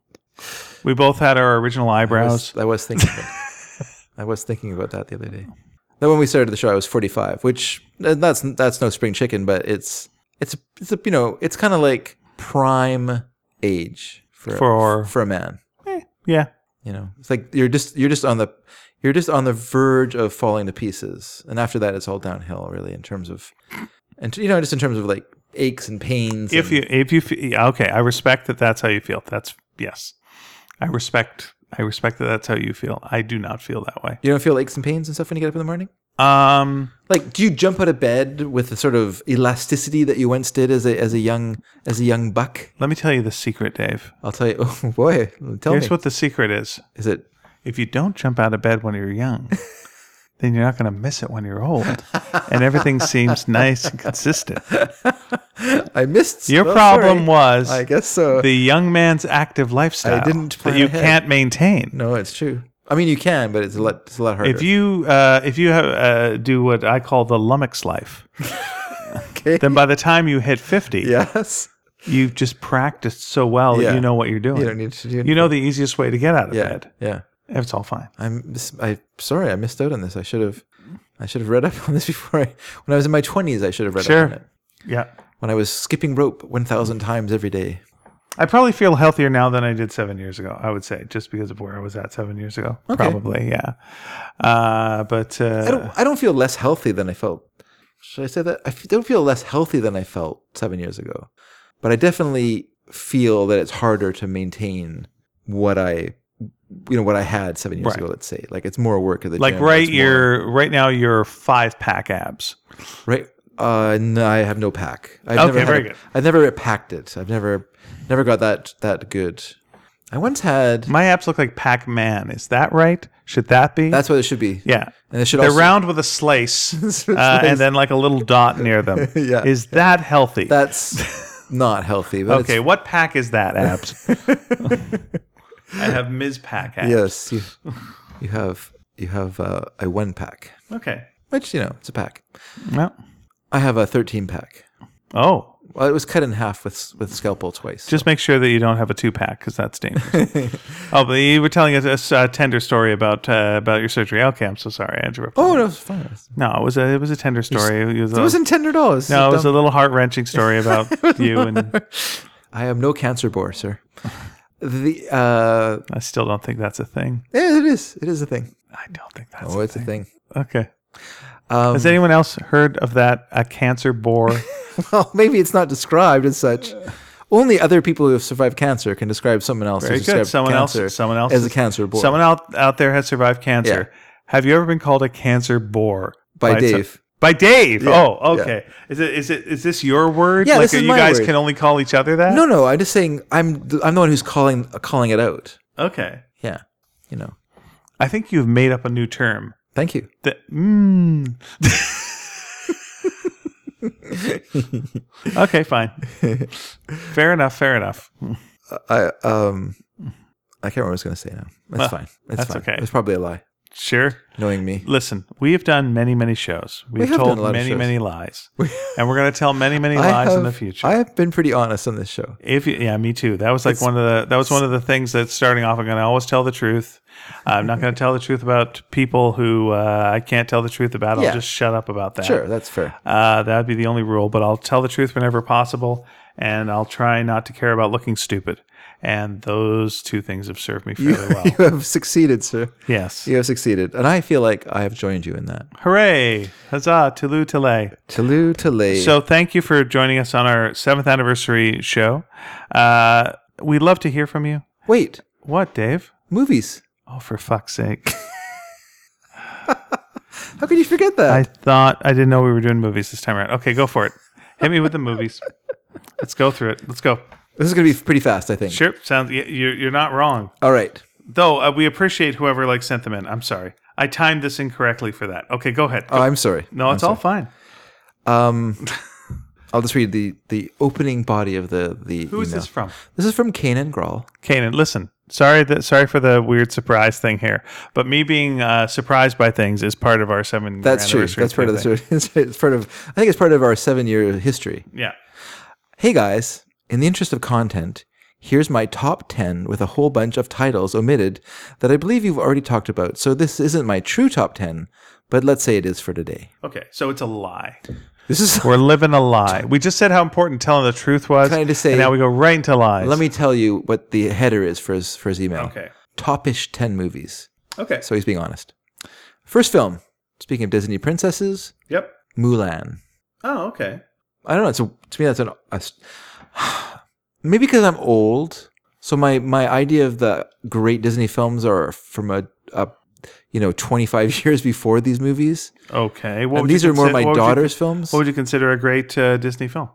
S2: We both had our original
S1: I
S2: eyebrows.
S1: was, I was thinking. About, I was thinking about that the other day. Then when we started the show, I was 45, which uh, that's that's no spring chicken, but it's it's it's a, you know it's kind of like prime age for
S2: For-
S1: for a man.
S2: Yeah,
S1: You know, it's like you're just you're just on the you're just on the verge of falling to pieces, and after that, it's all downhill really in terms of, and you know, just in terms of like aches and pains.
S2: if
S1: and-
S2: you if you f- yeah, okay, I respect that. That's how you feel. That's yes, I respect. I respect that. That's how you feel. I do not feel that way.
S1: you don't feel aches and pains and stuff when you get up in the morning.
S2: Um,
S1: Like, do you jump out of bed with the sort of elasticity that you once did as a as a young as a young buck?
S2: let me tell you the secret, Dave.
S1: I'll tell you. [LAUGHS] Oh boy, tell
S2: Here's
S1: me.
S2: what the secret is:
S1: Is it?
S2: if you don't jump out of bed when you're young, then you're not going to miss it when you're old, and everything
S1: [LAUGHS]
S2: seems nice and consistent.
S1: I missed
S2: Your
S1: oh,
S2: problem
S1: sorry.
S2: was
S1: I guess so.
S2: the young man's active lifestyle
S1: I didn't
S2: that
S1: plan
S2: you
S1: ahead.
S2: can't maintain.
S1: no, it's true. I mean, you can, but it's a lot. It's a lot harder.
S2: If you uh, if you uh, do what I call the lummox life,
S1: [LAUGHS] okay.
S2: then by the time you hit
S1: [LAUGHS]
S2: fifty,
S1: yes,
S2: you've just practiced so well that
S1: Yeah.
S2: you know what you're doing.
S1: you don't need to do.
S2: Oh, You know the easiest way to get out of
S1: yeah,
S2: bed.
S1: yeah.
S2: It's all fine.
S1: I'm. This, I sorry, I missed out on this. I should have. I should have read up [LAUGHS] on this before. I, when I was in my twenties, I should have read
S2: Sure.
S1: up on it.
S2: Yeah,
S1: When I was skipping rope one thousand times every day.
S2: I probably feel healthier now than I did seven years ago. I would say just because of where I was at seven years ago. Probably, yeah. Uh, but uh,
S1: I don't. I don't feel less healthy than I felt should I say that? I f- don't feel less healthy than I felt seven years ago, but I definitely feel that it's harder to maintain what I, you know, what I had seven years
S2: Right.
S1: ago. Let's say, like it's more work at the
S2: Like
S1: gym,
S2: right,
S1: it's more-
S2: you're right now you're five pack abs.
S1: right. Uh, no, I have no pack. I've
S2: Okay,
S1: never had
S2: very
S1: a-
S2: good.
S1: I've never packed it. I've never, never got that that good. I once had.
S2: My abs look like Pac Man. Is that right? Should that be?
S1: That's what it should be.
S2: yeah.
S1: and it should
S2: They're
S1: also
S2: round with a
S1: [LAUGHS]
S2: slice,
S1: with
S2: uh,
S1: slice.
S2: and then like a little dot near them.
S1: [LAUGHS] Yeah.
S2: Is that healthy? [LAUGHS]
S1: that's not healthy. But
S2: okay.
S1: It's,
S2: What pack is that,
S1: [LAUGHS]
S2: abs? I have Ms. Pack abs.
S1: yes, you, you have you have uh, a one pack,
S2: Okay.
S1: which you know it's a pack.
S2: Well.
S1: I have a 13 pack.
S2: Oh,
S1: Well, it was cut in half with with scalpel twice.
S2: just make sure that you don't have a two pack because that's dangerous.
S1: [LAUGHS]
S2: oh, but you were telling us a, a tender story about uh, about your surgery. Okay, I'm so sorry, I interrupted.
S1: oh, no, it's fine. It
S2: No, it was a it was a tender story. It was a,
S1: wasn't ten dollars.
S2: no, it was a little heart wrenching story about
S1: [LAUGHS]
S2: you, and
S1: I am no cancer bore, sir. The uh,
S2: I still don't think that's a thing.
S1: yeah, it is. It is a thing.
S2: I don't think that's
S1: Oh, it's a thing. [LAUGHS]
S2: okay.
S1: Um,
S2: Has anyone else heard of that? A cancer
S1: [LAUGHS]
S2: bore?
S1: well, maybe it's not described as such. Only other people who have survived cancer can describe someone else.
S2: Very
S1: who's
S2: good.
S1: described
S2: Someone else-
S1: cancer
S2: someone else
S1: as
S2: is-
S1: a cancer bore.
S2: Someone out out there has survived cancer. Have you ever been called a cancer bore
S1: by
S2: so-
S1: Dave.
S2: By Dave.
S1: Yeah,
S2: Oh, okay. Is it is it is this your word?
S1: Yeah,
S2: like
S1: this is
S2: you
S1: my
S2: guys
S1: word.
S2: can only call each other that?
S1: No, no. I'm just saying. I'm th- I'm the one who's calling calling it out.
S2: Okay.
S1: Yeah. You know.
S2: I think you've made up a new term.
S1: Thank you.
S2: That mm.
S1: [LAUGHS]
S2: Okay, fine. Fair enough, fair enough.
S1: [LAUGHS] I um I can't remember what I was going to say now. That's
S2: Well,
S1: fine. That's,
S2: that's
S1: fine.
S2: okay.
S1: It's probably a lie.
S2: Sure.
S1: Knowing me,
S2: Listen, we have done many, many shows. We've
S1: have done
S2: told
S1: a lot of
S2: many,
S1: shows.
S2: many lies. and we're gonna tell many, many lies in the future.
S1: [LAUGHS] I have been pretty honest on this show.
S2: If you, yeah, me too. That was like one of the that was one of the things that starting off. I'm going to always tell the truth. I'm not going to tell the truth about people who uh, I can't tell the truth about. I'll
S1: Yeah.
S2: just shut up about that.
S1: Sure, that's fair.
S2: Uh, that would be the only rule. But I'll tell the truth whenever possible, and I'll try not to care about looking stupid. And those two things have served me fairly
S1: [LAUGHS]
S2: well.
S1: You have succeeded, sir.
S2: Yes.
S1: You have succeeded, and I feel like I have joined you in that.
S2: Hooray! Huzzah! Tulu Tule.
S1: Tulu Tale.
S2: So thank you for joining us on our seventh anniversary show. Uh, we'd love to hear from you.
S1: wait,
S2: What, Dave?
S1: movies.
S2: Oh, for fuck's sake. [LAUGHS]
S1: How could you forget that?
S2: I thought I didn't know we were doing movies this time around. Okay, go for it. Hit me with the movies. Let's go through it. Let's go.
S1: this is going to be pretty fast, I think.
S2: Sure. Sounds y- you're you're not wrong.
S1: All right.
S2: Though uh, we appreciate whoever like sent them in. I'm sorry. I timed this incorrectly for that. Okay, go ahead. Go-
S1: Oh, I'm sorry.
S2: no, it's all fine.
S1: I'll just read the the opening body of the the.
S2: Who is this from?
S1: This is from Kanan Grawl.
S2: Kanan, listen. Sorry that sorry for the weird surprise thing here, but me being uh, surprised by things is part of our seven.
S1: That's true. That's part of the. [LAUGHS] It's part of. I think it's part of our seven year history.
S2: Yeah.
S1: Hey guys, in the interest of content, here's my top 10 with a whole bunch of titles omitted that I believe you've already talked about. So this isn't my true top 10, but let's say it is for today.
S2: Okay, so it's a lie.
S1: This is [LAUGHS]
S2: We're living a lie. We just said how important telling the truth was.
S1: Trying to say-
S2: and now we go right into lies.
S1: Let me tell you what the header is for his for his email.
S2: Okay.
S1: Topish 10 movies.
S2: Okay.
S1: So he's being honest. First film, speaking of Disney princesses,
S2: Yep.
S1: Mulan.
S2: Oh, okay.
S1: I don't know. It's a, to me, that's an a s [SIGHS] maybe because I'm old. So my my idea of the great Disney films are from a, a you know 25 [LAUGHS] years before these movies,
S2: Okay. What
S1: and
S2: would you
S1: these are more my
S2: consi- what would you-
S1: daughter's films.
S2: what would you consider a great uh, Disney film?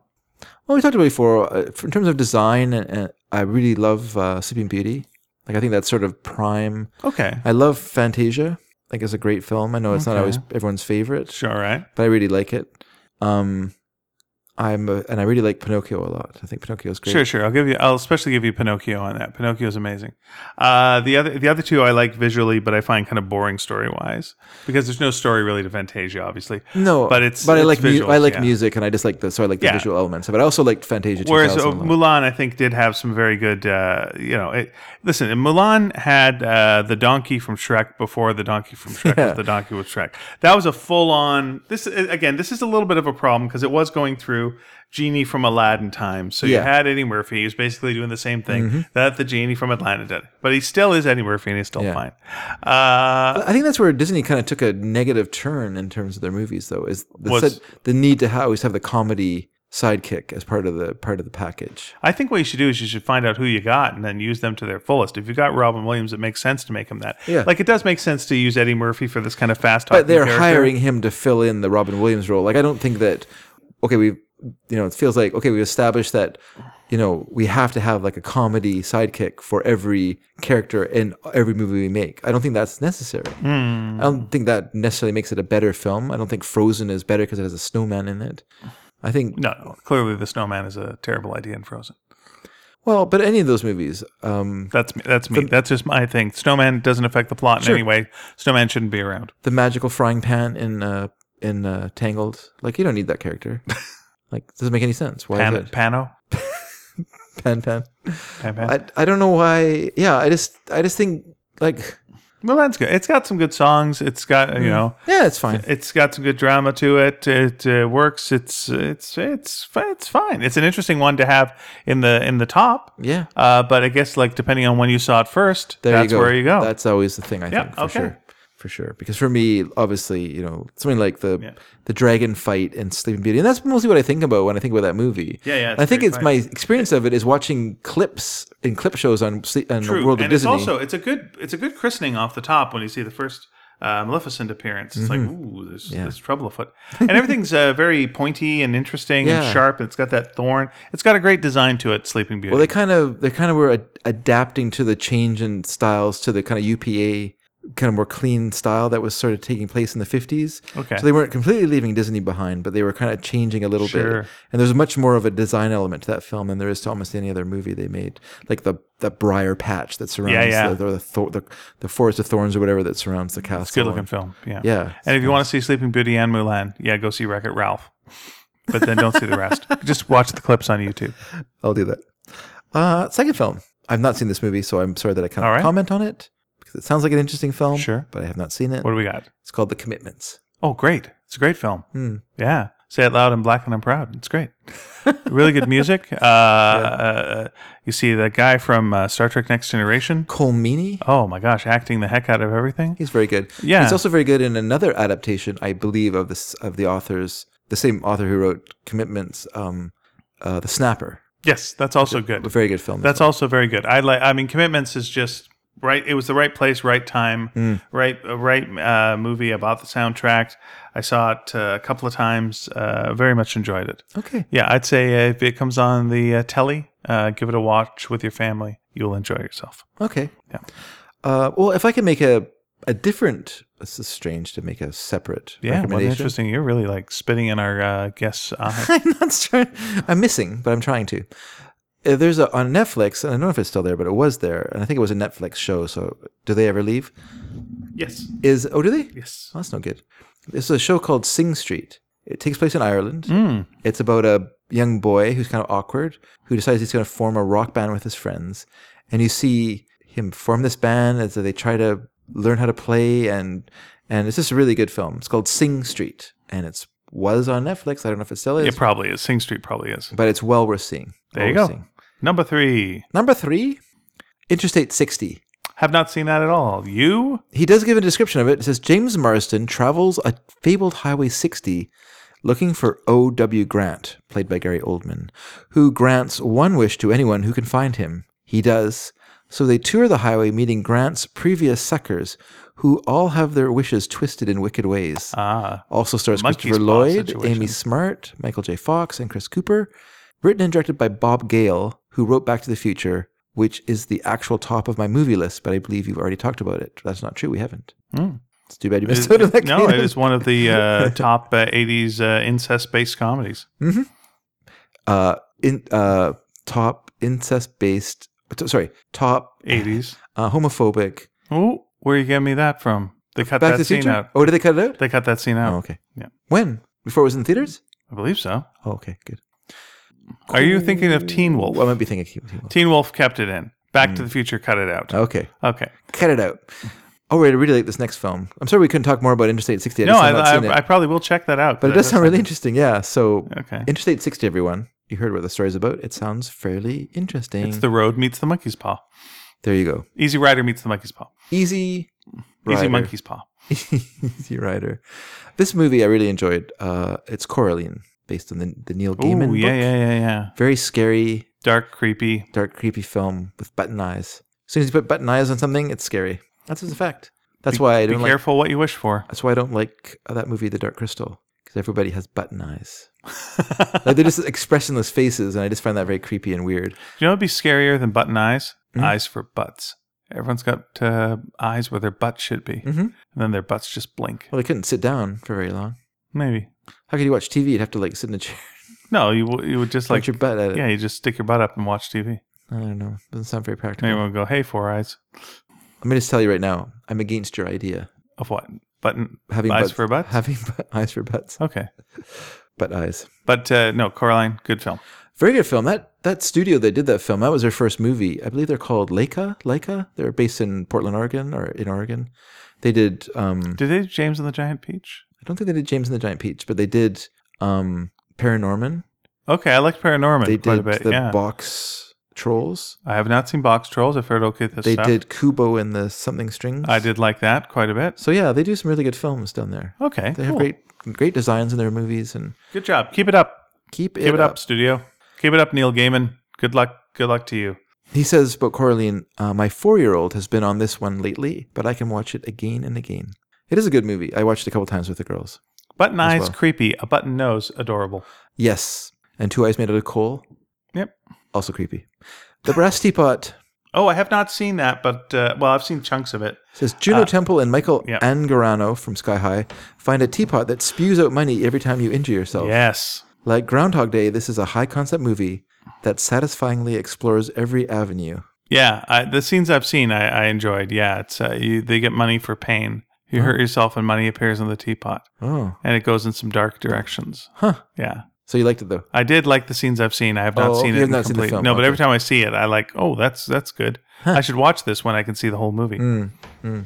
S1: well, we talked about it before uh, in terms of design. Uh, I really love uh, Sleeping Beauty. Like I think that's sort of prime.
S2: Okay.
S1: I love Fantasia. Like it's a great film. I know it's not
S2: Okay.
S1: always everyone's favorite,
S2: Sure. all Right.
S1: but I really like it. Um, I'm a, and I really like Pinocchio a lot. I think Pinocchio's great.
S2: Sure. Sure. I'll give you. I'll especially give you Pinocchio on that. Pinocchio's amazing. Uh, the other the other two I like visually, but I find kind of boring story wise because there's no story really to Fantasia, obviously.
S1: No,
S2: But it's-
S1: but I
S2: it's
S1: like mu-
S2: visuals,
S1: I like
S2: yeah.
S1: music and I just like the so I like the
S2: Yeah.
S1: visual elements of it. I also liked Fantasia.
S2: Whereas uh,
S1: 2011.
S2: Mulan, I think, did have some very good. Uh, you know, it, listen, and Mulan had uh, the donkey from Shrek before the donkey from Shrek
S1: Yeah.
S2: uh, was the donkey with Shrek. That was a full on. This again, this is a little bit of a problem because it was going through through Genie from Aladdin time. So you
S1: Yeah. Mm-hmm.
S2: had Eddie Murphy. He was basically doing the same thing that the Genie from Atlanta did. But he still is Eddie Murphy and he's still
S1: Yeah.
S2: fine. Uh,
S1: I think that's where Disney kind of took a negative turn in terms of their movies, though, is the,
S2: Was-
S1: said, the need to ha- always have the comedy sidekick as part of the part of the package.
S2: I think what you should do is you should find out who you got and then use them to their fullest. If you got Robin Williams, it makes sense to make him that.
S1: Yeah.
S2: Like it does make sense to use Eddie Murphy for this kind of fast talking.
S1: But they're hiring him to fill in the Robin Williams role. Like I don't think that okay, we you know, it feels like okay, we established that you know, we have to have like a comedy sidekick for every character in every movie we make. I don't think that's necessary.
S2: Hmm.
S1: I don't think that necessarily makes it a better film. I don't think Frozen is better because it has a snowman in it. I think
S2: No, no, clearly the snowman is a terrible idea in Frozen.
S1: well, but any of those movies, um,
S2: That's me. That's me. that's just my thing. Snowman doesn't affect the plot in any way. Snowman shouldn't be around.
S1: the magical frying pan in uh, in uh, Tangled, like you don't need that
S2: [LAUGHS]
S1: character. like doesn't make any sense. Why
S2: Pan,
S1: is it
S2: Pano.
S1: pan pan?
S2: Pan, pan.
S1: I, I don't know why. Yeah, I just I just think like
S2: well, that's good. It's got some good songs. It's got
S1: Mm.
S2: you know.
S1: yeah, it's fine.
S2: It's got some good drama to it. It uh, works. It's it's it's fi- it's fine. It's an interesting one to have in the in the top.
S1: Yeah,
S2: Uh, but I guess like depending on when you saw it first,
S1: there
S2: that's
S1: you go.
S2: where you go.
S1: That's always the thing I
S2: Yeah,
S1: think for
S2: okay.
S1: sure, for sure. Because for me, obviously, you know, something like the
S2: Yeah.
S1: the dragon fight in Sleeping Beauty, and that's mostly what I think about when I think about that movie.
S2: Yeah, yeah,
S1: And
S2: it's
S1: I think
S2: great
S1: it's my experience of it is watching clips in clip shows on Sle- on
S2: True.
S1: World of
S2: and
S1: Disney.
S2: it's also it's a good it's a good christening off the top when you see the first uh, Maleficent appearance. It's
S1: Mm-hmm.
S2: like ooh, there's, there's trouble
S1: [LAUGHS]
S2: afoot, and everything's uh, very pointy and interesting and
S1: Yeah.
S2: sharp. And it's got that thorn. It's got a great design to it. Sleeping Beauty.
S1: well, they kind of they kind of were ad- adapting to the change in styles to the kind of UPA kind of more clean style that was sort of taking place in the 50s.
S2: Okay.
S1: So they weren't completely leaving Disney behind, but they were kind of changing a little
S2: Sure.
S1: bit. And there's much more of a design element to that film than there is to almost any other movie they made. Like the the briar patch that surrounds
S2: yeah. Mm,
S1: the or the, thor- the the forest of thorns or whatever that surrounds the castle.
S2: good looking film. Yeah.
S1: Yeah.
S2: And if you want to see Sleeping Beauty and Mulan, yeah, go see Wreck It Ralph. But then don't see the
S1: [LAUGHS]
S2: rest. Just watch the clips on YouTube.
S1: I'll do that. Uh, second film. I've not seen this movie, so I'm sorry that I
S2: All
S1: cannot
S2: right.
S1: comment on it because it sounds like an interesting film.
S2: Sure.
S1: But I have not seen it.
S2: What do we got?
S1: It's called The Commitments.
S2: Oh, great! It's a great film.
S1: Hmm.
S2: Yeah. Say it loud and black and I'm proud. It's great. really good music. Uh, uh, you see the guy from uh, Star Trek Next Generation.
S1: Cole Meany.
S2: Oh my gosh, acting the heck out of everything.
S1: He's very good.
S2: Yeah.
S1: He's also very good in another adaptation, I believe, of this of the author's the same author who wrote Commitments, um, uh, The Snapper.
S2: Yes, that's also
S1: A
S2: good.
S1: very good film.
S2: That's also very good. I like. I mean, Commitments is just right. It was the right place, right time, right right uh, movie about the soundtrack. I saw it uh, a couple of times. Uh, very much enjoyed it.
S1: okay.
S2: Yeah, I'd say uh, if it comes on the uh, telly, uh, give it a watch with your family. You'll enjoy yourself.
S1: Okay.
S2: Yeah.
S1: Uh, well, if I can make a a different, this is strange to make a separate
S2: Yeah, well,
S1: recommendation.
S2: interesting. You're really like spitting in our uh, guests' eye.
S1: [LAUGHS] I'm not sure. I'm missing, but I'm trying to. Uh, There's a on Netflix, and I don't know if it's still there, but it was there, and I think it was a Netflix show. So, do they ever leave?
S2: yes,
S1: Is oh, do they?
S2: yes.
S1: Well, that's no good. This is a show called Sing Street. It takes place in Ireland.
S2: Mm. Hmm.
S1: It's about a young boy who's kind of awkward who decides he's going to form a rock band with his friends. And you see him form this band as they try to learn how to play and and it's just a really good film. It's called Sing Street and it's was on Netflix. I don't know if it still is,
S2: It probably is. Sing Street probably is.
S1: but it's well worth seeing.
S2: There you
S1: Well worth
S2: go.
S1: seeing.
S2: Number three.
S1: Number 3, Interstate 60.
S2: Have not seen that at all. You?
S1: he does give a description of it. It says James Marsden travels a fabled Highway 60 looking for O.W. Grant, played by Gary Oldman, who grants one wish to anyone who can find him. He does. So they tour the highway, meeting Grant's previous suckers, who all have their wishes twisted in wicked ways.
S2: Ah.
S1: Also stars
S2: Monkey's
S1: Christopher
S2: Paw
S1: Lloyd,
S2: situation.
S1: Amy Smart, Michael J. Fox, and Chris Cooper. Written and directed by Bob Gale, who wrote Back to the Future, which is the actual top of my movie list, but I believe you've already talked about it. That's not true. We haven't.
S2: Mm.
S1: It's too bad you missed
S2: It-
S1: out on that.
S2: no,
S1: Keanu.
S2: it is one of
S1: [LAUGHS]
S2: the uh, top uh, 80s uh, incest based comedies.
S1: Uh, in, uh, top incest based, sorry, top
S2: 80s.
S1: uh, homophobic.
S2: Ooh, where you getting me that from? They cut
S1: Back to
S2: that
S1: the
S2: scene
S1: Future.
S2: out.
S1: Oh, did they cut it out?
S2: They cut that scene out.
S1: Oh, okay.
S2: Yeah.
S1: When? Before it was in theaters?
S2: I believe so.
S1: Oh, okay. Good.
S2: Are you thinking of Teen Wolf?
S1: Well, Hmm. I might be thinking. of Teen Wolf. Oh.
S2: Teen Wolf kept it in. Back to the Future cut it out.
S1: Okay.
S2: Okay.
S1: Cut it out. Oh, wait, I really like this next film. I'm sorry we couldn't talk more about Interstate 60. I
S2: No,
S1: just have not
S2: I,
S1: seen it.
S2: I, I probably will check that out.
S1: but it
S2: that-
S1: does sound
S2: that's-
S1: really interesting. Yeah. So
S2: Okay.
S1: Interstate 60, everyone. You heard what the story's about. It sounds fairly interesting.
S2: It's the road meets the monkey's paw.
S1: there you go.
S2: Easy Rider meets the monkey's paw.
S1: Easy.
S2: Easy
S1: rider.
S2: monkey's paw.
S1: [LAUGHS] Easy Rider. This movie I really enjoyed. Uh, it's Coraline, based on the, the Neil
S2: Oh yeah,
S1: Gaiman book.
S2: yeah, yeah, yeah.
S1: Very scary,
S2: Dark, creepy.
S1: dark, creepy film with button eyes. As soon as you put button eyes on something, it's scary. That's just a fact. That's why I
S2: Be
S1: don't like.
S2: careful what you wish
S1: [LAUGHS]
S2: for.
S1: That's why I don't like uh, that movie, The Dark Crystal, because everybody has button eyes. like they're just [LAUGHS] expressionless faces, and I just find that very creepy and weird.
S2: You know, it'd be scarier than button eyes.
S1: Mhm.
S2: Eyes for butts. Everyone's got uh, eyes where their butt should be,
S1: Mhm.
S2: and then their butts just blink.
S1: Well, they couldn't sit down for very long.
S2: Maybe.
S1: How could you watch TV? You'd have to like sit in a chair,
S2: No, you w- you would just
S1: point
S2: like
S1: your butt at it.
S2: yeah, you just stick your butt up and watch TV.
S1: I don't know. Doesn't sound very practical.
S2: Anyone would go, hey, four eyes
S1: Let me just tell you right now, I'm against your idea.
S2: of what button
S1: Having
S2: eyes
S1: butts- [LAUGHS]
S2: for butts.
S1: Having butt, eyes for butts,
S2: okay,
S1: butt eyes.
S2: but uh, no, Coraline, good film.
S1: Very good film. That that studio that did that film, that was their first movie. I believe they're called Leica. Leica. They're based in Portland, Oregon, or in Oregon. They did. Um,
S2: Did they do James and the Giant Peach?
S1: I don't think they did James and the Giant Peach, but they did um, Paranorman.
S2: Okay, I liked Paranorman
S1: They
S2: quite a
S1: did
S2: bit.
S1: the
S2: yeah,
S1: Box Trolls.
S2: I have not seen Box Trolls. I've heard okay this
S1: They
S2: stuff.
S1: did Kubo and the Something Strings.
S2: I did like that quite a bit.
S1: So yeah, they do some really good films down there.
S2: Okay,
S1: They
S2: Oh, cool.
S1: have great great designs in their movies and
S2: Good job. Keep it up.
S1: keep it,
S2: Keep it up,
S1: up.
S2: studio. Keep it up, Neil Gaiman. Good luck. Good luck to you.
S1: He says about Coraline, uh, my four year old has been on this one lately, but I can watch it again and again. It is a good movie. I watched it a couple times with the girls.
S2: Button
S1: As
S2: eyes,
S1: well.
S2: creepy. A button nose, adorable.
S1: Yes, and Two Eyes Made Out of Coal.
S2: Yep.
S1: Also creepy. The Brass Teapot
S2: Oh, I have not seen that, but uh, well, I've seen chunks of it.
S1: says Juno Temple and Michael
S2: Uh, yeah.
S1: Angarano from Sky High find a teapot that spews out money every time you injure yourself.
S2: Yes.
S1: Like Groundhog Day, this is a high concept movie that satisfyingly explores every avenue.
S2: Yeah, I, the scenes I've seen, I, I enjoyed. Yeah, it's uh, you, they get money for pain. You hurt yourself, and money appears in the teapot,
S1: Oh,
S2: and it goes in some dark directions.
S1: huh.
S2: Yeah,
S1: So you liked it though?
S2: I did like the scenes I've seen. I have not
S1: Oh, you
S2: seen it
S1: have
S2: in
S1: not seen the
S2: complete.
S1: film,
S2: No, but
S1: okay.
S2: every time I see it, I like. Oh, that's that's good. I should watch this when I can see the whole movie.
S1: Mm.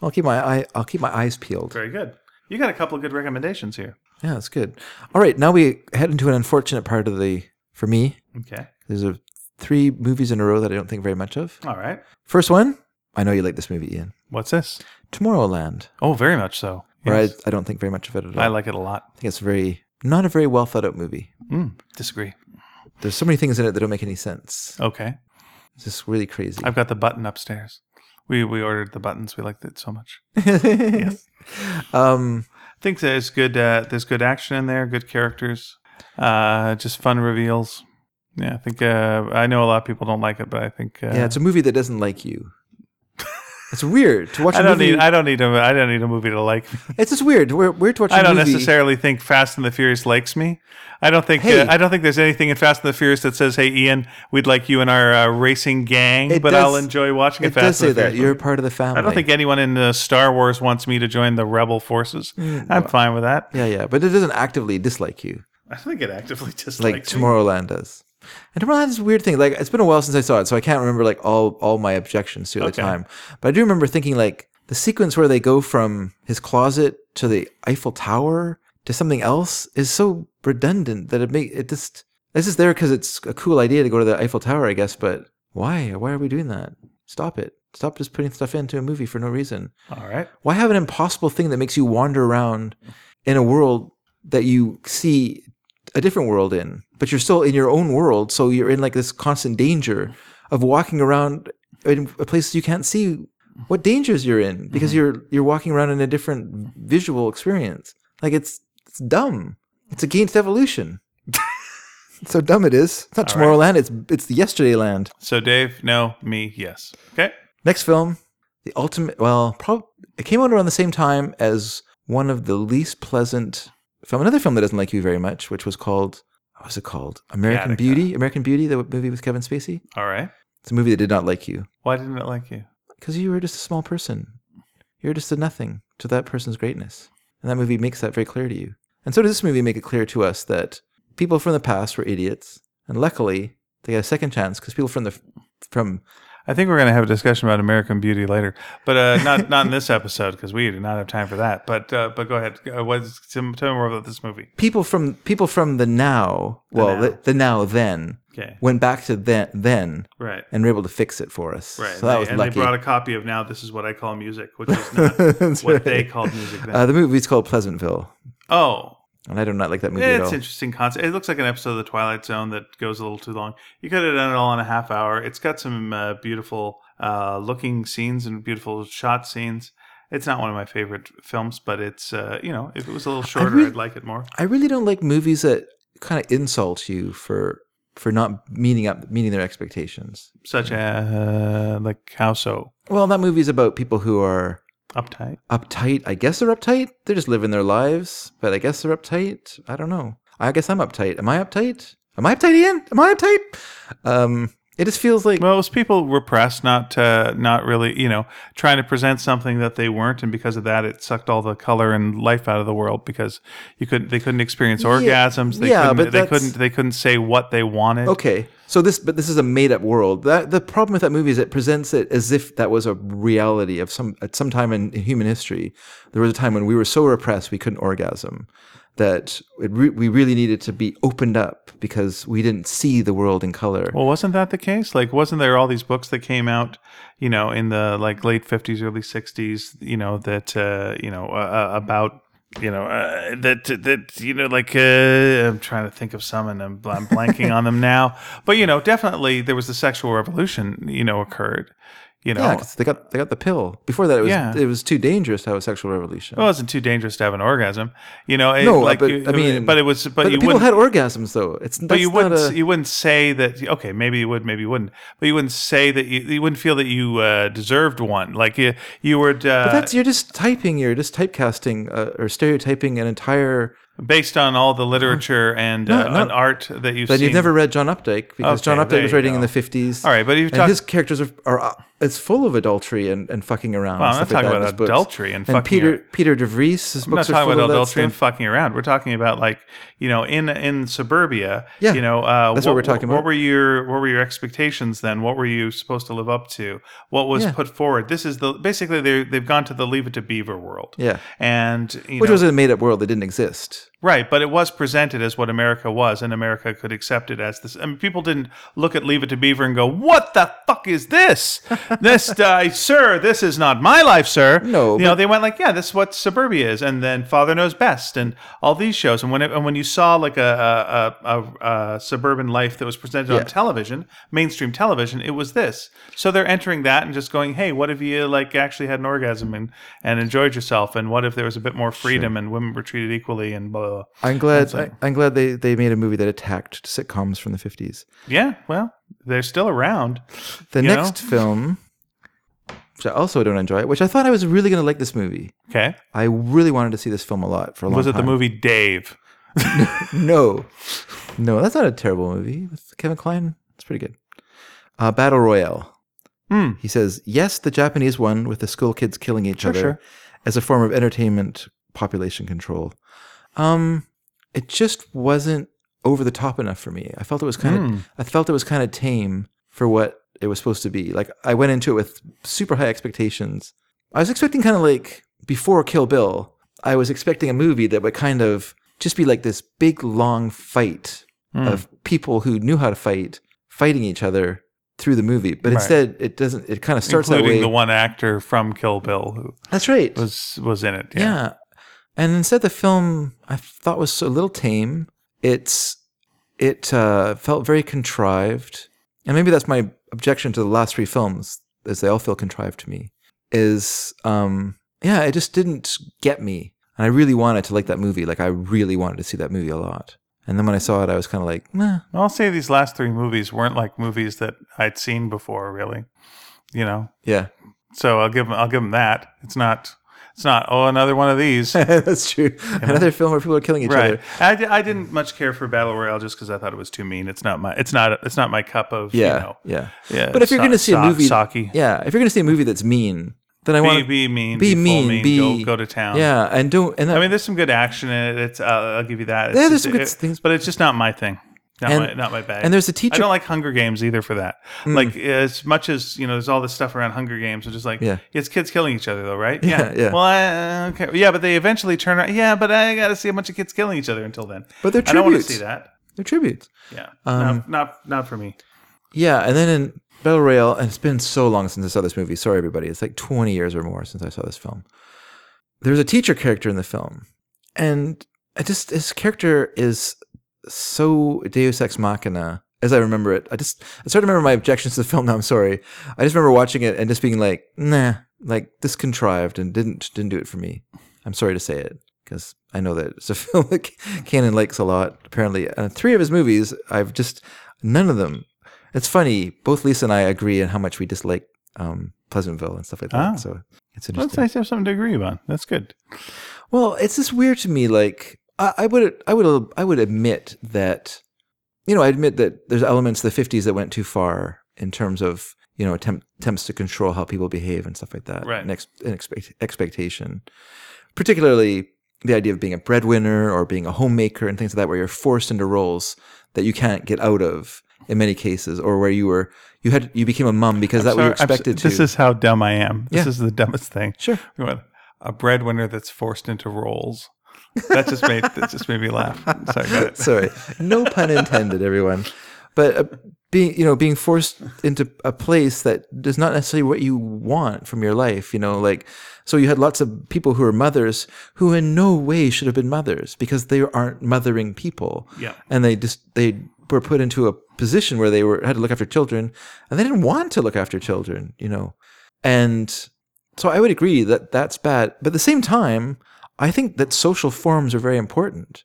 S1: I'll keep my eye. I'll keep my eyes peeled.
S2: Very good. You got a couple of good recommendations here.
S1: Yeah, that's good. All right, now we head into an unfortunate part of the for me.
S2: Okay.
S1: There's a three movies in a row that I don't think very much of.
S2: All right.
S1: First one, I know you like this movie, Ian.
S2: What's this?
S1: Tomorrowland,
S2: Oh, very much so.
S1: where
S2: Yes.
S1: I, I don't think very much of it at all.
S2: I like it a lot.
S1: I think it's very not a very well thought out movie.
S2: Mm, disagree.
S1: There's so many things in it that don't make any sense.
S2: Okay.
S1: It's just really crazy.
S2: I've got the button upstairs. We we ordered the buttons. We liked it so much.
S1: [LAUGHS] Um,
S2: I think there's good uh, there's good action in there. Good characters. Uh, just fun reveals. Yeah, I think uh, I know a lot of people don't like it, but I think uh,
S1: yeah, it's a movie that doesn't like you. It's weird to watch.
S2: [LAUGHS] I
S1: a
S2: don't
S1: movie.
S2: need I don't need a I don't need a movie to like. me.
S1: [LAUGHS] It's just weird. We're weird to watch.
S2: I
S1: a
S2: don't
S1: movie.
S2: necessarily think Fast and the Furious likes me. I don't think
S1: Hey.
S2: uh, I don't think there's anything in Fast and the Furious that says, "Hey, Ian, we'd like you in our uh, racing gang,"
S1: It
S2: but
S1: does-
S2: I'll enjoy watching a
S1: It
S2: Fast
S1: does say
S2: and the
S1: that
S2: Furious.
S1: you're
S2: movie."
S1: part of the family.
S2: I don't think anyone in uh, Star Wars wants me to join the rebel forces.
S1: Mm,
S2: I'm fine with that.
S1: Yeah, yeah, but it doesn't actively dislike you
S2: I don't think it actively dislikes
S1: like
S2: me.
S1: Tomorrowland does. And Tomorrowland is a weird thing. Like it's been a while since I saw it, so I can't remember like all all my objections to it at the
S2: Okay.
S1: time. But I do remember thinking like the sequence where they go from his closet to the Eiffel Tower to something else is so redundant that it make it just this is there because it's a cool idea to go to the Eiffel Tower, I guess. But why? Why are we doing that? Stop it! Stop just putting stuff into a movie for no reason.
S2: All right.
S1: Why have an impossible thing that makes you wander around in a world that you see a different world in, but you're still in your own world, so you're in like this constant danger of walking around in a place you can't see what dangers you're in because
S2: Mm-hmm.
S1: you're you're walking around in a different visual experience. Like it's it's dumb. It's against
S2: [LAUGHS]
S1: evolution. It's so dumb it is. It's not
S2: All right.
S1: Tomorrowland. It's it's the Yesterday Land.
S2: So Dave, no, me, yes. Okay.
S1: Next film, the ultimate. Well, prob- it came out around the same time as one of the least pleasant film. Another film that doesn't like you very much, which was called what was it called? American
S2: Gattaca.
S1: Beauty. American Beauty, the movie with Kevin Spacey.
S2: All right.
S1: It's a movie that did not like you
S2: Why didn't it like you?
S1: because you were just a small person. You're just a nothing to that person's greatness, and that movie makes that very clear to you. And so does this movie make it clear to us that people from the past were idiots, and luckily they got a second chance because people from the from
S2: I I think we're going to have a discussion about American Beauty later, but uh, not [LAUGHS] not in this episode because we do not have time for that. But uh, but go ahead. Uh, what is, tell me more about this movie.
S1: people from people from the now, well,
S2: now.
S1: The, the now then,
S2: Okay.
S1: went back to then then
S2: Right.
S1: and were able to fix it for us.
S2: Right.
S1: So that
S2: They-
S1: was
S2: and
S1: lucky.
S2: they brought a copy of Now This Is What I Call Music, which is
S1: [LAUGHS]
S2: not
S1: That's
S2: what
S1: right.
S2: they called music then.
S1: Uh, the movie's called Pleasantville,
S2: oh,
S1: and I do not like that movie at
S2: it's
S1: all.
S2: an interesting concept. It looks like an episode of The Twilight Zone that goes a little too long. You could have done it all in a half hour. It's got some uh, beautiful uh, looking scenes and beautiful shot scenes. It's not one of my favorite films, but it's uh, you know if it was a little shorter,
S1: really-
S2: I'd like it more.
S1: I really don't like movies that kind of insult you for for not meeting up meeting their expectations.
S2: Such as uh, like how so
S1: Well, that movie's about people who are
S2: uptight.
S1: uptight. I guess they're uptight. They're just living their lives, but I guess they're uptight. I don't know. I guess I'm uptight. Am I uptight? Am I uptight, Ian? Am I uptight? Um, it just feels like
S2: Well, it was people repressed, not uh, not really, you know, trying to present something that they weren't, and because of that, it sucked all the color and life out of the world because you couldn't, they couldn't experience orgasms, they
S1: yeah,
S2: couldn't,
S1: but
S2: they
S1: that's-
S2: couldn't, they couldn't say what they wanted.
S1: okay. So this, but this is a made-up world. That the problem with that movie is it presents it as if that was a reality of some at some time in, in human history. There was a time when we were so repressed we couldn't orgasm, that it re- we really needed to be opened up because we didn't see the world in color.
S2: Well, wasn't that the case? Like, wasn't there all these books that came out, you know, in the like late fifties, early sixties, you know, that uh, you know uh, uh, about. You know uh, that that you know, like uh, I'm trying to think of some, and I'm, I'm blanking on them now. But you know, definitely there was the sexual revolution. You know, occurred. You know,
S1: Yeah, 'cause they got they got the pill. Before that, it was
S2: Yeah.
S1: it was too dangerous to have a sexual revolution.
S2: it wasn't too dangerous to have an orgasm. You know, it,
S1: No, uh,
S2: like
S1: but,
S2: you-
S1: I mean,
S2: but it was, but,
S1: but
S2: you
S1: the people
S2: wouldn't
S1: had orgasms though. It's that's
S2: but you wouldn't
S1: not a,
S2: you wouldn't say that okay maybe you would maybe you wouldn't but you wouldn't say that you, you wouldn't feel that you uh, deserved one like you you would uh,
S1: that's you're just typing. You're just typecasting uh, or stereotyping an entire.
S2: based on all the literature and, uh,
S1: Uh-huh. no.
S2: and art that you've
S1: But
S2: seen
S1: you've never read John Updike because
S2: Okay,
S1: John Updike
S2: there
S1: was
S2: you
S1: writing in
S2: go.
S1: the fifties.
S2: all right but you've
S1: and
S2: talked
S1: his characters are are uh, it's full of adultery and, and fucking around.
S2: well,
S1: and
S2: I'm not
S1: stuff like
S2: talking
S1: that in
S2: about
S1: his books.
S2: adultery and,
S1: And
S2: fucking
S1: Peter Peter DeVries, his
S2: I'm not
S1: books are
S2: talking
S1: full
S2: about
S1: of that
S2: adultery and
S1: stuff.
S2: fucking around. We're talking about like you know in in suburbia.
S1: Yeah,
S2: you know uh,
S1: that's what we're talking
S2: What
S1: about.
S2: were your what were your expectations then? What were you supposed to live up to? What was
S1: Yeah.
S2: put forward? This is the basically they they've gone to the Leave It to Beaver world.
S1: Yeah,
S2: and you
S1: which
S2: know,
S1: was a made up world that didn't exist.
S2: Right, but it was presented as what America was, and America could accept it as this. I mean, people didn't look at Leave It to Beaver and go, "What the fuck is this? this, uh, [LAUGHS] sir, this is not my life, sir."
S1: No,
S2: you know, they went like, "Yeah, this is what suburbia is," and then Father Knows Best, and all these shows. And when it, and when you saw like a a, a, a a suburban life that was presented on
S1: Yeah.
S2: television, mainstream television, it was this. So they're entering that and just going, "Hey, what if you like actually had an orgasm and and enjoyed yourself? And what if there was a bit more freedom and women were treated equally and blah." blah, blah.
S1: I'm glad. I, I'm glad they, they made a movie that attacked sitcoms from the fifties.
S2: Yeah, well, they're still around.
S1: The
S2: You know?
S1: next film, which I also don't enjoy, which I thought I was really going to like this movie.
S2: Okay.
S1: I really wanted to see this film a lot for a long
S2: Was it the
S1: time.
S2: movie Dave?
S1: No, no, that's not a terrible movie with Kevin Kline. It's pretty good. Uh, Battle Royale.
S2: Hmm.
S1: He says, "Yes, the Japanese one with the school kids killing each other
S2: sure.
S1: as a form of entertainment population control." Um, it just wasn't over the top enough for me. I felt it was kind of
S2: Hmm.
S1: I felt it was kind of tame for what it was supposed to be. Like I went into it with super high expectations. I was expecting kind of like before Kill Bill, I was expecting a movie that would kind of just be like this big long fight
S2: Hmm.
S1: of people who knew how to fight fighting each other through the movie. But instead it doesn't it kind of starts that
S2: Including
S1: way.
S2: the one actor from Kill Bill who
S1: That's right.
S2: was was in it.
S1: Yeah.
S2: Yeah.
S1: And instead, the film I thought was a little tame. It's it uh, felt very contrived, and maybe that's my objection to the last three films, is they all feel contrived to me. Is um, yeah, it just didn't get me, and I really wanted to like that movie. Like I really wanted to see that movie a lot. And then when I saw it, I was kind of like, nah.
S2: I'll say these last three movies weren't like movies that I'd seen before, really. You know,
S1: yeah, [LAUGHS]
S2: so I'll give them. I'll give them that. It's not. It's not. Oh, another one of
S1: [LAUGHS]
S2: these.
S1: that's true. Another film where people are killing each
S2: right.
S1: other.
S2: I, di- I didn't much care for Battle Royale just because I thought it was too mean. It's not my. It's not. It's not my cup of.
S1: Yeah,
S2: You know,
S1: yeah,
S2: yeah.
S1: But if you're
S2: so-
S1: going to see
S2: so-
S1: a movie,
S2: Saki.
S1: yeah, if you're going to see a movie that's mean, then I
S2: Be,
S1: want
S2: be mean.
S1: be
S2: full
S1: mean, be-
S2: go, go to town.
S1: Yeah, and don't and that,
S2: I mean, there's some good action in it. It's uh, I'll give you that. It's
S1: Yeah, there's
S2: just-
S1: some good
S2: it-
S1: things.
S2: but it's just not my thing. Not,
S1: And-
S2: my, not my bag.
S1: And there's a
S2: I
S1: teacher. Hmm.
S2: don't like Hunger Games either for that. Like as much as you know, there's all this stuff around Hunger Games, which is like
S1: Yeah.
S2: it's kids killing each other though, right?
S1: Yeah, yeah.
S2: Well, I, okay, yeah, but they eventually turn around. Yeah, but I got to see a bunch of kids killing each other until then.
S1: But they're
S2: I don't want to
S1: tributes.
S2: see that.
S1: They're tributes.
S2: Yeah,
S1: Um,
S2: not, not not for me.
S1: Yeah, and then in Battle Royale, and it's been so long since I saw this movie. Sorry, everybody. It's like 20 years or more since I saw this film. There's a teacher character in the film, and I just his character is so Deus Ex Machina as I remember it. I just I sort of remember my objections to the film [LAUGHS] now. I'm sorry. I just remember watching it and just being like, nah, like this contrived and didn't didn't do it for me. I'm sorry to say it because I know that it's a [LAUGHS] film that Cannon likes a lot. Apparently, and three of his movies, I've just none of them. It's funny. Both Lisa and I agree on how much we dislike um, Pleasantville and stuff like that.
S2: Ah.
S1: So it's
S2: Well, it's
S1: interesting.
S2: nice to have something to agree about. That's good.
S1: Well, it's just weird to me. Like I, I would, I would, I would admit that, you know, I admit that there's elements of the '50s that went too far in terms of you know attempt, attempts to control how people behave and stuff like that,
S2: Right.
S1: And, ex, and expect, expectation, particularly the idea of being a breadwinner or being a homemaker and things like that, where you're forced into roles that you can't get out of in many cases, or where you were you had you became a mum because that
S2: Sorry,
S1: was
S2: I'm s-
S1: expected to.
S2: This is how dumb I am. This
S1: Yeah.
S2: is the [LAUGHS] dumbest thing.
S1: sure.
S2: You want A breadwinner that's forced into roles. That just made that just made me laugh. So I got
S1: [LAUGHS]
S2: it.
S1: Sorry, no pun intended, everyone. But uh, being, you know, being forced into a place that is not necessarily what you want from your life, you know, like so you had lots of people who are mothers who in no way should have been mothers because they aren't mothering people.
S2: Yeah.
S1: and they just they were put into a position where they were had to look after children, and they didn't want to look after children, you know, and so I would agree that that's bad. But at the same time, I think that social forms are very important.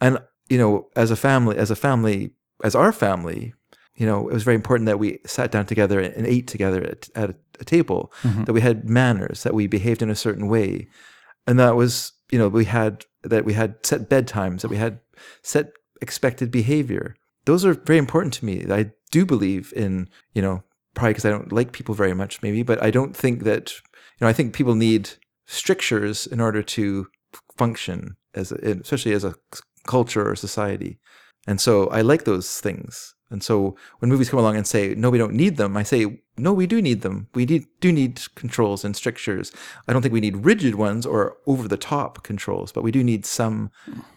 S1: And you know, as a family, as a family, as our family, you know, it was very important that we sat down together and ate together at, at a, table, that we had manners, that we behaved in a certain way, and that was you know we had that we had set bedtimes, that we had set expected behavior. Those are very important to me. I do believe in you know probably because I don't like people very much, maybe, but I don't think that you know I think people need strictures in order to function as a, especially as a culture or society. And so I like those things. And so when movies come along and say, no, we don't need them, I say, no, we do need them. We need, do need controls and strictures. I don't think we need rigid ones or over the top controls, but we do need some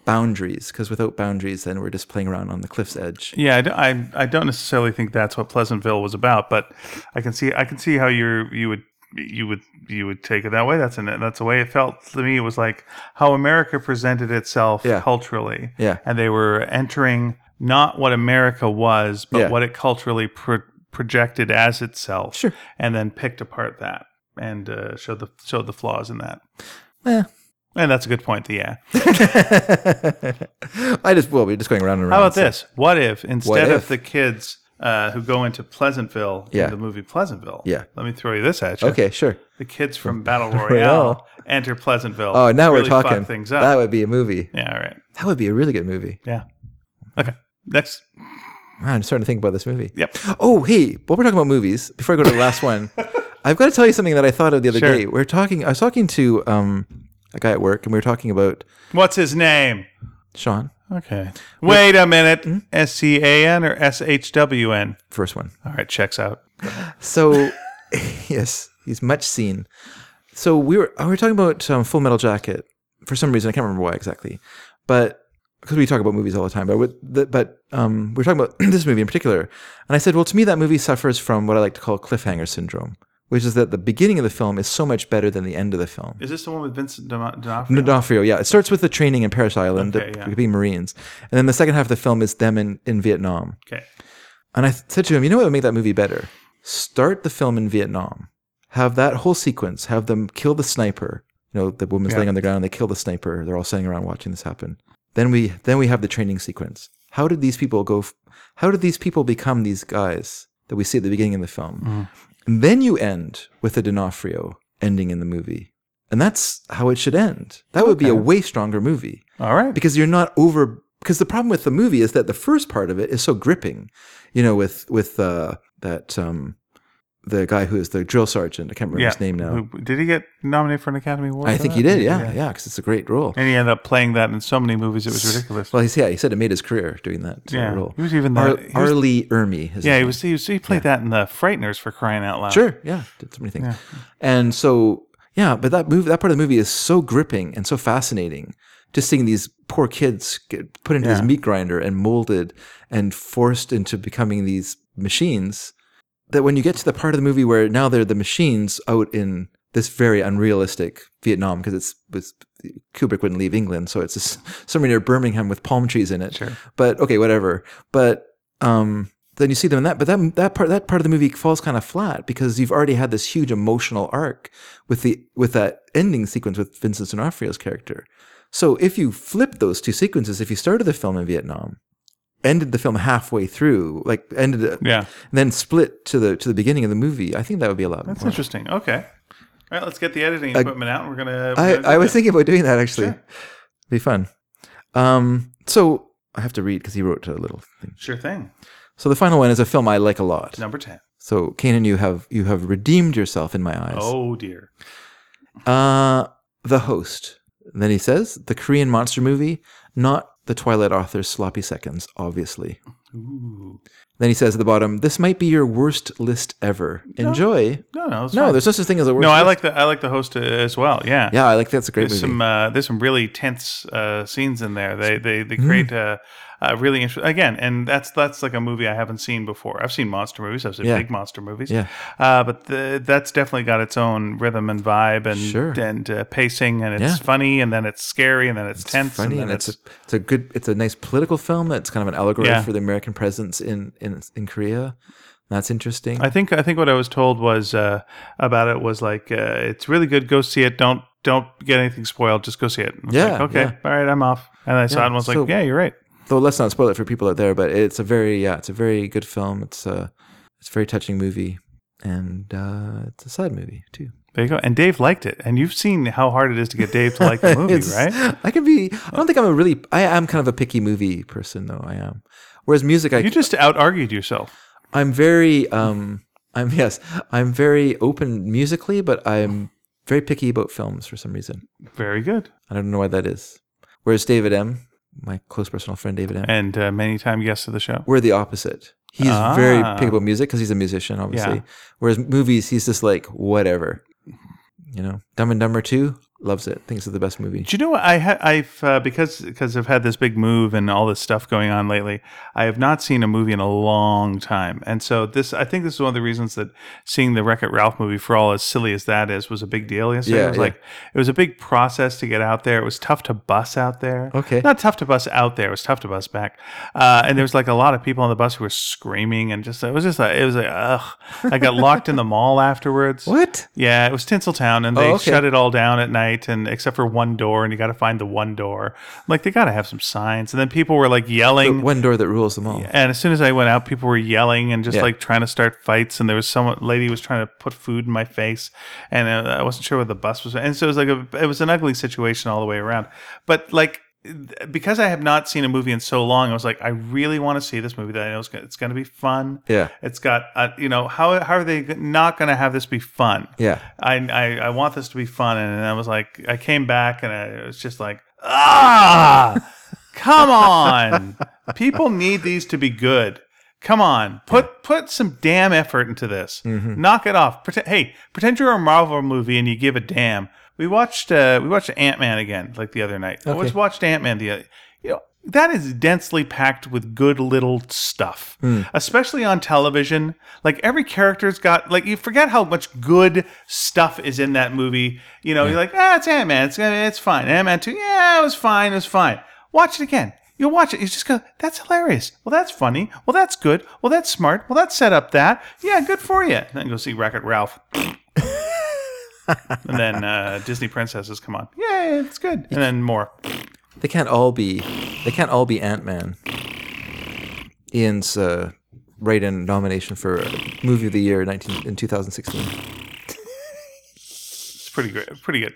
S1: boundaries because without boundaries, then we're just playing around on the cliff's edge.
S2: Yeah, I, d- I- I don't necessarily think that's what Pleasantville was about, but I can see I can see how you you would you would you would take it that way. That's an, that's the way it felt to me. It was like how America presented itself
S1: Yeah.
S2: culturally,
S1: Yeah.
S2: and they were entering not what America was, but
S1: Yeah.
S2: what it culturally pro- projected as itself,
S1: Sure.
S2: and then picked apart that and uh, showed the showed the flaws in that.
S1: Eh.
S2: And that's a good point. Yeah.
S1: [LAUGHS] I just, well, we're just going around and around.
S2: How about this? What if instead of
S1: if?
S2: the kids uh, who go into Pleasantville
S1: Yeah.
S2: in the movie Pleasantville,
S1: Yeah.
S2: let me throw you this at you.
S1: Okay, sure.
S2: The kids
S1: [LAUGHS]
S2: from Battle
S1: Royale.
S2: Royale enter Pleasantville.
S1: Oh, now
S2: really
S1: we're
S2: fuck
S1: talking.
S2: things
S1: That
S2: up.
S1: would be a movie.
S2: yeah, all right.
S1: That would be a really good movie.
S2: Yeah. Okay. Next.
S1: Wow, I'm starting to think about this movie.
S2: Yep.
S1: Oh, hey, while we're talking about movies, before I go to the last
S2: [LAUGHS]
S1: one, I've got to tell you something that I thought of the other
S2: Sure.
S1: day. We are talking, I was talking to um, a guy at work, and we were talking about
S2: What's his name?
S1: Sean,
S2: Okay. Wait a minute. S C A N or S H W N?
S1: first one.
S2: All right. Checks out. [LAUGHS]
S1: So, yes, he's much seen. So we were, we were talking about um, Full Metal Jacket for some reason. I can't remember why exactly, but because we talk about movies all the time. But with the, but um, we were talking about [CLEARS THROAT] this movie in particular, and I said, well, to me that movie suffers from what I like to call cliffhanger syndrome, which is that the beginning of the film is so much better than the end of the film.
S2: Is this the one with Vincent D'Ono- D'Onofrio?
S1: D'Onofrio, yeah. It starts with the training in Paris Island,
S2: Okay,
S1: the
S2: yeah.
S1: being Marines. And then the second half of the film is them in, in Vietnam.
S2: Okay.
S1: And I th- said to him, you know what would make that movie better? Start the film in Vietnam. Have that whole sequence, have them kill the sniper. You know, the woman's laying on the ground, they kill the sniper. They're all sitting around watching this happen. Then we then we have the training sequence. How did these people go f- how did these people become these guys that we see at the beginning of the film? And then you end with a D'Onofrio ending in the movie. And that's how it should end. That would be a way stronger movie
S2: All right.
S1: because you're not over because the problem with the movie is that the first part of it is so gripping you know with with uh that um the guy who is the drill sergeant. I can't remember
S2: Yeah.
S1: his name now.
S2: Who- Did he get nominated for an Academy Award?
S1: I
S2: for
S1: think
S2: that?
S1: he did. Yeah, yeah, because it's a great role.
S2: And he ended up playing that in so many movies, it was ridiculous.
S1: Well, he's, yeah, he said it made his career doing that uh,
S2: Yeah,
S1: role.
S2: he was even
S1: Ar-
S2: the- he was-
S1: Arlie Ermy. is his
S2: yeah, he
S1: name.
S2: was. He, was, he played that in the Frighteners for crying out loud.
S1: Sure, yeah, did so many things. And so, yeah, but that movie, that part of the movie is so gripping and so fascinating. Just seeing these poor kids get put into this
S2: Yeah.
S1: meat grinder and molded and forced into becoming these machines. That when you get to the part of the movie where now they're the machines out in this very unrealistic Vietnam, because it's was, Kubrick wouldn't leave England, so it's just somewhere near Birmingham with palm trees in it.
S2: Sure.
S1: But okay, whatever. But um, then you see them in that. But that that part that part of the movie falls kind of flat because you've already had this huge emotional arc with the with that ending sequence with Vincent D'Onofrio's character. So if you flip those two sequences, if you started the film in Vietnam, ended the film halfway through, like ended it,
S2: Yeah,
S1: then split to the to the beginning of the movie, I think that would be a lot
S2: that's
S1: more.
S2: interesting. Okay. All right, let's get the editing equipment out. We're gonna.
S1: I,
S2: we're gonna
S1: I
S2: do
S1: was
S2: that.
S1: thinking about doing that actually.
S2: Sure.
S1: Be fun. Um, so I have to read because he wrote a little thing.
S2: Sure thing.
S1: So the final one is a film I like a lot.
S2: Number ten.
S1: So Kanan, you have you have redeemed yourself in my eyes.
S2: Oh dear. Oh.
S1: Uh, the host. And then he says the Korean monster movie, not the Twilight author's sloppy seconds, obviously.
S2: Ooh.
S1: Then he says at the bottom, this might be your worst list ever. Enjoy.
S2: No, no, it's
S1: No,
S2: fine.
S1: there's no such thing as a worst.
S2: no. I
S1: list.
S2: like the I like the host uh, as well. Yeah.
S1: Yeah, I like that's a great
S2: There's
S1: movie.
S2: some uh, there's some really tense uh, scenes in there. They they they
S1: Mm.
S2: create a, a really interesting again, and that's that's like a movie I haven't seen before. I've seen monster movies. I've seen
S1: Yeah.
S2: big monster movies.
S1: Yeah.
S2: Uh, but the, that's definitely got its own rhythm and vibe and
S1: Sure.
S2: and uh, pacing, and it's
S1: Yeah.
S2: funny, and then it's scary, and then it's, tense,
S1: funny,
S2: and then
S1: and it's
S2: it's,
S1: a, it's a good, it's a nice political film. It's kind of an allegory
S2: Yeah.
S1: for the American presence in in in Korea. That's interesting.
S2: I think I think what I was told was uh, about it was like uh, it's really good. Go see it. Don't don't get anything spoiled. Just go see it. It's
S1: Yeah,
S2: like, okay.
S1: yeah.
S2: All right. I'm off. And I saw
S1: Yeah,
S2: it and was
S1: so-
S2: like, yeah, you're right.
S1: Though let's not spoil it for people out there, but it's a very, yeah, it's a very good film. It's a, it's a very touching movie, and uh, it's a sad movie too.
S2: There you go. And Dave liked it. And you've seen how hard it is to get Dave to
S1: [LAUGHS]
S2: like the [LAUGHS] movie,
S1: It's-
S2: right?
S1: I can be. I don't think I'm a really. I am kind of a picky movie person, though. I am. Whereas music, I
S2: You just out argued yourself.
S1: I'm very. Um, I'm yes. I'm very open musically, but I'm very picky about films for some reason.
S2: Very good.
S1: I don't know why that is. Whereas David M, my close personal friend David M,
S2: And uh, many time guests of the show.
S1: we're the opposite. He's very
S2: Ah.
S1: picky about music because he's a musician, obviously.
S2: Yeah.
S1: Whereas movies, he's just like whatever. You know, Dumb and Dumber Two loves it. Thinks it's the best movie.
S2: Do you know what I ha- I've uh, because because I've had this big move and all this stuff going on lately. I have not seen a movie in a long time, and so this I think this is one of the reasons that seeing the Wreck It Ralph movie for all as silly as that is was a big deal yesterday.
S1: Yeah,
S2: it was
S1: yeah.
S2: like it was a big process to get out there. It was tough to bus out there.
S1: Okay.
S2: not tough to bus out there. It was tough to bus back, uh, and there was like a lot of people on the bus who were screaming and just it was just like it was like ugh. I got locked in the mall
S1: [LAUGHS]
S2: afterwards.
S1: What?
S2: Yeah, it was Tinseltown, and they
S1: Oh, okay.
S2: shut it all down at night, and except for one door, and you got to find the one door. Like they got to have some signs, and then people were like yelling.
S1: One door that rules them all.
S2: and as soon as I went out, people were yelling and just
S1: Yeah.
S2: like trying to start fights. And there was someone lady was trying to put food in my face, and uh, I wasn't sure where the bus was. And so it was like a, it was an ugly situation all the way around. But like th- because I have not seen a movie in so long, I was like, I really want to see this movie. That I know is gonna- it's going to be fun.
S1: Yeah.
S2: It's got, uh, you know, how, how are they g- not going to have this be fun?
S1: Yeah.
S2: I, I, I want this to be fun. And I was like, I came back and I was just like, ah, come on. People need these to be good. Come on, put put some damn effort into this. Knock it off. Pretend, hey, pretend you're a Marvel movie and you give a damn. We watched uh, we watched Ant Man again, like the other night. I just watched Ant Man the other. You know that is densely packed with good little stuff, especially on television. Like every character's got like you forget how much good stuff is in that movie. You know, you're like, ah, it's Ant Man. It's it's fine. Ant Man two, yeah, it was fine. It was fine. Watch it again. You'll watch it. You just go, that's hilarious. Well, that's funny. Well, that's good. Well, that's smart. Well, that set up that. Yeah, good for you. Then go see Wreck It Ralph. and then uh, Disney Princesses come on. Yeah, it's good. And then more.
S1: They can't all be. They can't all be Ant Man. Ian's uh, write-in nomination for movie of the year 19, in 2016.
S2: It's pretty great. Pretty good.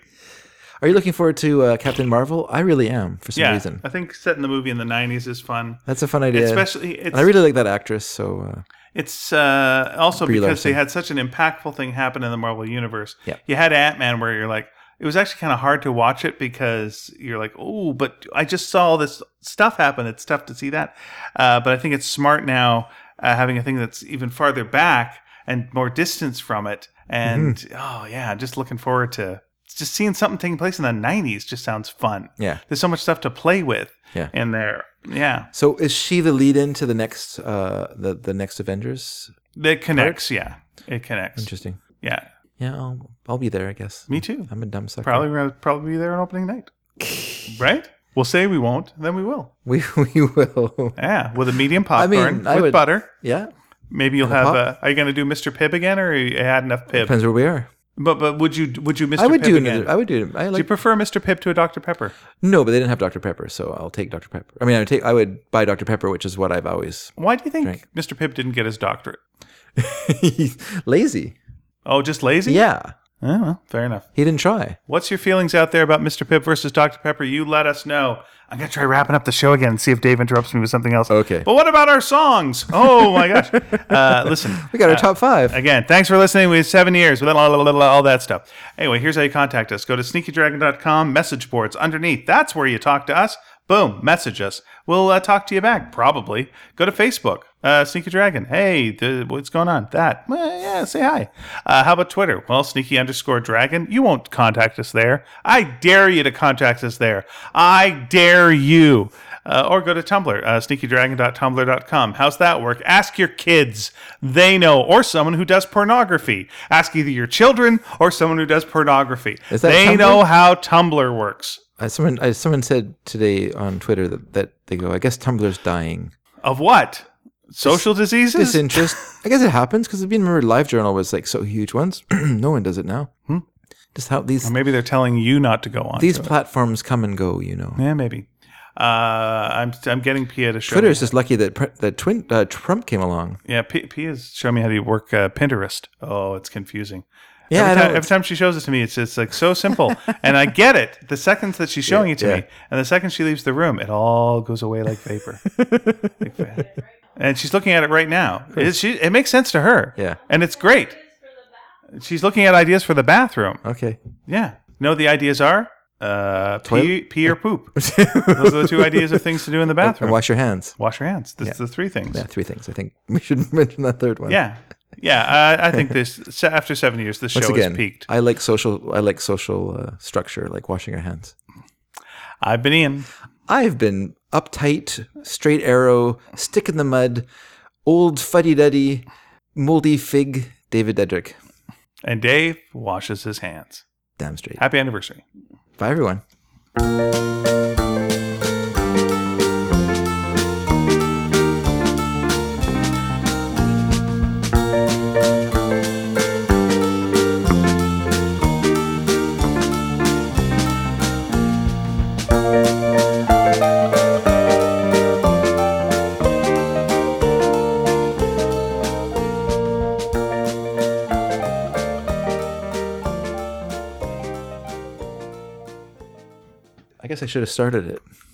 S1: Are you looking forward to uh, Captain Marvel? I really am for some
S2: yeah,
S1: reason.
S2: I think setting the movie in the '90s is fun.
S1: That's a fun idea.
S2: Especially, it's
S1: and I really like that actress. So uh,
S2: It's uh, also
S1: Brie
S2: because they
S1: Larson.
S2: had such an impactful thing happen in the Marvel Universe.
S1: Yeah.
S2: You had Ant Man where you're like, it was actually kind of hard to watch it because you're like, oh, but I just saw all this stuff happen. It's tough to see that. Uh, but I think it's smart now uh, having a thing that's even farther back and more distance from it. And
S1: Mm-hmm.
S2: oh, yeah, just looking forward to just seeing something taking place in the 90s just sounds fun.
S1: yeah.
S2: There's so much stuff to play with
S1: Yeah.
S2: in there. Yeah.
S1: So is she the lead in to the next uh, the the next Avengers?
S2: It connects. Yeah. It connects.
S1: Interesting.
S2: Yeah.
S1: Yeah, I'll, I'll be there. I guess.
S2: Me too.
S1: I'm a dumb sucker.
S2: Probably we're gonna probably be there on opening night. right? We'll say we won't, then we will.
S1: [LAUGHS] We we will.
S2: Yeah, with a medium
S1: I
S2: popcorn
S1: mean, I
S2: with
S1: would-
S2: butter.
S1: Yeah.
S2: Maybe you'll have.
S1: pop?
S2: uh are you gonna do Mr. Pibb again, or you had enough Pibb?
S1: Depends where we are.
S2: But but would you would you Mr.
S1: I would
S2: Pibb
S1: do
S2: again?
S1: another. I would do. I
S2: do you
S1: like
S2: prefer Mr. Pibb to a Dr. Pepper?
S1: no, but they didn't have Dr Pepper, so I'll take Dr Pepper. I mean, I would take. I would buy Dr Pepper, which is what I've always [LAUGHS]
S2: Why do you think
S1: Drink.
S2: Mr. Pibb didn't get his doctorate?
S1: He's lazy.
S2: Oh, just lazy?
S1: Yeah,
S2: Oh, well, fair enough.
S1: he didn't try.
S2: What's your feelings out there about Mr. Pibb versus Dr. Pepper? You let us know. I'm going to try wrapping up the show again and see if Dave interrupts me with something else.
S1: Okay.
S2: But what about our songs? Oh, my gosh. [LAUGHS] Uh, listen.
S1: [LAUGHS] We got our top five.
S2: Again, thanks for listening. We have seven years, blah, blah, blah, blah, blah, all that stuff. Anyway, here's how you contact us. Go to sneakydragon.com, message boards underneath. That's where you talk to us. Boom, message us. We'll uh, talk to you back, probably. Go to Facebook, uh, Sneaky Dragon. Hey, th- what's going on? That. Well, yeah, say hi. Uh, how about Twitter? Well, sneaky underscore dragon. You won't contact us there. I dare you to contact us there. I dare you. Uh, or go to Tumblr, uh, sneakydragon.tumblr.com. How's that work? Ask your kids. They know. Or someone who does pornography. Ask either your children or someone who does pornography.
S1: Is that
S2: they
S1: Tumblr?
S2: know how Tumblr works.
S1: Uh, someone uh, someone said today on Twitter that, that they go. I guess Tumblr's dying.
S2: Of what? Social diseases?
S1: Disinterest. I guess it happens because I mean, remember LiveJournal was like so huge once. [CLEARS THROAT] no one does it now.
S2: Hmm?
S1: Just how these
S2: Maybe they're telling you not to go on.
S1: these platforms come and go. You know.
S2: yeah, maybe. Uh, I'm, I'm getting Pia to show
S1: Twitter's
S2: me.
S1: just lucky that pr- that twin, uh, Trump came along.
S2: Yeah, P- Pia's showing me how to work uh, Pinterest. Oh, it's confusing.
S1: Yeah,
S2: every,
S1: I know,
S2: time, every
S1: it's-
S2: time she shows it to me, it's just like so simple, and I get it. The seconds that she's showing it to
S1: yeah.
S2: me, and the second she leaves the room, it all goes away like
S1: [LAUGHS]
S2: vapor. Like va- and she's looking at it right now. It, she, it makes sense to her.
S1: Yeah.
S2: and it's great. She's looking at ideas for the bathroom.
S1: Okay.
S2: Yeah, you know what the ideas are uh, pee, pee or poop.
S1: [LAUGHS]
S2: Those are the two ideas of things to do in the
S1: And
S2: bathroom. Wash,
S1: wash your hands.
S2: your hands. That's the three things.
S1: Yeah, three things. I think [LAUGHS] we should mention that third one.
S2: Yeah, yeah. I, I think this se- after seven years, the show
S1: Once again,
S2: has peaked.
S1: I like social. I like social uh, structure, like washing your hands.
S2: I've been in.
S1: I've been uptight, straight arrow, stick in the mud, old fuddy duddy, moldy fig. David Dedrick.
S2: And Dave washes his hands.
S1: Damn straight.
S2: Happy anniversary.
S1: Bye, everyone. I guess I should have started it.